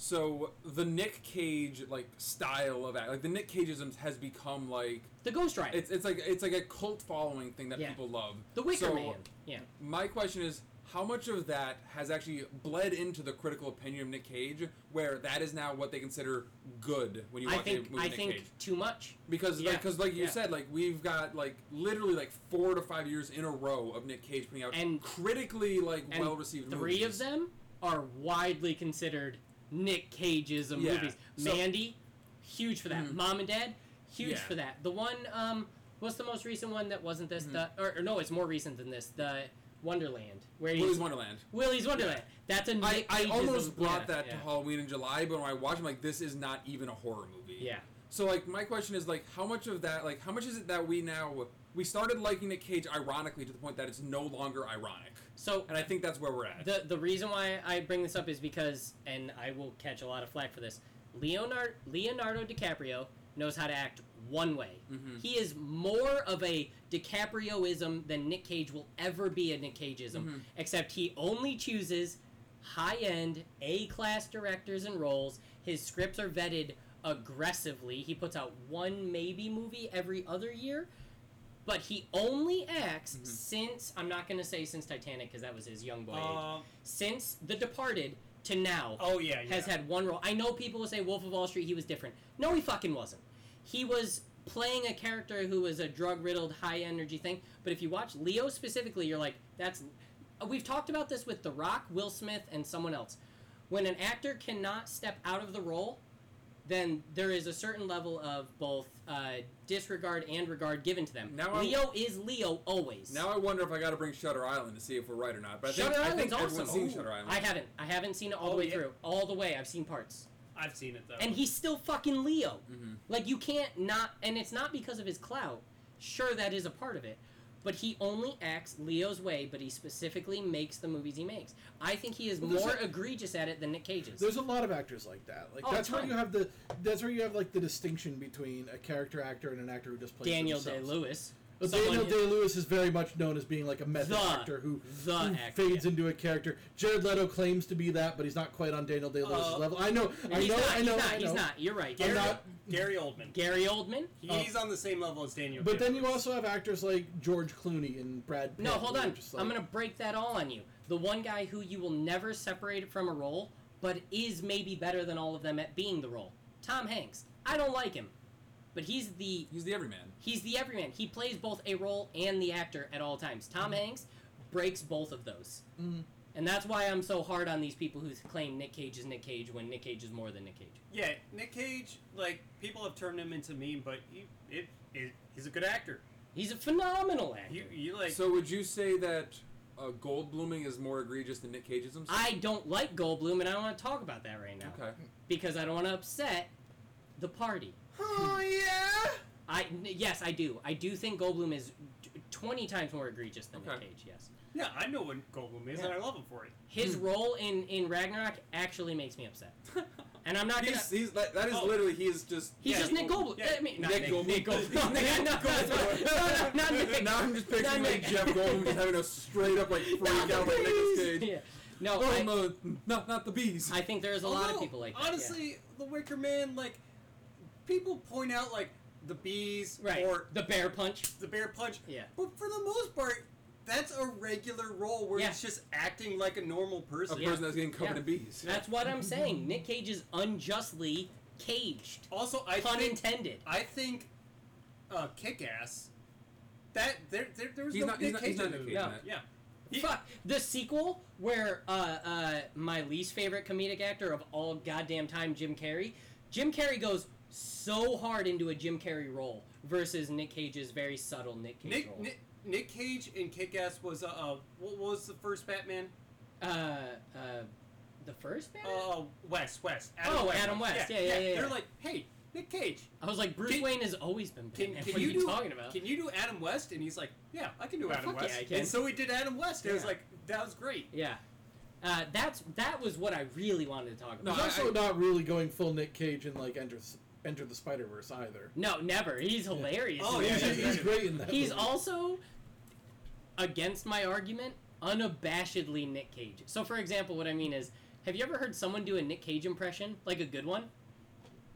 So the Nick Cage like style of act, like the Nick Cageisms, has become like The Ghost Rider. it's it's like it's like a cult following thing that Yeah. people love. the Wicker so- Man. Yeah. My question is, how much of that has actually bled into the critical opinion of Nick Cage, where that is now what they consider good when you I watch a think movie I Nick think Cage? too much. Because yeah, like, cause like you yeah. said, like we've got like literally like four to five years in a row of Nick Cage putting out And- critically like and well received Three movies. of them are widely considered Nick Cageism Yeah. movies. So- Mandy, huge for that. Mhm. Mom and Dad, huge Yeah. for that. The one, um, what's the most recent one that wasn't this? Mhm. The or, or no, it's more recent than this. The Wonderland, where he's Willy's Wonderland. Willy's Wonderland. That's a I, Nick I Cageism- almost brought yeah, that yeah. to Halloween in July, but when I watched, it, I'm like, this is not even a horror movie. Yeah. So like, my question is like, how much of that, like, how much is it that we now we started liking Nick Cage ironically to the point that it's no longer ironic, So and I think that's where we're at. The the reason why I bring this up is because, and I will catch a lot of flack for this. Leonardo Leonardo DiCaprio knows how to act one way. Mhm. He is more of a DiCaprioism than Nick Cage will ever be a Nick Cageism, Mhm. except he only chooses high end A class directors and roles. His scripts are vetted aggressively. He puts out one maybe movie every other year. But he only acts Mhm. since I'm not gonna say since Titanic because that was his young boy age Um, since The Departed to now oh yeah, yeah. has had one role. I know people will say Wolf of Wall Street, he was different. No, he fucking wasn't. He was playing a character who was a drug riddled, high energy thing. But if you watch Leo specifically, you're like, that's. We've talked about this with The Rock, Will Smith, and someone else. When an actor cannot step out of the role, then there is a certain level of both uh, disregard and regard given to them. Now I- Leo is Leo always. now I wonder if I got to bring Shutter Island to see if we're right or not. But I think, Shutter I Island's think everyone's awesome. seen Ooh. Shutter Island. I haven't. I haven't seen it all the Oh, way yeah. through. All the way. I've seen parts. I've seen it though. And he's still fucking Leo. Mm-hmm. Mhm. Like you can't not and it's not because of his clout. Sure that is a part of it. But he only acts Leo's way, but he specifically makes the movies he makes. I think he is Well, there's more a- egregious at it than Nick Cage is. There's a lot of actors like that. Like Oh, that's where ton. you have the that's where you have like the distinction between a character actor and an actor who just plays Daniel Day themselves. Lewis. But Daniel Day Lewis is very much known as being like a method The- actor who, the who actor, fades yeah. into a character. Jared Leto claims to be that, but he's not quite on Daniel Day Lewis' Uh, level. I know, I know, Oh. he's not, I know, he's not, I know. he's not. You're right. Gary, Gary, not- Gary Oldman. Gary Oldman? He's on the same level as Daniel. But then you Day-Lewis. also have actors like George Clooney and Brad Pitt. No, hold who are on. just like- I'm gonna break that all on you. The one guy who you will never separate from a role, but is maybe better than all of them at being the role. Tom Hanks. I don't like him, but he's the He's the everyman. he's the everyman. He plays both a role and the actor at all times. Tom Hanks breaks both of those, Mhm. and that's why I'm so hard on these people who claim Nick Cage is Nick Cage when Nick Cage is more than Nick Cage. yeah, Nick Cage. Like people have turned him into meme, but he, it, it, he's a good actor. He's a phenomenal actor. You, you like so would you say that uh, gold blooming is more egregious than Nick Cageism? I don't like Goldblum, and I don't want to talk about that right now okay. because I don't want to upset the party. Oh yeah. I n- yes, I do. I do think Goldblum is t- twenty times more egregious than Nick Okay. Cage. Yes, Yeah, I know what Goldblum is, Yeah. and I love him for it. his role in in Ragnarok actually makes me upset, and I'm not gonna. He's, he's that, that is Oh. literally he is just. He's yeah, just Nick Goldblum. yeah. I mean, not Nick, Nick Goldblum. Nick Goldblum. Nick Nick Goldblum. No, no, not Nick. now I'm just picturing Not like Nick. Jeff Goldblum just having a straight up like freak Not the out like bees! Nicolas Cage. Yeah. No, Oh I, no, no, not the bees. I think there's a lot of people like that. yeah. Honestly, The Wicker Man, like, people point out, like, the bees right? or the bear punch. the bear punch. Yeah. But for the most part, that's a regular role where Yeah. he's just acting like a normal a person. Yeah. person that's getting covered Yeah. in bees. That's what I'm saying. Nick Cage is unjustly caged. Also, I pun think, intended. I think uh, Kick Ass, that, there, there, there was He's no not- Nick he's not- he's Cage not in Nick it. Cage in No, it. Yeah. He- Fuck the sequel where uh, uh, my least favorite comedic actor of all goddamn time, Jim Carrey. Jim Carrey goes so hard into a Jim Carrey role versus Nick Cage's very subtle Nick Cage Nick, role. Nick, Nick Cage in Kick Ass was, uh, uh, what was the first Batman? uh, uh, the first Batman. Uh, West, West. Adam Oh, West. Adam West. Yeah, yeah, yeah, They're yeah. like, hey, Nick Cage, I was like, Bruce can- Wayne has always been can, Batman. can what you are you do talking about? Can you do Adam West? And he's like, yeah, I can do Oh, Adam fuck West. yeah, I can. And so he did Adam West. And I was Yeah. like, that was great. yeah, uh, that's that was what I really wanted to talk No, about. he's I- also I- not really going full Nick Cage and like Enter Enter the Spider Verse either. No, never. He's hilarious. Oh, yeah, he's, yeah, he's yeah. great in that. He's movie. also against my argument, unabashedly Nick Cage. So, for example, what I mean is, Have you ever heard someone do a Nick Cage impression, like a good one?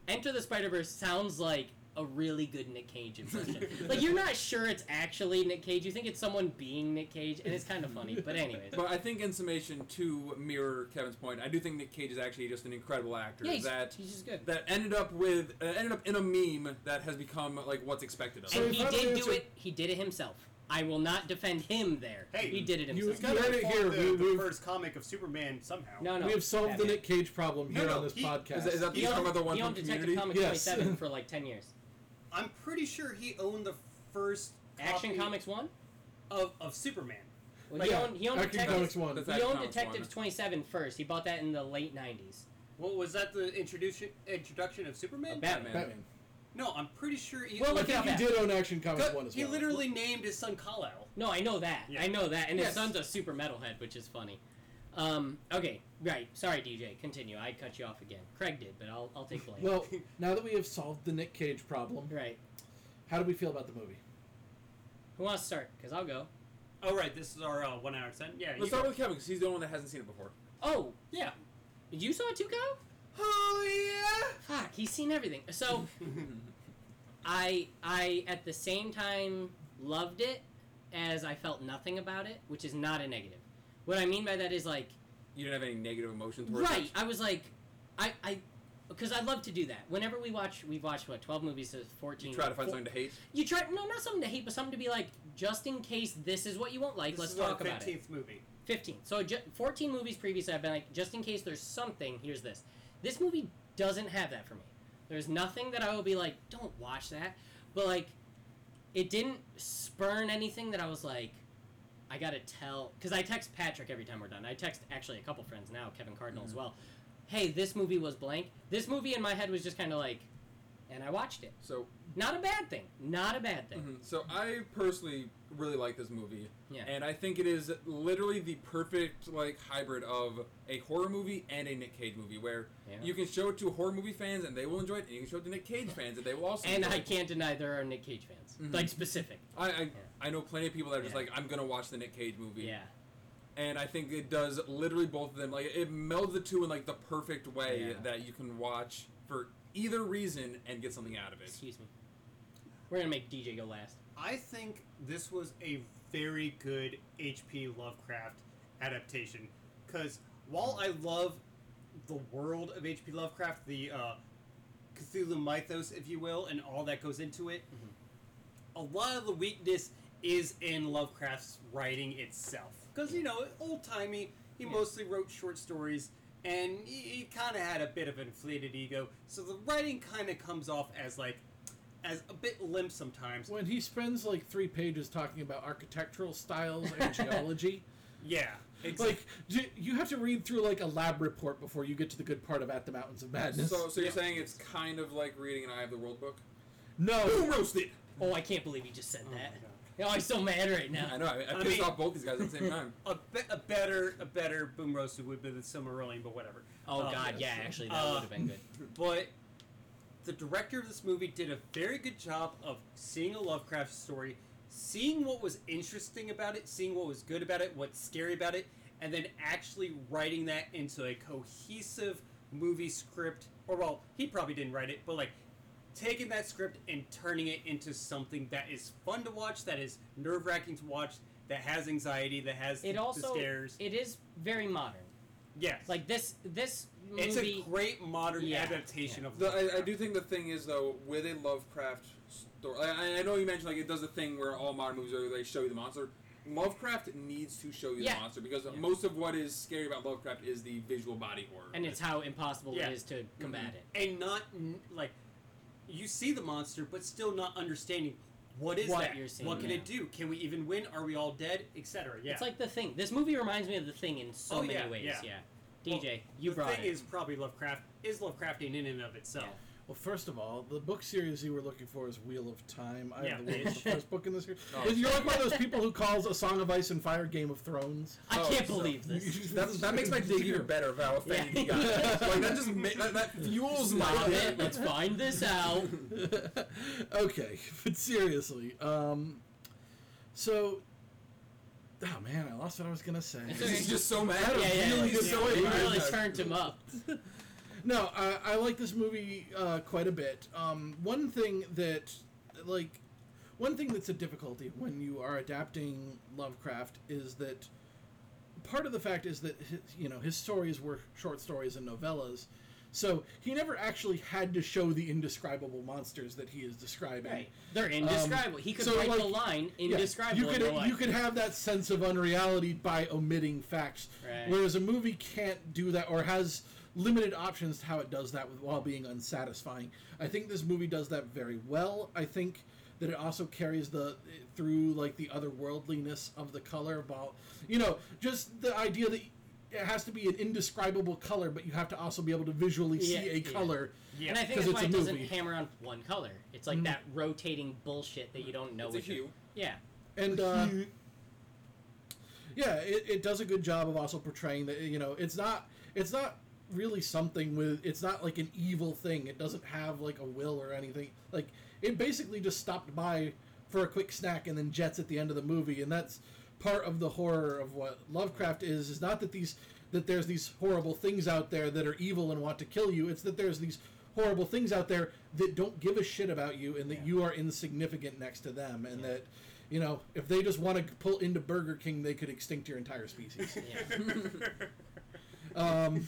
Enter the Spider Verse sounds like a really good Nick Cage impression. like you're not sure it's actually Nick Cage. You think it's someone being Nick Cage, and it's kind of funny. But anyways, But I think, in summation, to mirror Kevin's point, I do think Nick Cage is actually just an incredible actor. yeah, he's, that he's just good. that ended up with uh, ended up in a meme that has become like what's expected of So him. and if he I were to did do answer- it. He did it himself. I will not defend him there. Hey, he did it you- himself. It's gotta You heard it inform here. The, We- the we've- first comic of Superman somehow. no, no. we have solved the Batman. Nick Cage problem No, here no, on this he- Is podcast. that, is that the He talking owned, about the one he from owned Community? Detective Comics Yes. 27 for like 10 years. I'm pretty sure he owned the first Action copy Comics 1? of, of Superman. Well, Like, he owned, he owned, Action Detectives, Comics one. That's he Action owned Comics Detectives one. 27 first. He bought that in the late 90s. Well, was that the introduction introduction of Superman? Of Batman. Batman. No, I'm pretty sure he. Well, I look he, at think he that. did own Action Comics cut- one as he well. literally named his son Kal El. No, I know that. Yeah. I know that. And Yes. his son's a super metalhead, which is funny. Um, okay, right. Sorry, DJ. Continue. I cut you off again. Craig did, but I'll, I'll take blame. Well, now that we have solved the Nick Cage problem, right. how do we feel about the movie? Who wants to start? Because I'll go. Oh right, this is our uh, one hour ten. Yeah, you Let's start go. with Kevin because he's the only one that hasn't seen it before. Oh, yeah. you saw it too, Kyle? Oh Fuck, he's seen everything. So, I I at the same time loved it as I felt nothing about it, which is not a negative. What I mean by that is like You didn't have any negative emotions towards right. it? I was like, I I because I love to do that. Whenever we watch, we've watched what twelve movies to fourteen. You try to find Four- something to hate. You try no, not something to hate, but something to be like, just in case this is what you won't like. This let's is our talk about it. 15th movie. 15. So ju- 14 movies previously I've been like, just in case there's something, here's this. This movie doesn't have that for me. There's nothing that I will be like, don't watch that. But like, it didn't spurn anything that I was like, I gotta tell. Because I text Patrick every time we're done. I text actually a couple friends now, Kevin Cardinal Mm-hmm. as well. Hey, this movie was blank. This movie in my head was just kind of like, and I watched it. So, Not a bad thing. Not a bad thing. mhm. so I personally really like this movie, Yeah. and I think it is literally the perfect like hybrid of a horror movie and a Nick Cage movie, where Yeah. you can show it to horror movie fans and they will enjoy it, and you can show it to Nick Cage fans and they will also. and enjoy I it. can't deny there are Nick Cage fans. Mhm. Like, specific. I, I, I know plenty of people that are just Yeah. like, I'm gonna watch the Nick Cage movie. Yeah. and I think it does literally both of them. Like it melds the two in like the perfect way Yeah. that you can watch for either reason and get something out of it. Excuse me. We're gonna make DJ go last. I think this was a very good H.P. Lovecraft adaptation because while I love the world of H.P. Lovecraft, the uh, Cthulhu mythos, if you will, and all that goes into it, a lot of the weakness is in Lovecraft's writing itself. Because, you know, old timey, he Yeah. mostly wrote short stories and he, he kind of had a bit of inflated ego, so the writing kind of comes off as like. As a bit limp sometimes, When he spends like three pages talking about architectural styles and geology, Yeah, it's like j- you have to read through like a lab report before you get to the good part about the mountains of madness. So, so you're Yeah. saying it's kind of like reading an Eye of the World book? no, Boom roasted! Oh, I can't believe you just said Oh my that. God. Oh, I'm so mad right I now. know. I, I I pissed mean- off both these guys at the same time. a, be- a better a better boom roasted would be the Silmarillion, but whatever. Oh Uh, God, yeah, yes. actually, that Uh, would have been good. But the director of this movie did a very good job of seeing a Lovecraft story, seeing what was interesting about it, seeing what was good about it, what's scary about it, and then actually writing that into a cohesive movie script. Or well, he probably didn't write it, but like taking that script and turning it into something that is fun to watch, that is nerve wracking to watch, that has anxiety, that has the- It the also scares. it is very modern. Yes. Like this this movie. it's a great modern Yeah, adaptation of The, I, I Lovecraft. do think the thing is though with a Lovecraft story. I, I know you mentioned like it does the thing where all modern movies are they show you the monster. Lovecraft needs to show you Yeah. the monster because Yeah. most of what is scary about Lovecraft is the visual body horror. and it's how impossible Yeah. it is to combat it. and not n- like you see the monster, but still not understanding what is What that. you're seeing, what can yeah. it do? Can we even win? Are we all dead? Etc. Yeah. It's like the thing. This movie reminds me of the thing in so Oh, many yeah, ways. yeah. Well, DJ, you the brought thing it. is probably Lovecraft is Lovecraftian in and of itself. Well, first of all, the book series you were looking for is Wheel of Time. I Yeah, have the, Wheel of the bitch. first book in this series. Oh. If You're like one of those people who calls A Song of Ice and Fire Game of Thrones. I Oh, can't so- believe this. That, that makes my dig even better of how offended you got. like that just ma- that, that fuels my Stop dig. it. Let's find this out. okay, but seriously, um, so Oh man, I lost what I was gonna say. It's okay. He's just so mad. yeah, yeah, really yeah, so you angry. really turned him up. no, I, I like this movie uh, quite a bit. Um, one thing that, like, one thing that's a difficulty when you are adapting Lovecraft is that part of the fact is that his, you know his stories were short stories and novellas, so he never actually had to show the indescribable monsters that he is describing. Right. They're indescribable. he could so, write the like, line Yeah, indescribable. You in real could life. you could have that sense of unreality by omitting facts, Right. whereas a movie can't do that or has limited options to how it does that with- while being unsatisfying. I think this movie does that very well. I think that it also carries the through like the otherworldliness of the color about you know just the idea that it has to be an indescribable color, but you have to also be able to visually Yeah, see a yeah. color. Yeah. And I think 'Cause that's why it's it a doesn't movie. hammer on one color. It's like Mm. that rotating bullshit that you don't know. It's a what you're- hue. Yeah. and uh, yeah, it, it does a good job of also portraying that you know it's not it's not really something with it's not like an evil thing. It doesn't have like a will or anything. Like it basically just stopped by for a quick snack and then jets at the end of the movie, and that's part of the horror of what Lovecraft is. Is not that these that there's these horrible things out there that are evil and want to kill you. It's that there's these horrible things out there that don't give a shit about you and that Yeah. you are insignificant next to them and Yeah. that you know, if they just want to pull into Burger King, they could extinct your entire species. Yeah. Um,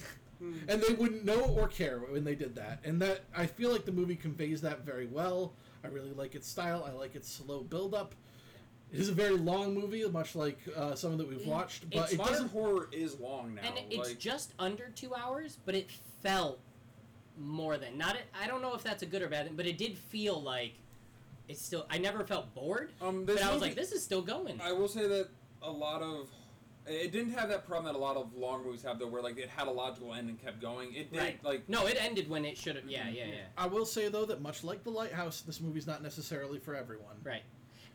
and they wouldn't know or care when they did that. And that I feel like the movie conveys that very well. I really like its style. I like its slow build up. It is a very long movie, much like uh, some that we've watched, but Mm, It's it Modern doesn't. horror is long now. and like, it's just under two hours, but it felt more than not. I don't know if that's a good or bad thing, but it did feel like it's still. I never felt bored, um, but this I was movie- like, this is still going. I will say that a lot of it didn't have that problem that a lot of long movies have though, where like it had a logical end and kept going. It did Right. like no, it ended when it should have. Yeah, Mm-hmm. yeah, yeah. I will say though that much like The Lighthouse, this movie's not necessarily for everyone. Right.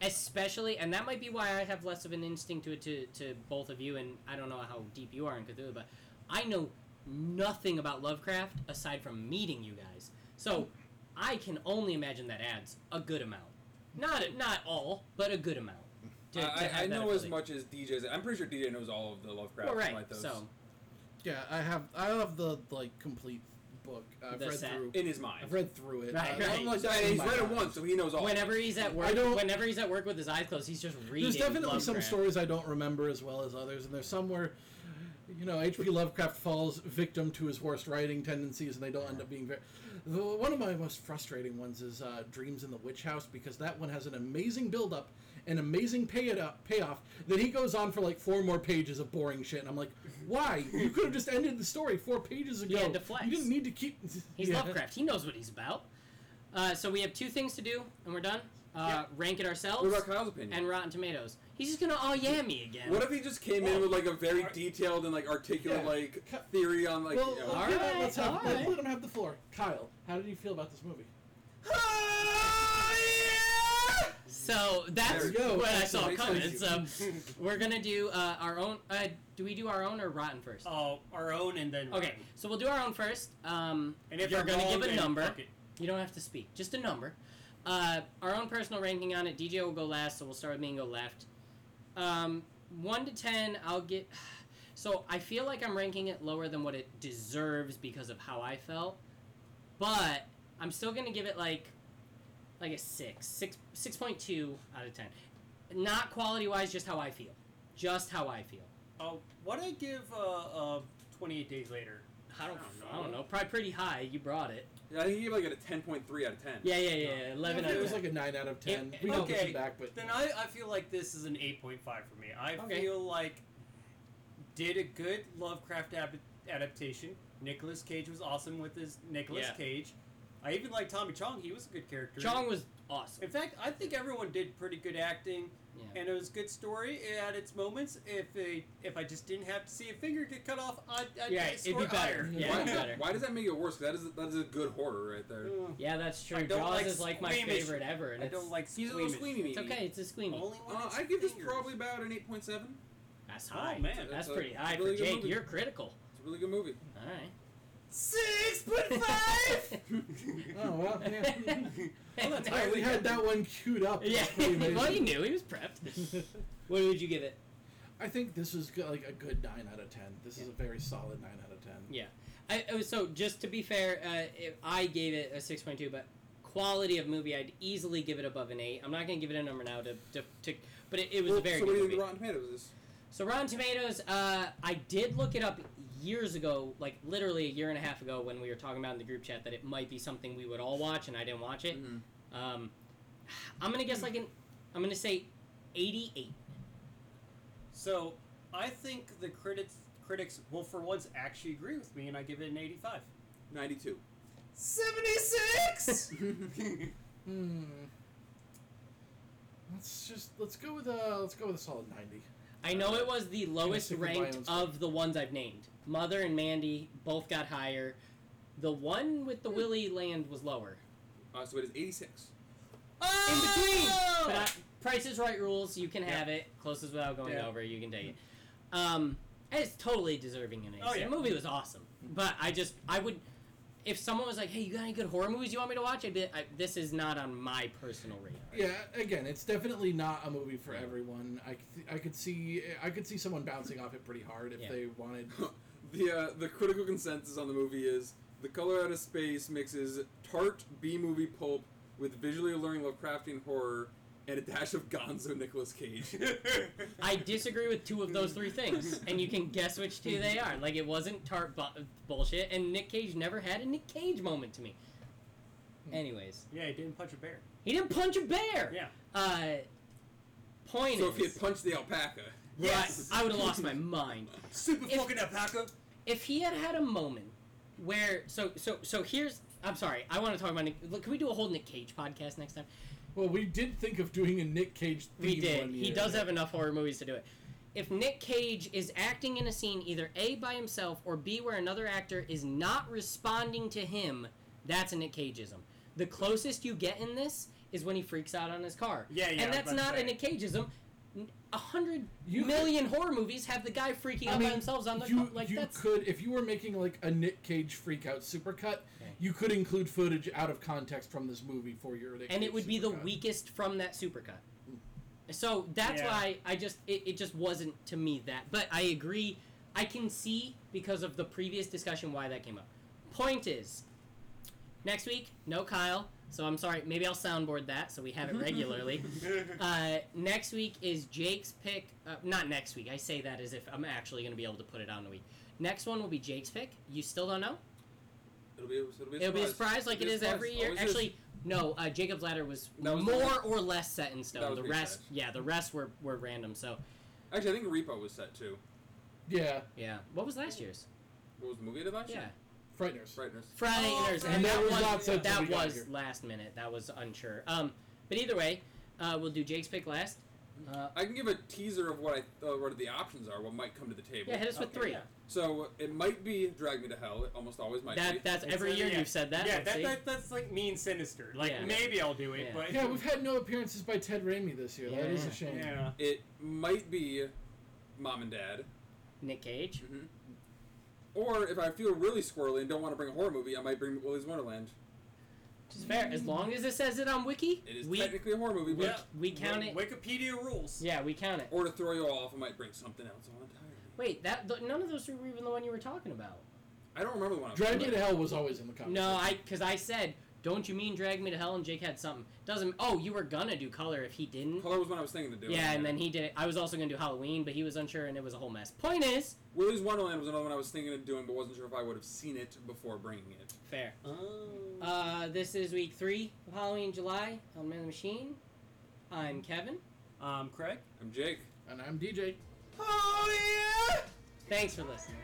Especially, and that might be why I have less of an instinct to to, to both of you, and I don't know how deep you are in Cthulhu, but I know nothing about Lovecraft aside from meeting you guys. So I can only imagine that adds a good amount. Not not all, but a good amount. to- I, to I, have I that know as ability. much as DJ's. I'm pretty sure DJ knows all of the Lovecraft. Well, right. like those, So Yeah, I have I have the like complete book. I've The read set. through. in his mind. I've read through it. Right, Uh, right. I'm like, just I- in he's my read it mind. once, so he knows all. whenever he's at work, I don't- whenever he's at work with his eyes closed, he's just reading. There's definitely some Lovecraft. stories I don't remember as well as others, and there's some where, you know, H.P. Lovecraft falls victim to his worst writing tendencies, and they don't end up being very. The, one of my most frustrating ones is uh, Dreams in the Witch House because that one has an amazing build up, an amazing pay it up, payoff. Then he goes on for like four more pages of boring shit, and I'm like, why? You could have just ended the story four pages ago. had to flex. You didn't need to keep. He's Yeah. Lovecraft. He knows what he's about. Uh, so we have two things to do, and we're done. Uh, Rank it ourselves. What about Kyle's opinion? and Rotten Tomatoes. He's just gonna oh yeah me again. what if he just came in with like a very detailed and like articulate Yeah. like Cut. theory on like? Well, you know, all okay, right, let's have, all let- right. let him have the floor. Kyle, how did you feel about this movie? so that's There we go. what I Thank saw you, coming. thank you. So we're gonna do uh, our own. Uh, do we do our own or Rotten first? Oh, our own and then Okay, Ryan. so we'll do our own first. Um, And if you're I'm gonna wrong, give a then number. fuck it. You don't have to speak, just a number. Uh, our own personal ranking on it. DJ will go last, so we'll start with me and go left. Um, one to ten, I'll get. So I feel like I'm ranking it lower than what it deserves because of how I felt, but I'm still gonna give it like, like a six, six, six point two out of ten. Not quality wise, just how I feel, just how I feel. Uh, what I give uh, uh, 28 days later? I don't, I don't I don't know. know. Probably pretty high. You brought it. uh, yeah, I think he gave like a 10.3 out of 10. Yeah, yeah, yeah. Eleven. Yeah, out It of was 10. like a nine out of ten. It- we don't push okay, it back, but Then I, I feel like this is an 8.5 for me. I Okay. feel like did a good Lovecraft ab- adaptation. Nicolas Cage was awesome with his Nicolas Yeah. Cage. I even like Tommy Chong. He was a good character. Chong was awesome. In fact, I think everyone did pretty good acting, Yeah. and it was a good story at its moments. If it, if I just didn't have to see a finger get cut off, I'd, I'd Yeah, it'd be score better. higher. Yeah, why, it's does better. that, why does that make it worse? 'Cause That is that is a good horror right there. Mm. Yeah, that's true. I don't Jaws like is like my squeamish- favorite ever, and I it's, don't like Oh, He's a little squeamish. squeamy. it's okay. It's a squeamy. Only when Uh, it's I give this fingers. probably about an 8.7. It's That's Oh, high. man. that's That's a- pretty high for really good Jake. movie. You're critical. a really good movie. All right. six point five. oh well, yeah. Well, that's I high. already had that one queued up. yeah. That's pretty amazing. well, you knew he was prepped. What would you give it? I think this is go- like a good nine out of ten. This is Yeah. a very solid nine out of ten. Yeah. I, oh, so just to be fair, uh, if I gave it a six point two, but quality of movie, I'd easily give it above an eight. I'm not gonna give it a number now to, to, to but it, it was Well, a very so what good do movie. you think Rotten Tomatoes is? So Rotten Tomatoes, uh, I did look it up years ago, like literally a year and a half ago, when we were talking about in the group chat that it might be something we would all watch, and I didn't watch it. Mhm. Um, I'm gonna guess like an, I'm gonna say, eighty-eight. So I think the critics critics will for once actually agree with me, and I give it an eighty-five. 92. Seventy-six. Hmm. Let's just let's go with a let's go with a solid ninety. I know it was the lowest stick with ranked Bioshock. of the ones I've named. Mother and Mandy both got higher. The one with the Willy Land was lower. Uh, so it is 86. In between! But I, Price is Right rules, you can Yeah. have it. Closest without going Yeah. over, you can take it. Um, it's totally deserving an ace. Oh, yeah. The movie was awesome. But I just, I would, if someone was like, hey, you got any good horror movies you want me to watch? I'd be, I, this is not on my personal radar. Yeah, again, it's definitely not a movie for everyone. I, c- I could see I could see someone bouncing off it pretty hard if Yeah. they wanted. The uh, the critical consensus on the movie is the color out of space mixes tart B movie pulp with visually alluring Lovecraftian horror and a dash of Gonzo Nicolas Cage. I disagree with two of those three things, and you can guess which two they are. Like it wasn't tart bu- bullshit, and Nick Cage never had a Nick Cage moment to me. Hmm. Anyways, yeah, he didn't punch a bear. he didn't punch a bear. Yeah. Uh, point so is, if he had punched the alpaca, Yes. I, would have lost my mind. Super If- fucking alpaca. If he had had a moment where, so so so here's. I'm sorry. I want to talk about. Nick, look, can we do a whole Nick Cage podcast next time? Well, we did think of doing a Nick Cage theme. We did. One He year. does have enough horror movies to do it. If Nick Cage is acting in a scene either A by himself or B where another actor is not responding to him, that's a Nick Cageism. The closest you get in this is when he freaks out on his car. Yeah, yeah. and that's I'm about not to a say. Nick Cageism. N- A hundred You million horror movies have the guy freaking I out by mean, themselves on the you, car. Like you that's could if you were making like a Nick Cage freakout supercut, Okay. you could include footage out of context from this movie for your Nick and Cage it would be the supercut. weakest from that supercut. So that's Yeah. why I just it, it just wasn't to me that. But I agree. I can see because of the previous discussion why that came up. Point is, next week no Kyle, so I'm sorry. Maybe I'll soundboard that so we have it regularly. Uh, next week is Jake's pick. Uh, not next week. I say that as if I'm actually going to be able to put it on the week. Next one will be Jake's pick. You still don't know? it'll be it'll be a It'll be a surprise surprise like it It'll be a is every surprise. year. Always is. Actually, no. Uh, Jacob's Ladder was, That was the more last- or less set in That stone. was The the rest, exact. yeah, the rest were, were random. So actually, I think Repo was set too. yeah yeah, what was last year's? What was the movie did last Yeah, year? frighteners. Frighteners. Friday Oh, Nights, and and that that was was not set till that we got was here. last minute. That was unsure. Um, but either way, uh, we'll do Jake's pick last. Uh, I can give a teaser of what I uh, what the options are. What might come to the table. yeah, hit us with Okay, three. yeah. So it might be Drag Me to Hell. It almost always might be. That that's It's every a- year yeah. you've said that. yeah, let's that, see. that that's like mean sinister. Like Yeah. maybe I'll do it, Yeah. but Yeah, we've had no appearances by Ted Raimi this year. That is Yeah. a shame. yeah. It might be Mom and Dad. Nick Cage. hmm Or if I feel really squirrely and don't want to bring a horror movie, I might bring Willy's Wonderland. Which is fair. As long as it says it on Wiki, It is we technically a horror movie, but we, we count it. Wi- Wikipedia rules. Yeah, we count it. or to throw you off, I might bring something else on entirely. Wait, that th- none of those were even the one you were talking about. I don't remember the one. I was Drag Me thinking to Hell was always in the conversation. No, I because I said, don't you mean drag me to hell? And Jake had something. Doesn't. Oh, you were gonna do color if he of. didn't. Color was one I was thinking to do. Yeah, and then he did it. I was also gonna do Halloween, but he was unsure, and it was a whole mess. Point is, Willy's Wonderland was another one I was thinking of doing, but wasn't sure if I would have seen it before bringing it. fair. Oh. Uh, this is week three of Halloween, July on Man of the Machine. I'm Kevin. um, Craig. I'm Jake. and I'm DJ. Oh yeah. Thanks for listening.